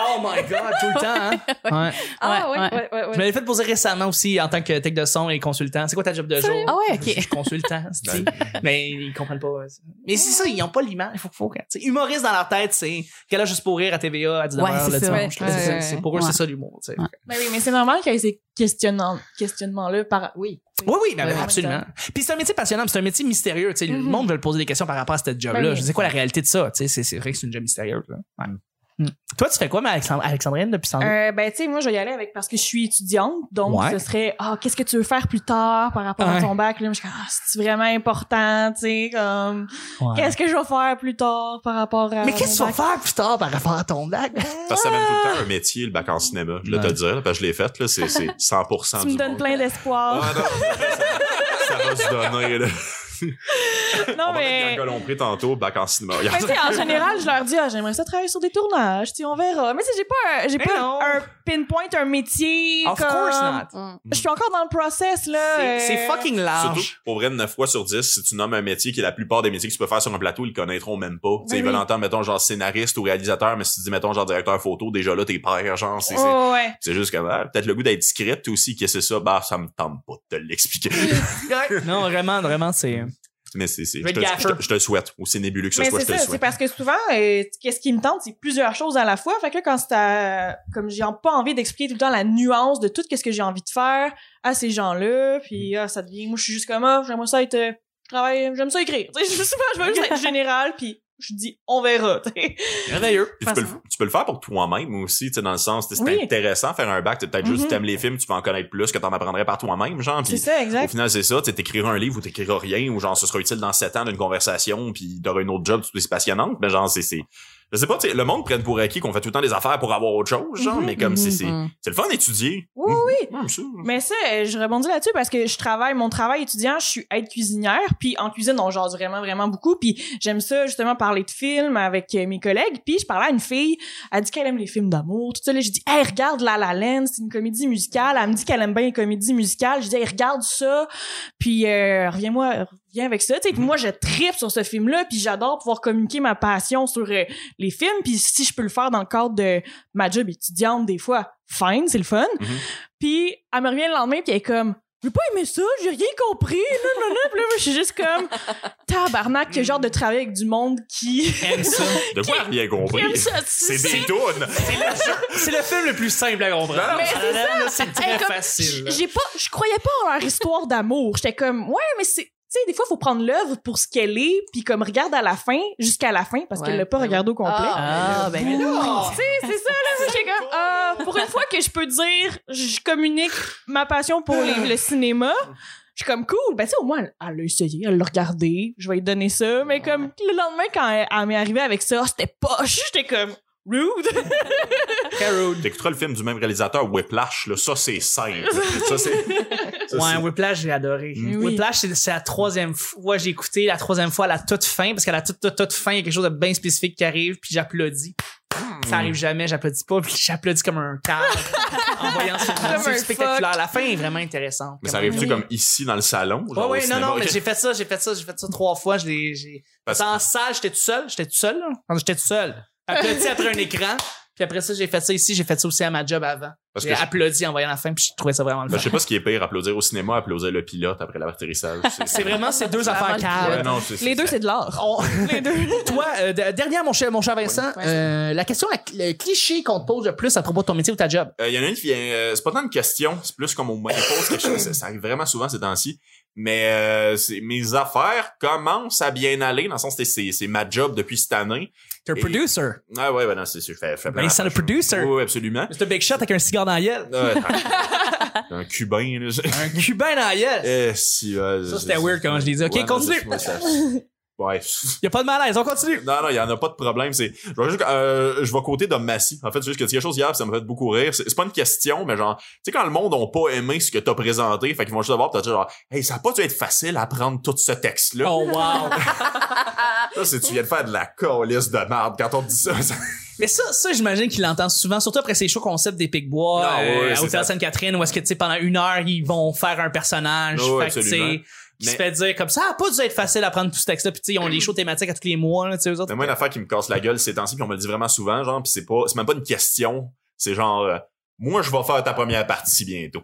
[SPEAKER 1] Oh my God, tout le temps. Hein? Ouais.
[SPEAKER 2] ah ouais,
[SPEAKER 4] Ouais,
[SPEAKER 2] ouais, ouais. ouais,
[SPEAKER 1] Je me l'ai fait poser récemment aussi en tant que tech de son et consultant. C'est quoi ta job de jour?
[SPEAKER 4] Ah ouais,
[SPEAKER 1] Je
[SPEAKER 4] ok.
[SPEAKER 1] suis (laughs) consultant, c'est-tu. mais ils comprennent pas. euh, ça. Mais c'est ça, ils n'ont pas l'image. Il faut, faut que- tu sais, humoriste dans leur tête, c'est qu'elle a juste pour rire à TVA à 19h
[SPEAKER 4] Ouais, c'est
[SPEAKER 1] le
[SPEAKER 4] ça.
[SPEAKER 1] dimanche. là.
[SPEAKER 2] Ouais,
[SPEAKER 1] C'est-
[SPEAKER 2] ouais,
[SPEAKER 1] c'est-
[SPEAKER 2] ouais.
[SPEAKER 1] Pour eux,
[SPEAKER 4] Ouais.
[SPEAKER 1] c'est ça l'humour. tu sais.
[SPEAKER 4] Ouais.
[SPEAKER 5] Ben oui, mais c'est normal qu'il y ait ces questionnements- questionnements-là par. Oui.
[SPEAKER 1] Oui, oui, ben,
[SPEAKER 5] Ouais, en
[SPEAKER 1] absolument.
[SPEAKER 5] même
[SPEAKER 1] Puis c'est un métier passionnant, puis c'est un métier mystérieux. tu sais, Le
[SPEAKER 5] Mhm.
[SPEAKER 1] monde veut poser des questions par rapport à cette job-là.
[SPEAKER 5] Ben oui.
[SPEAKER 1] Je sais quoi la réalité de ça. tu sais, C'est c'est vrai que c'est une job mystérieuse. là. Ouais. Mm. Toi, tu fais quoi, mais Alexandre- Alexandrienne, depuis 100
[SPEAKER 5] Euh, ben, tu sais, moi, je vais y aller avec parce que je suis étudiante. Donc,
[SPEAKER 1] Ah Ouais.
[SPEAKER 5] ce serait, ah, qu'est-ce que tu veux faire plus tard par rapport
[SPEAKER 1] Ouais.
[SPEAKER 5] à ton bac? Là, je suis comme, ah, c'est vraiment important, tu sais, comme, qu'est-ce que je vais faire plus tard par rapport à.
[SPEAKER 1] Mais qu'est-ce que tu
[SPEAKER 5] mon
[SPEAKER 1] vas
[SPEAKER 5] bac?
[SPEAKER 1] faire plus tard par rapport à ton
[SPEAKER 5] Euh,
[SPEAKER 1] bac?
[SPEAKER 3] Parce que ça mène tout le temps un métier, le bac en cinéma. Je vais te
[SPEAKER 1] Ouais.
[SPEAKER 3] le dire, là, parce que je l'ai fait, là.
[SPEAKER 5] (laughs)
[SPEAKER 3] C'est, c'est 100%
[SPEAKER 5] Tu
[SPEAKER 3] du
[SPEAKER 5] me donnes
[SPEAKER 3] monde.
[SPEAKER 5] plein d'espoir.
[SPEAKER 3] Ouais, non, ça, ça va se donner, là.
[SPEAKER 5] Non,
[SPEAKER 3] on va
[SPEAKER 5] mais.
[SPEAKER 3] mettre Gagnon Lompré tantôt, back en cinéma. Regarde.
[SPEAKER 5] Mais tu sais, en général, je leur dis, ah, j'aimerais ça travailler sur des tournages, tu sais, on verra. Mais tu sais, j'ai pas, un- j'ai
[SPEAKER 1] Mais
[SPEAKER 5] pas
[SPEAKER 1] non.
[SPEAKER 5] un pinpoint, un métier.
[SPEAKER 1] Of
[SPEAKER 5] comme-
[SPEAKER 1] course not.
[SPEAKER 5] Je suis encore dans le process, là.
[SPEAKER 1] C'est-
[SPEAKER 5] euh,
[SPEAKER 1] C'est fucking
[SPEAKER 3] Surtout,
[SPEAKER 1] large.
[SPEAKER 3] pour vrai, 9 fois sur 10, si tu nommes un métier qui est la plupart des métiers que tu peux faire sur un plateau, ils le connaîtront même pas. Tu sais, ils
[SPEAKER 5] Ben
[SPEAKER 3] veulent
[SPEAKER 5] oui.
[SPEAKER 3] entendre, mettons, genre scénariste ou réalisateur, mais si tu dis, mettons, genre directeur photo, déjà là, t'es père, genre, c'est, c'est-
[SPEAKER 5] ouais, ouais.
[SPEAKER 3] c'est juste comme, ah, peut-être le goût d'être script aussi, que c'est ça, bah, ça me tente pas de te
[SPEAKER 5] (laughs)
[SPEAKER 3] l'expliquer.
[SPEAKER 1] non, vraiment, vraiment, c'est.
[SPEAKER 3] mais c'est, c'est, je
[SPEAKER 1] Mais
[SPEAKER 3] te,
[SPEAKER 1] gaffer.
[SPEAKER 3] je te- je te le souhaite. Aussi nébuleux que ce
[SPEAKER 5] Mais
[SPEAKER 3] soit,
[SPEAKER 5] c'est
[SPEAKER 3] je te
[SPEAKER 5] ça,
[SPEAKER 3] le
[SPEAKER 5] c'est
[SPEAKER 3] souhaite.
[SPEAKER 5] parce que souvent, euh, qu'est-ce qui me tente, c'est plusieurs choses à la fois. Fait que là, quand c'est à- comme j'ai en- pas envie d'expliquer tout le temps la nuance de tout qu'est-ce que j'ai envie de faire à ces gens-là,
[SPEAKER 3] Mm.
[SPEAKER 5] puis ah, ça devient, moi, je suis juste comme, ah, j'aimerais ça être, euh, je travaille, j'aime ça écrire. (laughs) Tu sais, je sais pas, je veux juste être général, puis je dis, on verra. tu sais.
[SPEAKER 1] Merveilleux.
[SPEAKER 3] Puis tu, peux le, tu peux le faire pour toi-même aussi, tu sais, dans le sens, c'est
[SPEAKER 5] Oui.
[SPEAKER 3] intéressant faire un bac, t'es peut-être juste,
[SPEAKER 5] Mhm.
[SPEAKER 3] t'aimes les films, tu vas en connaître plus que t'en apprendrais par toi-même, genre,
[SPEAKER 5] C'est
[SPEAKER 3] puis
[SPEAKER 5] ça,
[SPEAKER 3] Au
[SPEAKER 5] exact.
[SPEAKER 3] final, c'est ça, tu sais, t'écriras un livre ou t'écriras rien, ou genre ce sera utile dans sept ans d'une conversation, puis t'auras une autre job, tout c'est passionnante, mais genre c'est c'est je sais pas, tu sais, le monde prenne pour acquis qu'on fait tout le temps des affaires pour avoir autre chose, genre,
[SPEAKER 5] Mhm,
[SPEAKER 3] mais (laughs) comme c'est c'est
[SPEAKER 2] Mhm.
[SPEAKER 3] c'est le fun d'étudier.
[SPEAKER 5] Oui, oui, oui.
[SPEAKER 3] Mhm, ça.
[SPEAKER 5] Mais ça, euh, je rebondis là-dessus parce que je travaille, mon travail étudiant, je suis aide cuisinière, puis en cuisine, on jase vraiment, vraiment beaucoup, puis j'aime ça justement parler de films avec euh, mes collègues, puis je parlais à une fille, elle dit qu'elle aime les films d'amour, tout ça, là, je dis, hey, regarde La La Land, c'est une comédie musicale, elle me dit qu'elle aime bien les comédies musicales, je dis, hey, regarde ça, puis euh, reviens-moi, reviens avec ça, tu sais, puis moi, je tripe sur ce film-là, puis j'adore pouvoir communiquer ma passion sur euh, les films, puis si je peux le faire dans le cadre de ma job étudiante, des fois, fine, c'est le fun, puis elle me revient le lendemain, puis elle est comme j'ai pas aimé ça, j'ai rien compris, là, là, là. Puis là, moi, je suis juste comme, tabarnak, que genre de travail avec du monde qui...
[SPEAKER 1] Aime ça.
[SPEAKER 3] De quoi rien compris.
[SPEAKER 5] (laughs) aime ça,
[SPEAKER 3] C'est des tounes.
[SPEAKER 1] C'est le film le plus simple à comprendre.
[SPEAKER 3] Mais
[SPEAKER 1] Ah là là, C'est
[SPEAKER 5] Hey,
[SPEAKER 1] très
[SPEAKER 5] comme,
[SPEAKER 1] facile.
[SPEAKER 5] j- J'ai pas, je croyais pas en leur histoire d'amour. J'étais comme, ouais, mais c'est, tu sais, des fois, faut prendre l'œuvre pour ce qu'elle est, puis comme regarde à la fin, jusqu'à la fin, parce
[SPEAKER 2] Ouais.
[SPEAKER 5] qu'elle l'a pas regardé au complet.
[SPEAKER 2] Ah, ben,
[SPEAKER 1] Mais non!
[SPEAKER 5] Tu sais, c'est ça, là. moi, J'étais comme, ah, pour une fois que je peux dire, je communique ma passion pour les- le cinéma. Je suis comme cool, ben tu sais, au moins elle elle l'a essayé, elle l'a regardé, je vais lui donner ça, mais comme le lendemain quand elle, elle m'est arrivée avec ça, Ah, c'était poche, j'étais comme rude.
[SPEAKER 3] T'écouteras le film du même réalisateur Whiplash, là, ça c'est simple. ça c'est ça,
[SPEAKER 1] Ouais,
[SPEAKER 3] c'est-
[SPEAKER 1] Whiplash, j'ai adoré.
[SPEAKER 3] Mm.
[SPEAKER 5] Oui.
[SPEAKER 1] Whiplash, c'est c'est la troisième fois j'ai écouté, la troisième fois à la toute fin, parce qu'à la toute, toute, toute fin, il y a quelque chose de bien spécifique qui arrive, puis j'applaudis.
[SPEAKER 3] Hmm.
[SPEAKER 1] Ça arrive jamais, j'applaudis pas, puis j'applaudis comme un cadre en voyant
[SPEAKER 3] (laughs)
[SPEAKER 1] ce film.
[SPEAKER 2] Comme un
[SPEAKER 1] C'est spectaculaire. La fin est vraiment intéressante.
[SPEAKER 3] Mais ça
[SPEAKER 1] Comme-
[SPEAKER 3] arrive-tu
[SPEAKER 5] Oui.
[SPEAKER 3] comme ici dans le salon?
[SPEAKER 1] Ouais,
[SPEAKER 3] genre, au
[SPEAKER 1] ouais, non,
[SPEAKER 3] cinéma?
[SPEAKER 1] non, mais
[SPEAKER 3] Ok.
[SPEAKER 1] j'ai fait ça, j'ai fait ça, j'ai fait ça trois fois. Je l'ai, j'ai...
[SPEAKER 3] Parce-
[SPEAKER 1] J'étais en salle, j'étais tout seul, j'étais tout seul, là. Quand j'étais tout seul.
[SPEAKER 3] (laughs)
[SPEAKER 1] Applaudi après un écran, puis après ça, j'ai fait ça ici, j'ai fait ça aussi à ma job avant.
[SPEAKER 3] Parce
[SPEAKER 1] j'ai
[SPEAKER 3] que je-
[SPEAKER 1] applaudi en voyant la fin, puis je trouvais ça vraiment le
[SPEAKER 3] Ben,
[SPEAKER 1] fun.
[SPEAKER 3] je sais pas ce qui est pire, applaudir au cinéma, applaudir le pilote
[SPEAKER 1] (laughs)
[SPEAKER 3] après l'atterrissage.
[SPEAKER 1] C'est vraiment ces deux affaires
[SPEAKER 3] Ouais,
[SPEAKER 1] calmes.
[SPEAKER 3] non, c'est-
[SPEAKER 5] Les deux c'est de l'art.
[SPEAKER 1] On- (laughs) Toi, euh, de- dernière, mon cher, mon cher Vincent, euh, la question, la- le cliché qu'on te pose le plus à propos de ton métier ou ta job.
[SPEAKER 3] Il y en a une qui vient. euh, c'est pas tant une question, c'est plus comme on m'impose quelque chose. Ça, ça arrive vraiment souvent ces temps-ci. Mais euh, c'est- mes affaires commencent à bien aller. Dans le sens, c'est- c'est c'est ma job depuis cette année.
[SPEAKER 1] T'es
[SPEAKER 3] un producer. Ah ouais, ben non, c'est sûr. je fais- je fais plein
[SPEAKER 1] Vincent, le
[SPEAKER 3] d'affaires.
[SPEAKER 1] producer.
[SPEAKER 3] Oui, oui, absolument.
[SPEAKER 1] C'est un big shot avec un cigare dans la
[SPEAKER 3] (laughs)
[SPEAKER 1] gueule.
[SPEAKER 3] Euh,
[SPEAKER 1] (laughs)
[SPEAKER 3] attends. un cubain, là.
[SPEAKER 1] Un cubain dans la gueule.
[SPEAKER 3] Eh, si, euh,
[SPEAKER 1] Ça, c'était weird comment je l'ai dit. Ok,
[SPEAKER 3] Ouais, non,
[SPEAKER 1] continue.
[SPEAKER 3] c'est- moi, ça- Ouais.
[SPEAKER 1] Y a pas de malaise, on continue.
[SPEAKER 3] Non, non, il y en a pas de problème. C'est, je vais, juste- euh, je vais côté de Massy. En fait, c'est juste que c'est quelque chose hier, puis ça m'a fait beaucoup rire. C'est c'est pas une question, mais genre, tu sais, quand le monde n'a pas aimé ce que t'as présenté, fait qu'ils vont juste avoir, pis t'as dit genre, hey, ça a pas dû être facile à prendre tout ce texte-là.
[SPEAKER 1] Oh, wow.
[SPEAKER 3] Là, c'est, tu viens de faire de la colisse de merde quand on te dit ça. (laughs) ça-
[SPEAKER 1] (laughs) Mais ça, ça j'imagine qu'il l'entend souvent, surtout après ces shows concept des Picbois
[SPEAKER 3] Ah, ouais,
[SPEAKER 1] euh,
[SPEAKER 3] c'est
[SPEAKER 1] à Hôtel
[SPEAKER 3] ça.
[SPEAKER 1] Sainte-Catherine, où est-ce que, tu sais, pendant une heure, ils vont faire un personnage.
[SPEAKER 3] Ah ouais,
[SPEAKER 1] fait que, tu
[SPEAKER 3] absolument.
[SPEAKER 1] sais, qui se
[SPEAKER 3] Mais-
[SPEAKER 1] fait dire comme ça, a pas dû être facile à prendre tout ce texte-là. Puis, tu sais, ils ont les shows thématiques à tous les mois, là, tu sais, eux autres.
[SPEAKER 3] Mais moi, une affaire qui me casse la gueule ces temps-ci, puis on me le dit vraiment souvent, genre, puis c'est pas, c'est même pas une question. C'est genre, euh, moi, je vais faire ta première partie bientôt.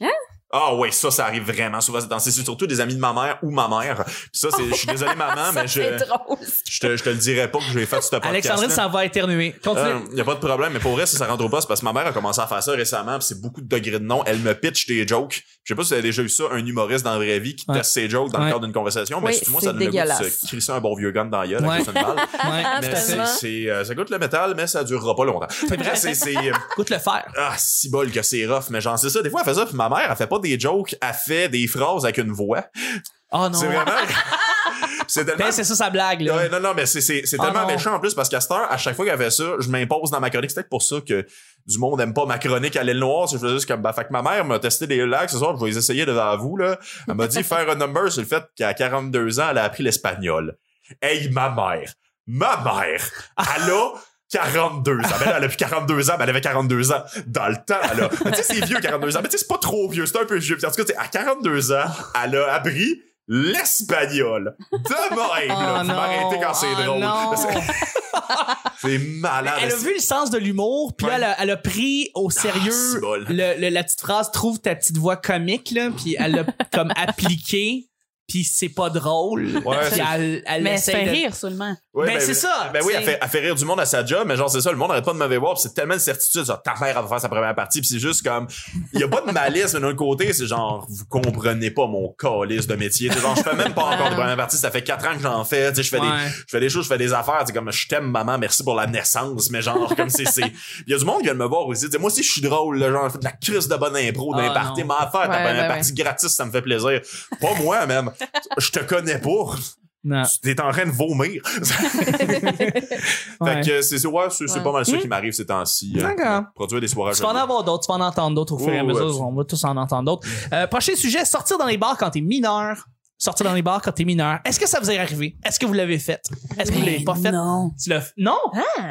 [SPEAKER 2] Hein?
[SPEAKER 3] Ah ouais, ça, ça arrive vraiment souvent ces temps-ci. C'est surtout des amis de ma mère ou ma mère. Puis ça, c'est, je suis désolé, maman, mais je.
[SPEAKER 2] c'est drôle.
[SPEAKER 3] Je te, je te le dirais pas que je vais faire ce podcast. Ah.
[SPEAKER 1] Alexandrine s'en va éternuer.
[SPEAKER 3] Il
[SPEAKER 1] Continue.
[SPEAKER 3] y a pas de problème, mais pour vrai, ça, ça rentre au poste parce que ma mère a commencé à faire ça récemment, pis c'est beaucoup de degrés de nom. Elle me pitch des jokes. Je sais pas si t'as déjà eu ça, un humoriste dans la vraie vie qui
[SPEAKER 1] Ouais.
[SPEAKER 3] teste ses jokes dans
[SPEAKER 1] Ouais.
[SPEAKER 3] le cadre d'une conversation, mais
[SPEAKER 2] Oui,
[SPEAKER 3] c'est moi,
[SPEAKER 2] c'est
[SPEAKER 3] ça donne le goût de
[SPEAKER 2] dégueulasse.
[SPEAKER 3] se crisser un bon vieux gun dans la gueule
[SPEAKER 1] Ouais.
[SPEAKER 3] avec une balle.
[SPEAKER 2] (laughs)
[SPEAKER 1] Ouais.
[SPEAKER 3] Mais ah, c'est,
[SPEAKER 2] tellement.
[SPEAKER 3] c'est, euh, ça goûte le métal, mais ça durera pas longtemps. Fait que bref, c'est, c'est, euh,
[SPEAKER 1] Écoute le faire.
[SPEAKER 3] ah, si bol que c'est rough, mais genre, c'est ça. Des fois, elle fait ça, puis ma mère, elle fait pas des jokes, elle fait des phrases avec une voix.
[SPEAKER 1] Oh non.
[SPEAKER 3] C'est vraiment. (laughs) C'est tellement.
[SPEAKER 1] Ben, c'est ça sa blague, là.
[SPEAKER 3] Ouais, non, non, mais c'est, c'est, c'est
[SPEAKER 1] Ah
[SPEAKER 3] tellement
[SPEAKER 1] non.
[SPEAKER 3] méchant en plus parce qu'à cette heure, à chaque fois qu'il y avait ça, je m'impose dans ma chronique. C'est peut-être pour ça que du monde aime pas ma chronique à l'aile noire. Si je faisais juste comme, bah, fait que ma mère m'a testé des lacs ce soir, je vais les essayer devant vous, là. Elle m'a dit (laughs) faire un number sur le fait qu'à 42 ans, elle a appris l'espagnol. Hey, ma mère! Ma mère! Elle a 42 ans. Ben là, elle a plus 42 ans, mais elle avait 42 ans dans le temps, là. Mais tu sais, c'est vieux, 42 ans. Mais tu sais, c'est pas trop vieux, c'est un peu vieux. Puis en tout cas, tu sais, à 42 ans, elle a appris l'espagnol. De même, là.
[SPEAKER 1] Oh
[SPEAKER 3] Faut m'arrêter quand (laughs) c'est
[SPEAKER 1] non,
[SPEAKER 3] drôle.
[SPEAKER 1] oh non.
[SPEAKER 3] C'est malade.
[SPEAKER 1] Elle a vu le sens de l'humour, puis
[SPEAKER 3] Ouais.
[SPEAKER 1] elle, a, elle a pris au
[SPEAKER 3] Ah, c'est
[SPEAKER 1] sérieux
[SPEAKER 3] bol.
[SPEAKER 1] le- le- la petite phrase trouve ta petite voix comique là, puis elle
[SPEAKER 3] (laughs)
[SPEAKER 1] l'a comme appliquée, puis c'est pas drôle.
[SPEAKER 3] Ouais,
[SPEAKER 1] Puis
[SPEAKER 3] c'est-
[SPEAKER 1] elle, elle
[SPEAKER 4] Mais
[SPEAKER 1] essaie
[SPEAKER 4] c'est
[SPEAKER 1] de-
[SPEAKER 4] rire seulement.
[SPEAKER 3] Ouais,
[SPEAKER 1] Ben, c'est ça,
[SPEAKER 3] Ben oui,
[SPEAKER 1] t'sais.
[SPEAKER 3] elle fait, elle fait rire du monde à sa job, mais genre, c'est ça, le monde arrête pas de me voir, pis c'est tellement de certitude, genre, ta mère, elle va faire sa première partie, pis c'est juste comme, il y a pas de malice, mais d'un autre côté, c'est genre, vous comprenez pas mon calice de métier. C'est genre, je fais même pas encore de première partie, ça fait quatre ans que j'en fais, tu sais, je fais des,
[SPEAKER 1] Ouais.
[SPEAKER 3] je fais des choses, je fais des affaires, c'est comme, je t'aime, maman, merci pour la naissance, mais genre, comme c'est, c'est, Pis il y a du monde qui vient de me voir aussi, tu sais, moi aussi, je suis drôle, là, genre, je fais de la crise de bonne impro,
[SPEAKER 1] Ah,
[SPEAKER 3] d'imparter,
[SPEAKER 1] non.
[SPEAKER 3] mais à faire ta
[SPEAKER 2] Ouais,
[SPEAKER 3] première
[SPEAKER 2] ben
[SPEAKER 3] partie gratis, ça me fait plaisir. Pas moi, même. Je te connais pas.
[SPEAKER 1] Non.
[SPEAKER 3] Tu t'es en train de vomir.
[SPEAKER 1] Ouais.
[SPEAKER 3] Fait que euh, c'est c'est- ouais, c'est c'est
[SPEAKER 2] Ouais.
[SPEAKER 3] pas mal ça
[SPEAKER 1] Hmm.
[SPEAKER 3] qui m'arrive ces temps-ci. euh,
[SPEAKER 1] D'accord.
[SPEAKER 3] Produire des soirées.
[SPEAKER 1] Tu vas en avoir d'autres, tu vas en entendre d'autres au fur et à
[SPEAKER 3] Ouais,
[SPEAKER 1] mesure,
[SPEAKER 3] ouais.
[SPEAKER 1] on va tous en entendre d'autres. Euh, prochain sujet, sortir dans les bars quand t'es mineur. Sortir dans les bars quand t'es mineur. Est-ce que ça vous est arrivé? Est-ce que vous l'avez fait? Est-ce que vous l'avez
[SPEAKER 4] Ben
[SPEAKER 1] pas fait?
[SPEAKER 4] Non.
[SPEAKER 1] Tu l'as- Non?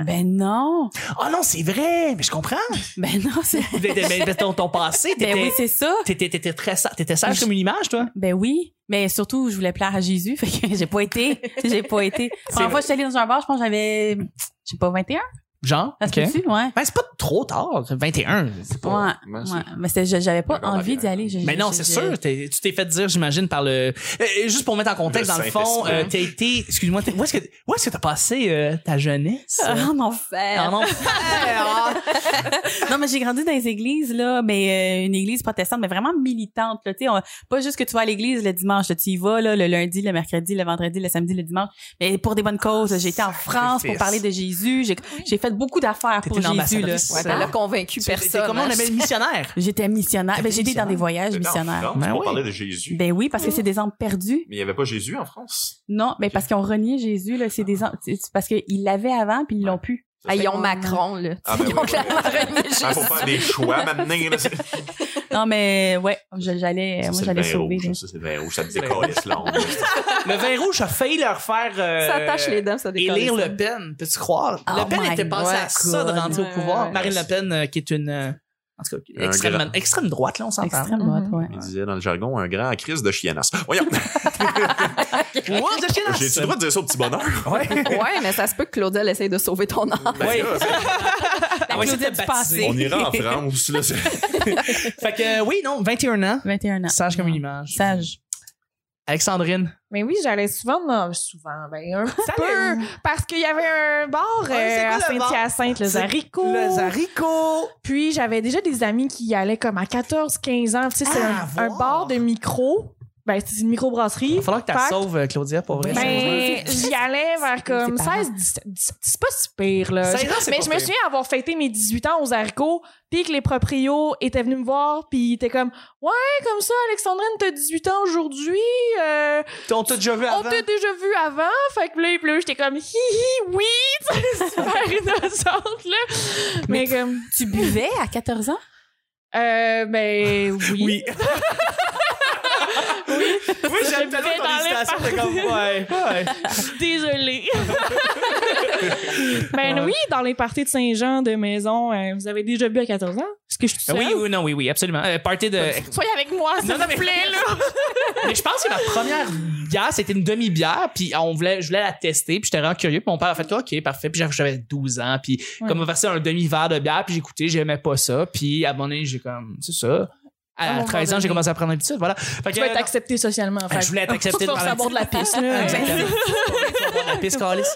[SPEAKER 4] Ben non.
[SPEAKER 1] Ah non, c'est vrai! Mais je comprends!
[SPEAKER 4] Ben non, c'est.
[SPEAKER 1] (laughs) Mais- mais- mais ton, ton passé, t'étais,
[SPEAKER 4] Ben oui, c'est ça.
[SPEAKER 1] t'étais, t'étais très sa- t'étais sage comme une image, toi?
[SPEAKER 4] Ben oui. Mais surtout, je voulais plaire à Jésus, (laughs) fait que j'ai pas été. J'ai pas été. La première fois que je suis allée dans un bar, je pense que j'avais, je sais pas, 21.
[SPEAKER 1] Genre?
[SPEAKER 2] Ah,
[SPEAKER 4] Ça se
[SPEAKER 1] ok.
[SPEAKER 4] peut-tu? Ouais.
[SPEAKER 1] Ben, c'est pas trop tard, 21. c'est pas-
[SPEAKER 4] Ouais, ouais. Mais c'est- je- j'avais pas
[SPEAKER 3] D'accord,
[SPEAKER 4] envie
[SPEAKER 3] d'accord.
[SPEAKER 4] d'y aller. Je-
[SPEAKER 1] Mais
[SPEAKER 4] je-
[SPEAKER 1] non,
[SPEAKER 4] je-
[SPEAKER 1] c'est
[SPEAKER 4] je-
[SPEAKER 1] sûr. t'es- tu t'es fait dire, j'imagine, par le. Euh, euh, juste pour mettre en contexte,
[SPEAKER 3] Le
[SPEAKER 1] dans le fond,
[SPEAKER 3] Saint-Esprit.
[SPEAKER 1] euh, t'as été. Excuse-moi, t'es- où est-ce que où est-ce que t'as passé euh, ta jeunesse?
[SPEAKER 2] Euh,
[SPEAKER 4] Ah, en enfer.
[SPEAKER 1] Ah non.
[SPEAKER 4] Non, mais j'ai grandi dans les églises, là, mais euh, une église protestante, mais vraiment militante, là, tu sais, on- pas juste que tu vas à l'église le dimanche, là, tu y vas, là, le lundi, le mercredi, le vendredi, le samedi, le dimanche, mais pour des bonnes causes. J'ai été en France pour
[SPEAKER 3] Sacrifice.
[SPEAKER 4] parler de Jésus, j'ai j'ai fait beaucoup d'affaires pour
[SPEAKER 1] T'étais une
[SPEAKER 4] Jésus, là.
[SPEAKER 1] ambassadrice.
[SPEAKER 2] Ouais, ben, elle a convaincu personne.
[SPEAKER 1] Comment on
[SPEAKER 2] hein.
[SPEAKER 1] appelle missionnaire?
[SPEAKER 4] J'étais missionnaire, ben,
[SPEAKER 1] T'étais
[SPEAKER 4] j'étais dans des
[SPEAKER 1] missionnaire.
[SPEAKER 4] voyages missionnaires.
[SPEAKER 3] Non,
[SPEAKER 1] Ben
[SPEAKER 3] on
[SPEAKER 1] oui.
[SPEAKER 3] parlait de Jésus.
[SPEAKER 4] Ben oui, parce que c'est des hommes perdus.
[SPEAKER 3] Mais il y avait pas Jésus en France.
[SPEAKER 4] Non, mais parce qu'ils ont renié Jésus, là, c'est des hommes, c'est- c'est parce qu'ils l'avaient avant, puis ils l'ont pu.
[SPEAKER 2] Ah, ils ont Macron, là.
[SPEAKER 3] Ah, ben
[SPEAKER 2] ils
[SPEAKER 3] oui,
[SPEAKER 2] ont
[SPEAKER 3] oui, (laughs)
[SPEAKER 2] clairement
[SPEAKER 3] oui.
[SPEAKER 2] régné
[SPEAKER 3] Ah, faut
[SPEAKER 2] juste-
[SPEAKER 3] faire des choix maintenant. là, c'est- Ça,
[SPEAKER 4] (laughs) Non, mais ouais, je- j'allais, moi,
[SPEAKER 3] c'est
[SPEAKER 4] j'allais
[SPEAKER 3] le vin
[SPEAKER 4] sauver.
[SPEAKER 3] rouge, hein.
[SPEAKER 4] là.
[SPEAKER 3] ça, C'est le vin rouge, ça te décalisse l'onde.
[SPEAKER 1] Le vin rouge a failli leur faire. euh,
[SPEAKER 2] Ça attache les dents, ça décolle.
[SPEAKER 1] Élire Le Pen, peux-tu croire?
[SPEAKER 4] Oh
[SPEAKER 1] le Pen
[SPEAKER 4] my
[SPEAKER 1] était passé à
[SPEAKER 4] God.
[SPEAKER 1] ça de rentrer au
[SPEAKER 2] Ouais,
[SPEAKER 1] pouvoir.
[SPEAKER 2] ouais.
[SPEAKER 1] Marine Le Pen, euh, qui est une. euh, en tout cas,
[SPEAKER 3] Un
[SPEAKER 1] extrême,
[SPEAKER 3] grand-
[SPEAKER 1] extrême droite, là, on s'entend.
[SPEAKER 4] Extrême droite,
[SPEAKER 2] Mhm.
[SPEAKER 4] ouais.
[SPEAKER 3] Il disait dans le jargon un grand crise de chiennasse. Voyons,
[SPEAKER 1] Wow, de chez
[SPEAKER 3] j'ai-tu le droit de dire ça au petit bonheur?
[SPEAKER 1] (laughs) Ouais.
[SPEAKER 2] Ouais, mais ça se peut que Claudia elle essaye de sauver ton âme.
[SPEAKER 3] Ben,
[SPEAKER 1] Ouais.
[SPEAKER 3] là, c'est-
[SPEAKER 1] Ah ouais, c'était
[SPEAKER 4] du
[SPEAKER 1] baptisé.
[SPEAKER 4] passé.
[SPEAKER 3] on ira en France. Là, c'est-
[SPEAKER 1] Fait que, euh, oui, non, 21 ans.
[SPEAKER 4] 21 ans.
[SPEAKER 1] Sage comme une image.
[SPEAKER 4] Sage.
[SPEAKER 1] Alexandrine.
[SPEAKER 6] Mais oui, j'allais souvent, non, souvent, ben, un petit peu, parce qu'il y avait un bar
[SPEAKER 1] Ouais, c'est
[SPEAKER 6] euh,
[SPEAKER 1] quoi
[SPEAKER 6] à
[SPEAKER 1] le bar?
[SPEAKER 6] Saint-Hyacinthe, le
[SPEAKER 1] C'est-
[SPEAKER 6] Zarico.
[SPEAKER 1] Zarico.
[SPEAKER 6] Puis j'avais déjà des amis qui y allaient comme à 14, 15 ans. Tu sais, c'est
[SPEAKER 1] Ah,
[SPEAKER 6] un, un
[SPEAKER 1] voir.
[SPEAKER 6] bar de micro. Ben, c'est une microbrasserie.
[SPEAKER 1] Il va falloir que tu
[SPEAKER 6] Fait-
[SPEAKER 1] sauves, euh, Claudia, pour vrai.
[SPEAKER 6] Ben,
[SPEAKER 1] sérieusement.
[SPEAKER 6] j'y allais vers comme 16, 17, 17. C'est pas si pire, là.
[SPEAKER 1] 16 ans, c'est
[SPEAKER 6] Mais
[SPEAKER 1] pas
[SPEAKER 6] je me
[SPEAKER 1] pire.
[SPEAKER 6] souviens avoir fêté mes 18 ans aux haricots, puis que les proprios étaient venus me voir, puis ils étaient comme « Ouais, comme ça, Alexandrine, t'as 18 ans aujourd'hui, euh,
[SPEAKER 1] On t'a déjà vu
[SPEAKER 6] on
[SPEAKER 1] avant.
[SPEAKER 6] t'a déjà vu avant. » Fait que là, puis là, j'étais comme « Hi, hi, oui! » (laughs) C'est super innocente, là. Mais comme...
[SPEAKER 4] Tu buvais à 14 ans?
[SPEAKER 6] Euh, ben oui.
[SPEAKER 1] (laughs) Oui. Oui, j'aime tellement
[SPEAKER 6] vais
[SPEAKER 1] ton
[SPEAKER 6] dans le
[SPEAKER 1] hésitation.
[SPEAKER 6] parc.
[SPEAKER 1] t'es comme, ouais, ouais.
[SPEAKER 6] Désolée. ben oui, dans les parties de Saint-Jean de maison, euh, vous avez déjà bu à 14 ans? Est-ce que je suis seule?
[SPEAKER 1] Ben Oui, oui, non, oui, oui, absolument. Euh, party de.
[SPEAKER 6] Soyez avec moi, s'il
[SPEAKER 1] Non, non, mais-
[SPEAKER 6] vous plaît, là.
[SPEAKER 1] Mais je pense que ma première bière, c'était une demi-bière, puis on voulait, je voulais la tester, puis j'étais vraiment curieux, puis mon père a fait OK, parfait, puis j'avais- j'avais 12 ans, puis
[SPEAKER 6] Ouais.
[SPEAKER 1] comme on versait un demi-verre de bière, puis j'écoutais, j'aimais pas ça, puis à un moment donné, j'ai comme c'est ça.
[SPEAKER 6] À un
[SPEAKER 1] À
[SPEAKER 6] moment
[SPEAKER 1] 13 ans, j'ai
[SPEAKER 6] donné.
[SPEAKER 1] commencé à prendre l'habitude, voilà. Fait
[SPEAKER 6] Ah, Tu
[SPEAKER 1] euh,
[SPEAKER 6] vas être accepté socialement.
[SPEAKER 1] non, je voulais être accepté
[SPEAKER 6] Faut
[SPEAKER 1] par la-
[SPEAKER 6] à bord de la piste, là.
[SPEAKER 1] Exactement. Tu vas voir la piste, câlisse.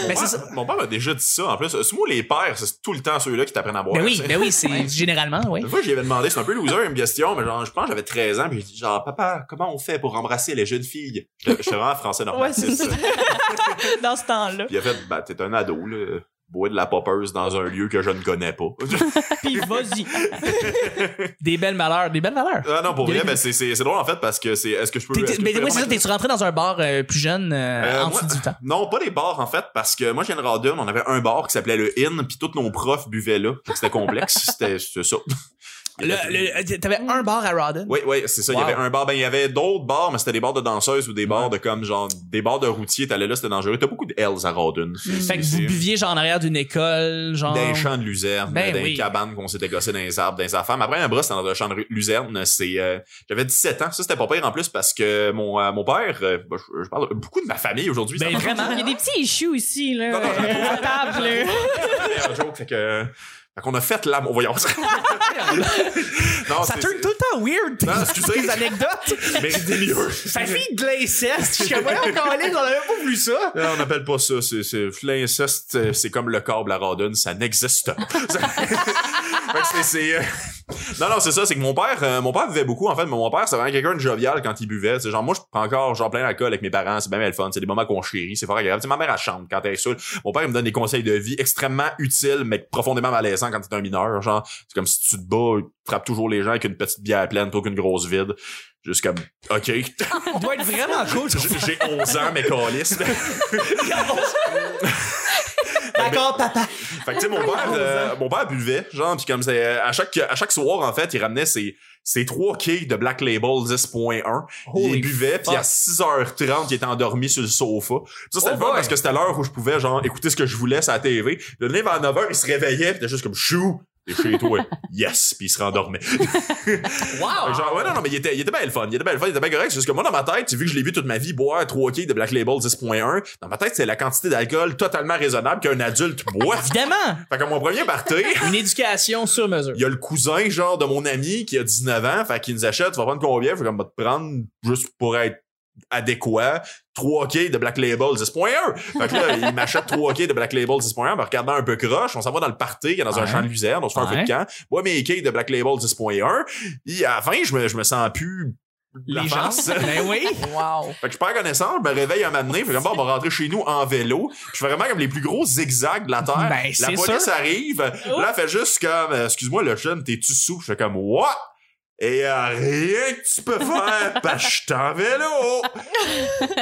[SPEAKER 3] Mon
[SPEAKER 1] Ben, c'est ça.
[SPEAKER 3] père- Mon père m'a déjà dit ça. En plus, ce mot, les pères, c'est tout le temps ceux-là qui t'apprennent à boire.
[SPEAKER 1] Ben
[SPEAKER 3] tu
[SPEAKER 1] oui,
[SPEAKER 3] sais.
[SPEAKER 1] ben oui, c'est généralement,
[SPEAKER 6] (laughs)
[SPEAKER 1] oui.
[SPEAKER 3] Une fois, j'avais demandé, c'est un peu loser, une question, mais genre, je pense que j'avais 13 ans, puis j'ai dit, genre, papa, comment on fait pour embrasser les jeunes filles? J'étais j'étais vraiment français normal.
[SPEAKER 6] Ouais, c'est ça. (laughs) Dans ce temps-là.
[SPEAKER 3] Puis il a fait, bah, t'es ben, un ado, là. boire de la popeuse dans un lieu que je ne connais pas. (laughs)
[SPEAKER 1] Puis vas-y. des belles malheurs, des belles malheurs.
[SPEAKER 3] ah non, pour
[SPEAKER 1] Il y a
[SPEAKER 3] vrai, ben, c'est, c'est, c'est drôle en fait parce que c'est. Est-ce que je peux.
[SPEAKER 1] T'es-
[SPEAKER 3] est-ce
[SPEAKER 1] t'es-
[SPEAKER 3] que
[SPEAKER 1] mais
[SPEAKER 3] je peux
[SPEAKER 1] oui, c'est ça,
[SPEAKER 3] répondre à
[SPEAKER 1] t'es-tu rentré dans un bar euh, plus jeune, euh,
[SPEAKER 3] Euh,
[SPEAKER 1] en
[SPEAKER 3] moi-
[SPEAKER 1] dessous du temps?
[SPEAKER 3] Non, pas les bars en fait, parce que moi, je viens de Radom, on avait un bar qui s'appelait le Inn, puis tous nos profs buvaient là. Fait que C'était complexe, (laughs) c'était c'était ça. Il y
[SPEAKER 1] Le-
[SPEAKER 3] avait-
[SPEAKER 1] le- euh, T'avais un bar à Rodden?
[SPEAKER 3] Oui, oui, c'est ça. Il
[SPEAKER 1] Wow.
[SPEAKER 3] y avait un bar, ben il y avait d'autres bars, mais c'était des bars de danseuses ou des bars de comme genre des bars de routiers. T'allais là, c'était dangereux. T'as beaucoup de L's à Radon.
[SPEAKER 1] Fait que vous buviez genre en arrière d'une école, genre.
[SPEAKER 3] Dans les champs de luzerne,
[SPEAKER 1] Ben
[SPEAKER 3] dans les
[SPEAKER 1] oui.
[SPEAKER 3] cabanes qu'on s'était gossé dans les arbres, dans les affaires. Ma première brosse, c'était dans un champ de ru- luzerne. C'est, euh, j'avais 17 ans. Ça, c'était pas pire en plus parce que mon, euh, mon père, euh, bah, je, je parle beaucoup de ma famille aujourd'hui.
[SPEAKER 1] Ben
[SPEAKER 3] ça (laughs) me-
[SPEAKER 1] vraiment.
[SPEAKER 5] Il y a des petits issues ici, là.
[SPEAKER 3] Non, non,
[SPEAKER 6] euh,
[SPEAKER 3] j'en ai pas.
[SPEAKER 5] à table, là.
[SPEAKER 3] un joke, fait que. Fait qu'on a fait
[SPEAKER 1] (laughs)
[SPEAKER 3] l'amour. Voyons. non,
[SPEAKER 1] Ça
[SPEAKER 3] c'est-
[SPEAKER 1] tourne tout le temps weird, tes-
[SPEAKER 3] Non, excusez.
[SPEAKER 1] tes anecdotes. (laughs)
[SPEAKER 3] (laughs) Mais c'est mieux.
[SPEAKER 1] Sa fille glaçait, je suis comme,
[SPEAKER 3] (laughs)
[SPEAKER 1] voyons, Colin, on avait pas vu ça.
[SPEAKER 3] Non, Euh, on n'appelle pas ça. C'est, c'est, l'inceste, euh, c'est comme le câble à Radon, ça n'existe pas. Ça- Fait que c'est, c'est, euh, Non, non, c'est ça, c'est que mon père, euh, mon père buvait beaucoup, en fait, mais mon père, c'est vraiment quelqu'un de jovial quand il buvait. C'est genre, moi, je prends encore, genre, plein d'alcool avec mes parents, c'est bien, bien le fun, c'est des moments qu'on chérit, c'est fort agréable. Tu sais, ma mère, elle chante quand elle est seule. Mon père, il me donne des conseils de vie extrêmement utiles, mais profondément malaisants quand t'es un mineur. Genre, c'est comme si tu te bats, frappe toujours les gens avec une petite bière pleine plutôt qu'une grosse vide. Juste comme, OK, (laughs)
[SPEAKER 1] On doit être vraiment cool.
[SPEAKER 3] j'ai j'ai 11 ans, mais câlisse.
[SPEAKER 1] D'accord, papa.
[SPEAKER 3] Fait que tu sais, mon père, euh, mon père buvait, genre, puis comme c'est euh, à chaque à chaque soir en fait, il ramenait ses ses trois quilles de Black Label 10.1.
[SPEAKER 1] Holy
[SPEAKER 3] il buvait, puis à
[SPEAKER 1] fuck.
[SPEAKER 3] 6h30, il était endormi sur le sofa. Puis ça, c'était
[SPEAKER 1] Oh
[SPEAKER 3] le fun
[SPEAKER 1] boy.
[SPEAKER 3] parce que c'était l'heure où je pouvais, genre, écouter ce que je voulais sur la TV. Le livre à 9h, il se réveillait, puis il était juste comme, chou, t'es chez toi.
[SPEAKER 1] (laughs)
[SPEAKER 3] yes, puis il se rendormait. Fait que
[SPEAKER 1] Wow.
[SPEAKER 3] Genre, ouais, non, non, mais il était, il était bien le fun. Il était bien le fun, il était bien correct. C'est juste que moi, dans ma tête, vu que je l'ai vu toute ma vie boire 3 quilles de Black Label 10.1, dans ma tête, c'est la quantité d'alcool totalement raisonnable qu'un adulte
[SPEAKER 1] (laughs)
[SPEAKER 3] boit.
[SPEAKER 1] Évidemment,
[SPEAKER 3] fait que mon premier party, (laughs)
[SPEAKER 1] une éducation sur mesure.
[SPEAKER 3] il y a le cousin, genre, de mon ami qui a 19 ans, fait qu'il nous achète, tu vas prendre combien? Fait qu'on va te prendre, juste pour être adéquat, 3 quilles de Black Label 10.1. Fait
[SPEAKER 1] (laughs)
[SPEAKER 3] que là, il m'achète 3 quilles de Black Label 10.1, en me regardant un peu croche, on s'en va dans le party, dans un
[SPEAKER 1] Ouais.
[SPEAKER 3] champ de luzerne, on se fait un
[SPEAKER 1] Ouais.
[SPEAKER 3] feu de camp, moi, mes quilles de Black Label 10.1, et à la fin, je me, je me sens plus la
[SPEAKER 1] Les gens.
[SPEAKER 3] face.
[SPEAKER 1] Ben oui.
[SPEAKER 2] Wow.
[SPEAKER 3] Fait que je perds connaissance, je me réveille un matin, fait comme bon, on va rentrer chez nous en vélo. Je fais vraiment comme les plus gros zigzags de la Terre.
[SPEAKER 1] Ben,
[SPEAKER 3] la
[SPEAKER 1] c'est
[SPEAKER 3] police
[SPEAKER 1] sûr.
[SPEAKER 3] arrive, là, elle fait juste comme, euh, excuse-moi, le jeune, t'es-tu sous? Je fais comme, what? Et euh, rien que tu peux faire, (laughs) parce que je suis en vélo!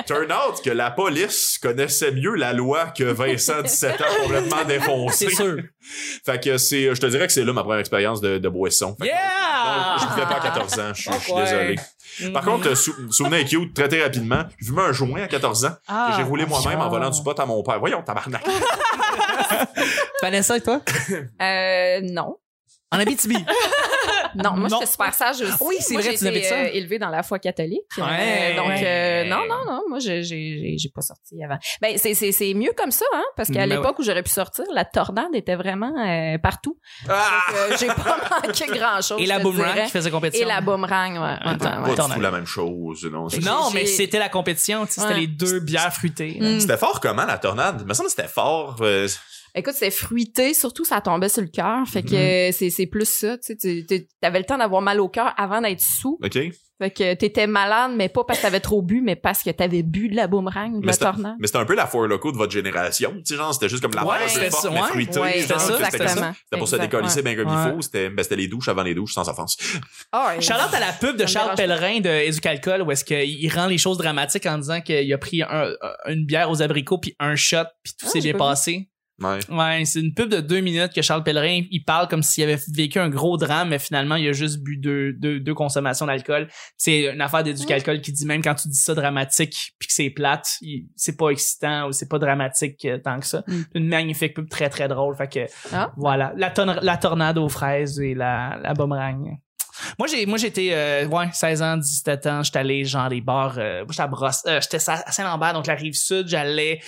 [SPEAKER 3] Turn out que la police connaissait mieux la loi que Vincent, 17 ans, complètement défoncé.
[SPEAKER 1] C'est sûr.
[SPEAKER 3] Fait que c'est, je te dirais que c'est là ma première expérience de, de boisson. Fait que
[SPEAKER 1] Yeah!
[SPEAKER 3] donc, je pouvais pas à 14 ans, je suis je suis
[SPEAKER 1] Ouais. Mm-hmm.
[SPEAKER 3] désolé. Par contre, euh, sou souvenez cute, très très rapidement, j'ai fumé un joint à 14 ans
[SPEAKER 5] Ah.
[SPEAKER 3] que j'ai roulé moi-même en volant du pot à mon père. Voyons, tabarnak.
[SPEAKER 1] Vanessa et toi?
[SPEAKER 2] Euh, non.
[SPEAKER 1] En Abitibi.
[SPEAKER 2] Non,
[SPEAKER 1] Non.
[SPEAKER 2] moi,
[SPEAKER 1] Ah
[SPEAKER 2] j'étais super sage aussi.
[SPEAKER 1] Oui, c'est
[SPEAKER 2] Moi,
[SPEAKER 1] vrai,
[SPEAKER 2] j'ai
[SPEAKER 1] tu
[SPEAKER 2] été,
[SPEAKER 1] avais ça.
[SPEAKER 2] euh, élevée dans la foi catholique. Euh,
[SPEAKER 1] Ouais.
[SPEAKER 2] donc, euh, non, non, non, moi, j'ai- j'ai j'ai- j'ai pas sorti avant. Ben, c'est- c'est c'est mieux comme ça, hein, parce qu'à
[SPEAKER 1] Ben
[SPEAKER 2] l'époque où j'aurais pu sortir, la tornade était vraiment euh, partout.
[SPEAKER 3] Ah!
[SPEAKER 2] Donc, euh, j'ai pas (laughs) manqué grand-chose.
[SPEAKER 1] Et la
[SPEAKER 2] je te
[SPEAKER 1] boomerang
[SPEAKER 2] dirais.
[SPEAKER 1] qui faisait compétition.
[SPEAKER 2] Et la boomerang, ouais.
[SPEAKER 1] Ouais,
[SPEAKER 2] Attends,
[SPEAKER 3] Pas
[SPEAKER 2] ouais.
[SPEAKER 3] du tout la même chose, non. c'est-
[SPEAKER 1] Non,
[SPEAKER 2] J'ai-
[SPEAKER 1] mais c'était la compétition. tu sais, C'était
[SPEAKER 2] Ouais.
[SPEAKER 1] les deux bières fruitées. là.
[SPEAKER 2] Mm.
[SPEAKER 3] C'était fort comment la tornade? Il me semble que c'était fort. euh,
[SPEAKER 2] Écoute, c'est fruité, surtout ça tombait sur le cœur. Fait que
[SPEAKER 1] Mmh.
[SPEAKER 2] euh, c'est c'est plus ça. Tu sais, tu- tu- t'avais le temps d'avoir mal au cœur avant d'être sous.
[SPEAKER 3] OK?
[SPEAKER 2] Fait que t'étais malade, mais pas parce que t'avais trop bu, mais parce que t'avais bu de la boomerang ou de
[SPEAKER 3] Mais
[SPEAKER 2] la
[SPEAKER 3] c'était-
[SPEAKER 2] tornade.
[SPEAKER 3] Mais c'était un peu la foire loco de votre génération. Tu sais, genre, c'était juste comme la
[SPEAKER 1] Ouais,
[SPEAKER 3] base,
[SPEAKER 1] c'était
[SPEAKER 3] c'est fort,
[SPEAKER 1] ça,
[SPEAKER 3] mais
[SPEAKER 1] ouais.
[SPEAKER 3] fruité.
[SPEAKER 2] Ouais,
[SPEAKER 3] genre,
[SPEAKER 1] c'était ça,
[SPEAKER 3] c'était comme
[SPEAKER 2] exactement.
[SPEAKER 3] C'était pour se
[SPEAKER 2] Exact,
[SPEAKER 3] décollisser bien comme il
[SPEAKER 1] Ouais.
[SPEAKER 3] faut. C'était ben, c'était les douches avant les douches, sans offense.
[SPEAKER 2] Ah, ouais.
[SPEAKER 1] Charlotte à la pub
[SPEAKER 2] Ça
[SPEAKER 1] de
[SPEAKER 2] me
[SPEAKER 1] Charles
[SPEAKER 2] dérange
[SPEAKER 1] Pellerin de Éducalcool où est-ce qu'il rend les choses dramatiques en disant qu'il a pris un- une bière aux abricots puis un shot puis tout
[SPEAKER 2] Ah,
[SPEAKER 1] s'est
[SPEAKER 2] j'ai
[SPEAKER 1] bien
[SPEAKER 2] pas vu.
[SPEAKER 1] passé.
[SPEAKER 3] Ouais.
[SPEAKER 1] Ouais, c'est une pub de deux minutes que Charles Pellerin, il parle comme s'il avait vécu un gros drame, mais finalement, il a juste bu deux, deux, deux consommations d'alcool. C'est une affaire d'éducalcool qui dit même quand tu dis ça dramatique puis que c'est plate, il- c'est pas excitant ou c'est pas dramatique euh, tant que ça.
[SPEAKER 2] Mm.
[SPEAKER 1] Une magnifique pub très, très drôle. Fait que,
[SPEAKER 2] Ah.
[SPEAKER 1] voilà. La, tonne- la tornade aux fraises et la, la boomerang. Moi, j'ai, moi, j'étais, euh, ouais, 16 ans, 17 ans, j'étais allé, genre, des bars, euh, moi, j'étais à Brosse, euh, j'étais sa- à Saint-Lambert, donc la rive sud, j'allais,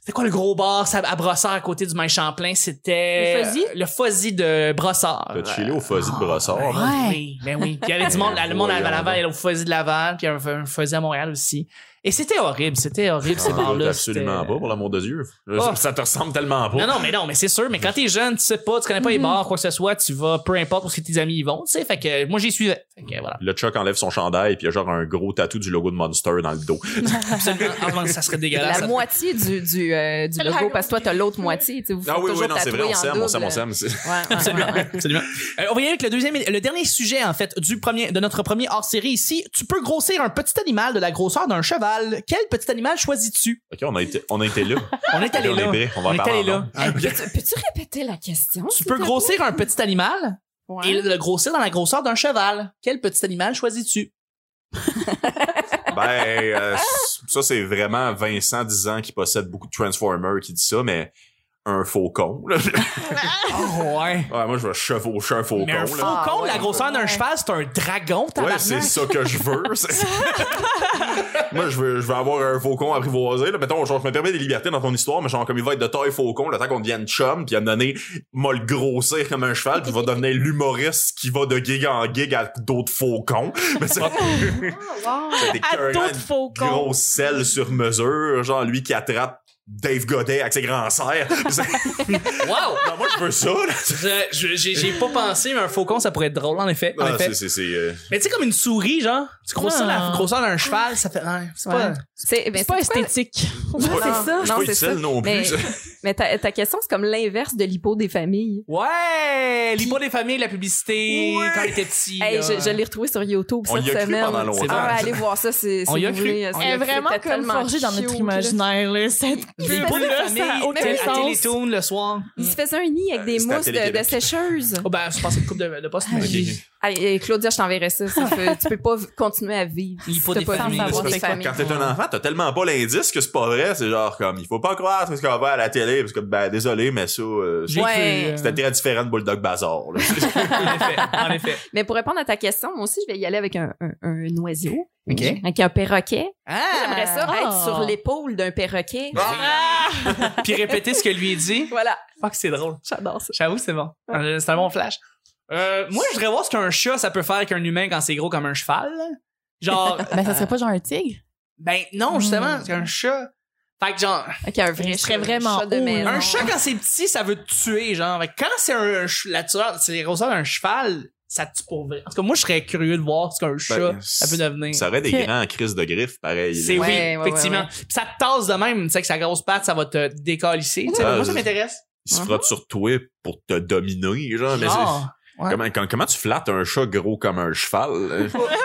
[SPEAKER 1] c'était quoi le gros bar, ça- à Brossard, à côté du Main Champlain, c'était.
[SPEAKER 5] Le Fuzzy?
[SPEAKER 1] Le Fuzzy de Brossard.
[SPEAKER 3] T'as chillé au Fuzzy
[SPEAKER 1] Ah,
[SPEAKER 3] de Brossard?
[SPEAKER 1] Ben oui, ben oui. Puis il y avait du monde, le monde à
[SPEAKER 3] Voyons
[SPEAKER 1] Laval, il y avait au Fuzzy de Laval, puis il y avait un Fuzzy à Montréal aussi. Et c'était horrible, c'était horrible ces
[SPEAKER 3] Ah,
[SPEAKER 1] bars-là.
[SPEAKER 3] absolument
[SPEAKER 1] c'était-
[SPEAKER 3] pas, pour l'amour de Dieu.
[SPEAKER 1] Oh.
[SPEAKER 3] Ça te ressemble tellement pas.
[SPEAKER 1] Non, non, mais non, mais c'est sûr, mais quand t'es jeune, tu sais pas, tu connais pas les
[SPEAKER 2] Mm-hmm.
[SPEAKER 1] bars, quoi que ce soit, tu vas, peu importe où ce que tes amis y vont, tu sais, fait que moi j'y suivais. Fait que voilà.
[SPEAKER 3] Le Chuck enlève son chandail puis il y a genre un gros tatou du logo de Monster dans le dos.
[SPEAKER 2] (laughs)
[SPEAKER 1] Absolument. Avant que ça serait dégueulasse.
[SPEAKER 2] La moitié du, du, euh, du logo, parce que toi, t'as l'autre moitié. tu sais, Vous
[SPEAKER 3] Ah
[SPEAKER 2] faites
[SPEAKER 3] oui, oui,
[SPEAKER 2] toujours
[SPEAKER 3] non, c'est vrai,
[SPEAKER 2] tatouer
[SPEAKER 3] on
[SPEAKER 2] en
[SPEAKER 3] s'aime, on
[SPEAKER 2] double.
[SPEAKER 3] s'aime, on s'aime. c'est-
[SPEAKER 2] Ouais, ouais, ouais, ouais.
[SPEAKER 1] Absolument. Euh, on va y aller avec le deuxième, et- le dernier sujet en fait du premier, de notre premier hors série ici. Tu peux grossir un petit animal de la grosseur d'un cheval. Quel petit animal choisis-tu
[SPEAKER 3] (laughs) Ok, on a été, on a été là.
[SPEAKER 1] On est allé
[SPEAKER 3] on est
[SPEAKER 1] là.
[SPEAKER 3] vrai, on va
[SPEAKER 1] On
[SPEAKER 3] en
[SPEAKER 1] est
[SPEAKER 3] parler.
[SPEAKER 1] allé
[SPEAKER 3] en
[SPEAKER 1] là.
[SPEAKER 3] nombre.
[SPEAKER 2] Hey, peux-tu, peux-tu répéter la question?
[SPEAKER 1] Tu
[SPEAKER 2] s'il
[SPEAKER 1] peux
[SPEAKER 2] te plaît?
[SPEAKER 1] grossir un petit animal
[SPEAKER 2] Ouais.
[SPEAKER 1] et le grossir dans la grosseur d'un cheval. Quel petit animal choisis-tu
[SPEAKER 3] (laughs) Ben, euh, ça, c'est vraiment Vincent, 10 ans, qui possède beaucoup de Transformers, qui dit ça, mais un faucon. là. (laughs)
[SPEAKER 1] Oh ouais.
[SPEAKER 3] Ouais, moi, je vais chevaucher un faucon.
[SPEAKER 1] Mais un
[SPEAKER 3] là.
[SPEAKER 1] faucon,
[SPEAKER 2] Ah,
[SPEAKER 1] de la
[SPEAKER 2] ouais.
[SPEAKER 1] grosseur d'un cheval, c'est un dragon,
[SPEAKER 3] Ouais,
[SPEAKER 1] tabarnak.
[SPEAKER 3] c'est ça que je veux.
[SPEAKER 1] (laughs)
[SPEAKER 3] c'est- Moi, je veux, je veux avoir un faucon apprivoisé. Là. Mettons, genre, je me permets des libertés dans ton histoire, mais genre, comme il va être de taille faucon, le temps qu'on devienne chum, puis à un moment donné, m'a le grossir comme un cheval, puis il va devenir l'humoriste qui va de gig en gig à d'autres faucons. (laughs) Mais
[SPEAKER 2] Ah,
[SPEAKER 3] c'est c'est
[SPEAKER 6] À
[SPEAKER 3] écœurant,
[SPEAKER 6] d'autres faux
[SPEAKER 3] une grosse selle sur mesure, genre, lui qui attrape Dave Godet avec ses grands serres. C'est-
[SPEAKER 1] Wow.
[SPEAKER 3] (laughs) non, moi, je veux ça. là.
[SPEAKER 1] Je- je- J'ai j'ai pas pensé, mais un faucon, ça pourrait être drôle, en effet. En
[SPEAKER 3] Ah,
[SPEAKER 1] effet.
[SPEAKER 3] c'est, c'est, c'est, euh,
[SPEAKER 1] Mais tu sais, comme une souris, genre, tu grossis la
[SPEAKER 6] Ah.
[SPEAKER 1] grosseur d'un cheval, ça fait. ouais, c'est
[SPEAKER 2] Ouais.
[SPEAKER 1] pas.
[SPEAKER 2] C'est, ben,
[SPEAKER 6] C'est pas
[SPEAKER 2] c'est quoi-
[SPEAKER 6] esthétique.
[SPEAKER 3] c'est
[SPEAKER 2] Non,
[SPEAKER 3] pas-
[SPEAKER 2] c'est ça,
[SPEAKER 3] c'est
[SPEAKER 2] non,
[SPEAKER 3] pas
[SPEAKER 2] c'est
[SPEAKER 3] utile
[SPEAKER 2] ça.
[SPEAKER 3] non plus.
[SPEAKER 2] Mais- (laughs) Mais ta, ta question, c'est comme l'inverse de l'hypo des familles.
[SPEAKER 1] Ouais! L'hypo des familles, la publicité, quand il était petit.
[SPEAKER 2] Hey,
[SPEAKER 1] là.
[SPEAKER 2] je, je l'ai retrouvé sur YouTube
[SPEAKER 3] euh, On
[SPEAKER 2] cette
[SPEAKER 3] y a cru
[SPEAKER 2] semaine.
[SPEAKER 3] pendant longtemps.
[SPEAKER 1] C'est vrai.
[SPEAKER 2] Ah, ouais, allez voir ça, c'est
[SPEAKER 1] On y a cru.
[SPEAKER 2] Est
[SPEAKER 6] Elle est vraiment comme forgée dans notre imaginaire, là, cette
[SPEAKER 1] L'hypo des
[SPEAKER 6] pub-là, ça
[SPEAKER 1] familles,
[SPEAKER 6] a aucun
[SPEAKER 1] t'es à
[SPEAKER 6] sens.
[SPEAKER 1] Télétoon le soir.
[SPEAKER 2] Il se faisait un nid avec des
[SPEAKER 3] C'était à
[SPEAKER 2] mousses de,
[SPEAKER 3] Euh, Télé-Québec.
[SPEAKER 2] de sécheuse.
[SPEAKER 1] Oh, ben, je pense que c'est une coupe de, de poste.
[SPEAKER 3] Ok, ok.
[SPEAKER 2] Hey, hey, euh, Claudia, je t'enverrai ça. ça fait- tu peux pas v- continuer à vivre.
[SPEAKER 1] Il
[SPEAKER 2] si
[SPEAKER 1] faut
[SPEAKER 2] t'as
[SPEAKER 1] des
[SPEAKER 2] pas
[SPEAKER 1] familles.
[SPEAKER 2] vu avoir
[SPEAKER 1] Mais
[SPEAKER 2] des
[SPEAKER 1] c'est
[SPEAKER 2] familles.
[SPEAKER 3] Quand t'es un enfant, t'as tellement pas l'indice que c'est pas vrai. C'est genre comme, il faut pas croire ce qu'on voit à la télé, parce que, ben, désolé, mais ça, euh,
[SPEAKER 1] J'ai
[SPEAKER 2] Ouais.
[SPEAKER 1] cru, euh,
[SPEAKER 3] c'était très différent de Bulldog Bazaar.
[SPEAKER 1] (laughs)
[SPEAKER 3] là.
[SPEAKER 1] en effet, en effet.
[SPEAKER 2] Mais pour répondre à ta question, moi aussi, je vais y aller avec un, un, un oiseau.
[SPEAKER 1] Ok.
[SPEAKER 2] Avec un perroquet.
[SPEAKER 1] Ah!
[SPEAKER 2] J'aimerais ça
[SPEAKER 6] Ah.
[SPEAKER 2] être sur l'épaule d'un perroquet.
[SPEAKER 1] (laughs) Puis répéter ce que lui dit.
[SPEAKER 2] Voilà,
[SPEAKER 1] Fuck, c'est drôle.
[SPEAKER 2] j'adore ça.
[SPEAKER 1] J'avoue, c'est bon. Euh, C'est un bon flash. Euh, moi, je voudrais voir ce qu'un chat, ça peut faire qu'un humain quand c'est gros comme un cheval. là. (laughs) Genre,
[SPEAKER 4] Ben, ça serait pas genre un tigre?
[SPEAKER 1] ben non, justement, c'est un chat. Fait que genre,
[SPEAKER 2] Avec un vrai
[SPEAKER 6] Il serait
[SPEAKER 2] chat,
[SPEAKER 6] vraiment
[SPEAKER 2] chat de
[SPEAKER 6] haut,
[SPEAKER 2] maison.
[SPEAKER 1] Un chat, quand c'est petit, ça veut te tuer, genre. Fait que Quand c'est un, un ch- la tueur, c'est les grosseurs d'un cheval, ça te tue pour vrai. En tout cas, moi, je serais curieux de voir ce qu'un chat, ça peut devenir.
[SPEAKER 3] Ben, Ça aurait des
[SPEAKER 4] Ok.
[SPEAKER 3] grands crises de griffes, pareil.
[SPEAKER 1] C'est
[SPEAKER 3] là.
[SPEAKER 1] oui,
[SPEAKER 2] Ouais, ouais,
[SPEAKER 1] effectivement.
[SPEAKER 2] ouais,
[SPEAKER 1] Puis ça te tasse de même, tu sais, que sa grosse patte, ça va te décalisser. tu sais.
[SPEAKER 3] Ah,
[SPEAKER 1] moi, ça
[SPEAKER 3] je-
[SPEAKER 1] m'intéresse.
[SPEAKER 3] Il se frotte sur toi pour te dominer, genre. Ah, Mais
[SPEAKER 1] Genre.
[SPEAKER 3] c'est- Comment, quand- comment tu flattes un chat gros comme un cheval? là?
[SPEAKER 2] (laughs)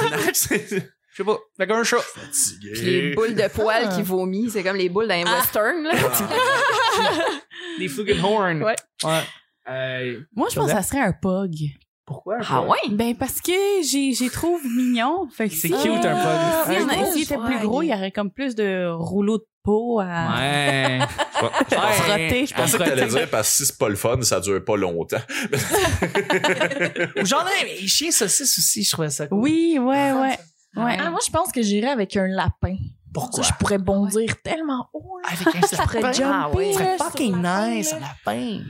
[SPEAKER 3] Tabarnak, (laughs) c'est-
[SPEAKER 1] Je sais pas. Fait qu'un chat.
[SPEAKER 2] Puis les boules de poils qui vomissent, c'est comme les boules d'un western. Là.
[SPEAKER 1] Des flugelhorn.
[SPEAKER 2] Ouais.
[SPEAKER 1] Ouais. Euh,
[SPEAKER 4] Moi, je pense que ça serait un pug.
[SPEAKER 1] pourquoi?
[SPEAKER 2] Ah ouais?
[SPEAKER 4] Ben, parce que j'ai, j'ai trouve mignon. Fait que
[SPEAKER 1] C'est
[SPEAKER 4] si-
[SPEAKER 1] cute, un pug.
[SPEAKER 4] Si on a-
[SPEAKER 2] Un
[SPEAKER 4] s'il était
[SPEAKER 2] gros
[SPEAKER 4] plus gros, il y aurait comme plus de rouleaux de peau à
[SPEAKER 1] Ouais.
[SPEAKER 2] (laughs)
[SPEAKER 4] à se roter, je
[SPEAKER 3] Je pensais
[SPEAKER 4] pense.
[SPEAKER 3] que t'allais dire, parce que si c'est pas le fun, ça dure pas longtemps.
[SPEAKER 1] Ou J'en ai, mais les chiens saucisses aussi, je trouvais ça cool.
[SPEAKER 4] Oui, ouais, ouais. Ouais.
[SPEAKER 6] Ah, moi, je pense que j'irais avec un lapin.
[SPEAKER 1] Pourquoi?
[SPEAKER 6] Je pourrais bondir tellement haut. là.
[SPEAKER 1] Avec un serpent.
[SPEAKER 6] pourrait jumper,
[SPEAKER 1] Ah ouais. Ça serait
[SPEAKER 6] là, sur
[SPEAKER 1] fucking
[SPEAKER 6] la
[SPEAKER 1] nice, un
[SPEAKER 6] table,
[SPEAKER 1] lapin.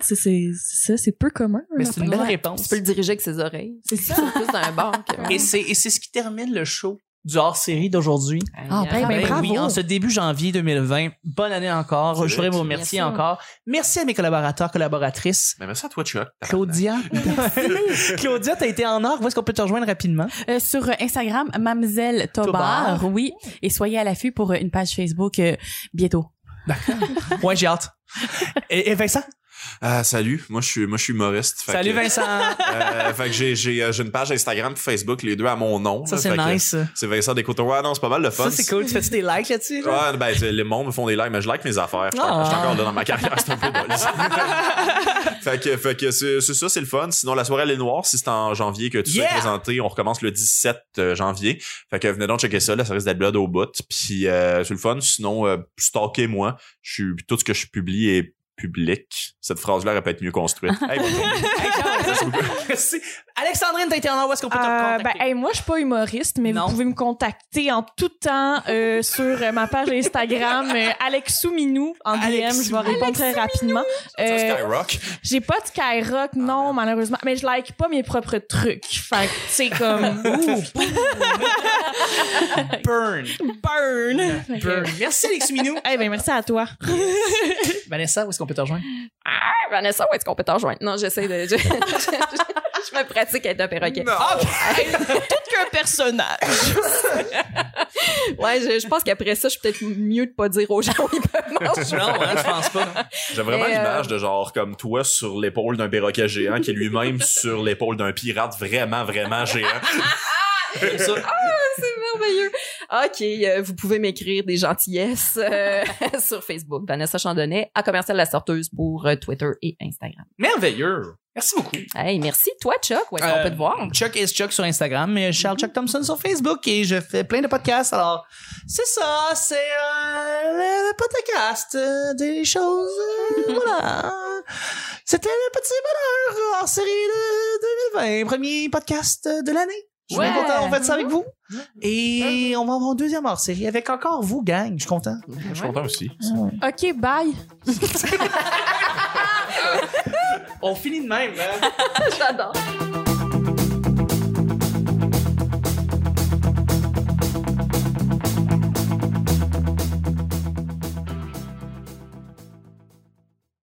[SPEAKER 6] C'est- C'est c'est ça, c'est peu commun. un
[SPEAKER 1] Mais c'est une
[SPEAKER 6] lapin.
[SPEAKER 1] belle
[SPEAKER 6] Ouais.
[SPEAKER 1] réponse.
[SPEAKER 2] Tu peux le diriger avec ses oreilles.
[SPEAKER 6] C'est ça.
[SPEAKER 2] C'est plus d'un bord que.
[SPEAKER 1] Et c'est, et c'est ce qui termine le show du hors-série d'aujourd'hui.
[SPEAKER 2] Ah,
[SPEAKER 6] ben, ben, bravo.
[SPEAKER 1] oui, en ce début janvier 2020. Bonne année encore. Je voudrais vous remercier
[SPEAKER 2] Bien sûr.
[SPEAKER 1] encore. Merci à mes collaborateurs, collaboratrices.
[SPEAKER 3] Mais merci à toi, Chuck.
[SPEAKER 1] Claudia. (laughs) Claudia, t'as été en or. Où est-ce qu'on peut te rejoindre rapidement?
[SPEAKER 4] Euh, sur euh, Instagram, Mamzelle Tobar,
[SPEAKER 1] Tobar.
[SPEAKER 4] oui. Et soyez à l'affût pour euh, une page Facebook euh, bientôt.
[SPEAKER 1] Ouais, j'ai hâte. Et, et Vincent?
[SPEAKER 3] Ah, salut. Moi, je suis, moi, je suis humoriste. Fait
[SPEAKER 1] Salut
[SPEAKER 3] que-
[SPEAKER 1] Vincent.
[SPEAKER 3] Euh, fait que j'ai, j'ai, euh, j'ai une page Instagram puis Facebook, les deux à mon nom.
[SPEAKER 1] Ça,
[SPEAKER 3] là.
[SPEAKER 1] c'est
[SPEAKER 3] Fait que
[SPEAKER 1] nice.
[SPEAKER 3] C'est Vincent Descoteaux. Ouais, non, c'est pas mal le fun.
[SPEAKER 1] Ça, c'est cool. Tu fais-tu des likes là-dessus? là?
[SPEAKER 3] Ouais, ben, c'est- les mondes me font des likes, mais je like mes affaires. Je suis
[SPEAKER 1] Ah.
[SPEAKER 3] je suis encore là dans ma carrière, c'est un peu
[SPEAKER 1] (laughs)
[SPEAKER 3] dole. fait que, fait que c'est, c'est ça, c'est le fun. Sinon, la soirée, elle est noire. Si c'est en janvier que tu
[SPEAKER 1] Yeah!
[SPEAKER 3] sois présenté, on recommence le 17 euh, janvier. Fait que venez donc checker ça, là, ça risque d'être blood au bout. Puis, euh, c'est le fun. Sinon, euh, stalkez-moi. Je suis, tout ce que je publie
[SPEAKER 1] (laughs)
[SPEAKER 3] est public. Cette phrase-là aurait pas été mieux construite. Hey, bonne journée.
[SPEAKER 1] Hey, Charles, (laughs) merci. Alexandrine, t'as été en où est-ce qu'on peut te
[SPEAKER 5] Euh,
[SPEAKER 1] contacter?
[SPEAKER 5] ben, hey, moi, je suis pas humoriste, mais
[SPEAKER 1] Non.
[SPEAKER 5] vous pouvez me contacter en tout temps euh, (laughs) sur euh, ma page Instagram, euh, Alex Souminou, en DM.
[SPEAKER 1] Alex
[SPEAKER 5] je vais répondre très rapidement.
[SPEAKER 3] Ça,
[SPEAKER 5] Euh,
[SPEAKER 3] Skyrock.
[SPEAKER 5] j'ai pas de
[SPEAKER 1] Ah,
[SPEAKER 5] Skyrock, non, malheureusement. Mais je like pas mes propres trucs. Fait que, c'est
[SPEAKER 1] (laughs)
[SPEAKER 5] comme...
[SPEAKER 1] Burn.
[SPEAKER 5] burn!
[SPEAKER 1] Burn. Merci, Alex Minou.
[SPEAKER 5] Eh ben, merci à toi.
[SPEAKER 1] (laughs) Vanessa, où est-ce qu'on peut te rejoindre?
[SPEAKER 2] Ah, Vanessa, où est-ce qu'on peut t'en rejoindre? Non, j'essaie de. (laughs) Je, je- je- je me pratique à être un perroquet.
[SPEAKER 1] Ah,
[SPEAKER 7] Qu'un personnage.
[SPEAKER 2] (laughs) Ouais, je, je pense qu'après ça, je suis peut-être mieux de pas dire aux gens où ils peuvent manger.
[SPEAKER 1] Non, hein, je pense pas.
[SPEAKER 3] J'ai vraiment
[SPEAKER 2] Mais, euh,
[SPEAKER 3] l'image de genre comme toi sur l'épaule d'un perroquet géant qui est lui-même (laughs) sur l'épaule d'un pirate vraiment, vraiment géant.
[SPEAKER 1] J'aime ça.
[SPEAKER 2] merveilleux. OK, euh, vous pouvez m'écrire des gentillesses euh, (laughs) sur Facebook. Vanessa Chandonnet, à Commercial La Sorteuse pour euh, Twitter et Instagram.
[SPEAKER 1] Merveilleux. Merci beaucoup.
[SPEAKER 2] Hey, merci. Toi, Chuck, où est-ce
[SPEAKER 1] Euh,
[SPEAKER 2] qu'on peut te voir?
[SPEAKER 1] Chuck is Chuck sur Instagram et Charles Chuck Thompson sur Facebook et je fais plein de podcasts. Alors, c'est ça, c'est euh, le, le podcast euh, des choses. euh, voilà. C'était le petit bonheur en série de 2020, premier podcast de l'année. Je suis bien
[SPEAKER 2] Ouais.
[SPEAKER 1] content, on fait ça avec vous. Et on va avoir un deuxième hors série avec encore vous, gang. Je suis content.
[SPEAKER 3] Je suis content aussi.
[SPEAKER 5] OK, bye!
[SPEAKER 1] On finit de même. hein?
[SPEAKER 2] J'adore.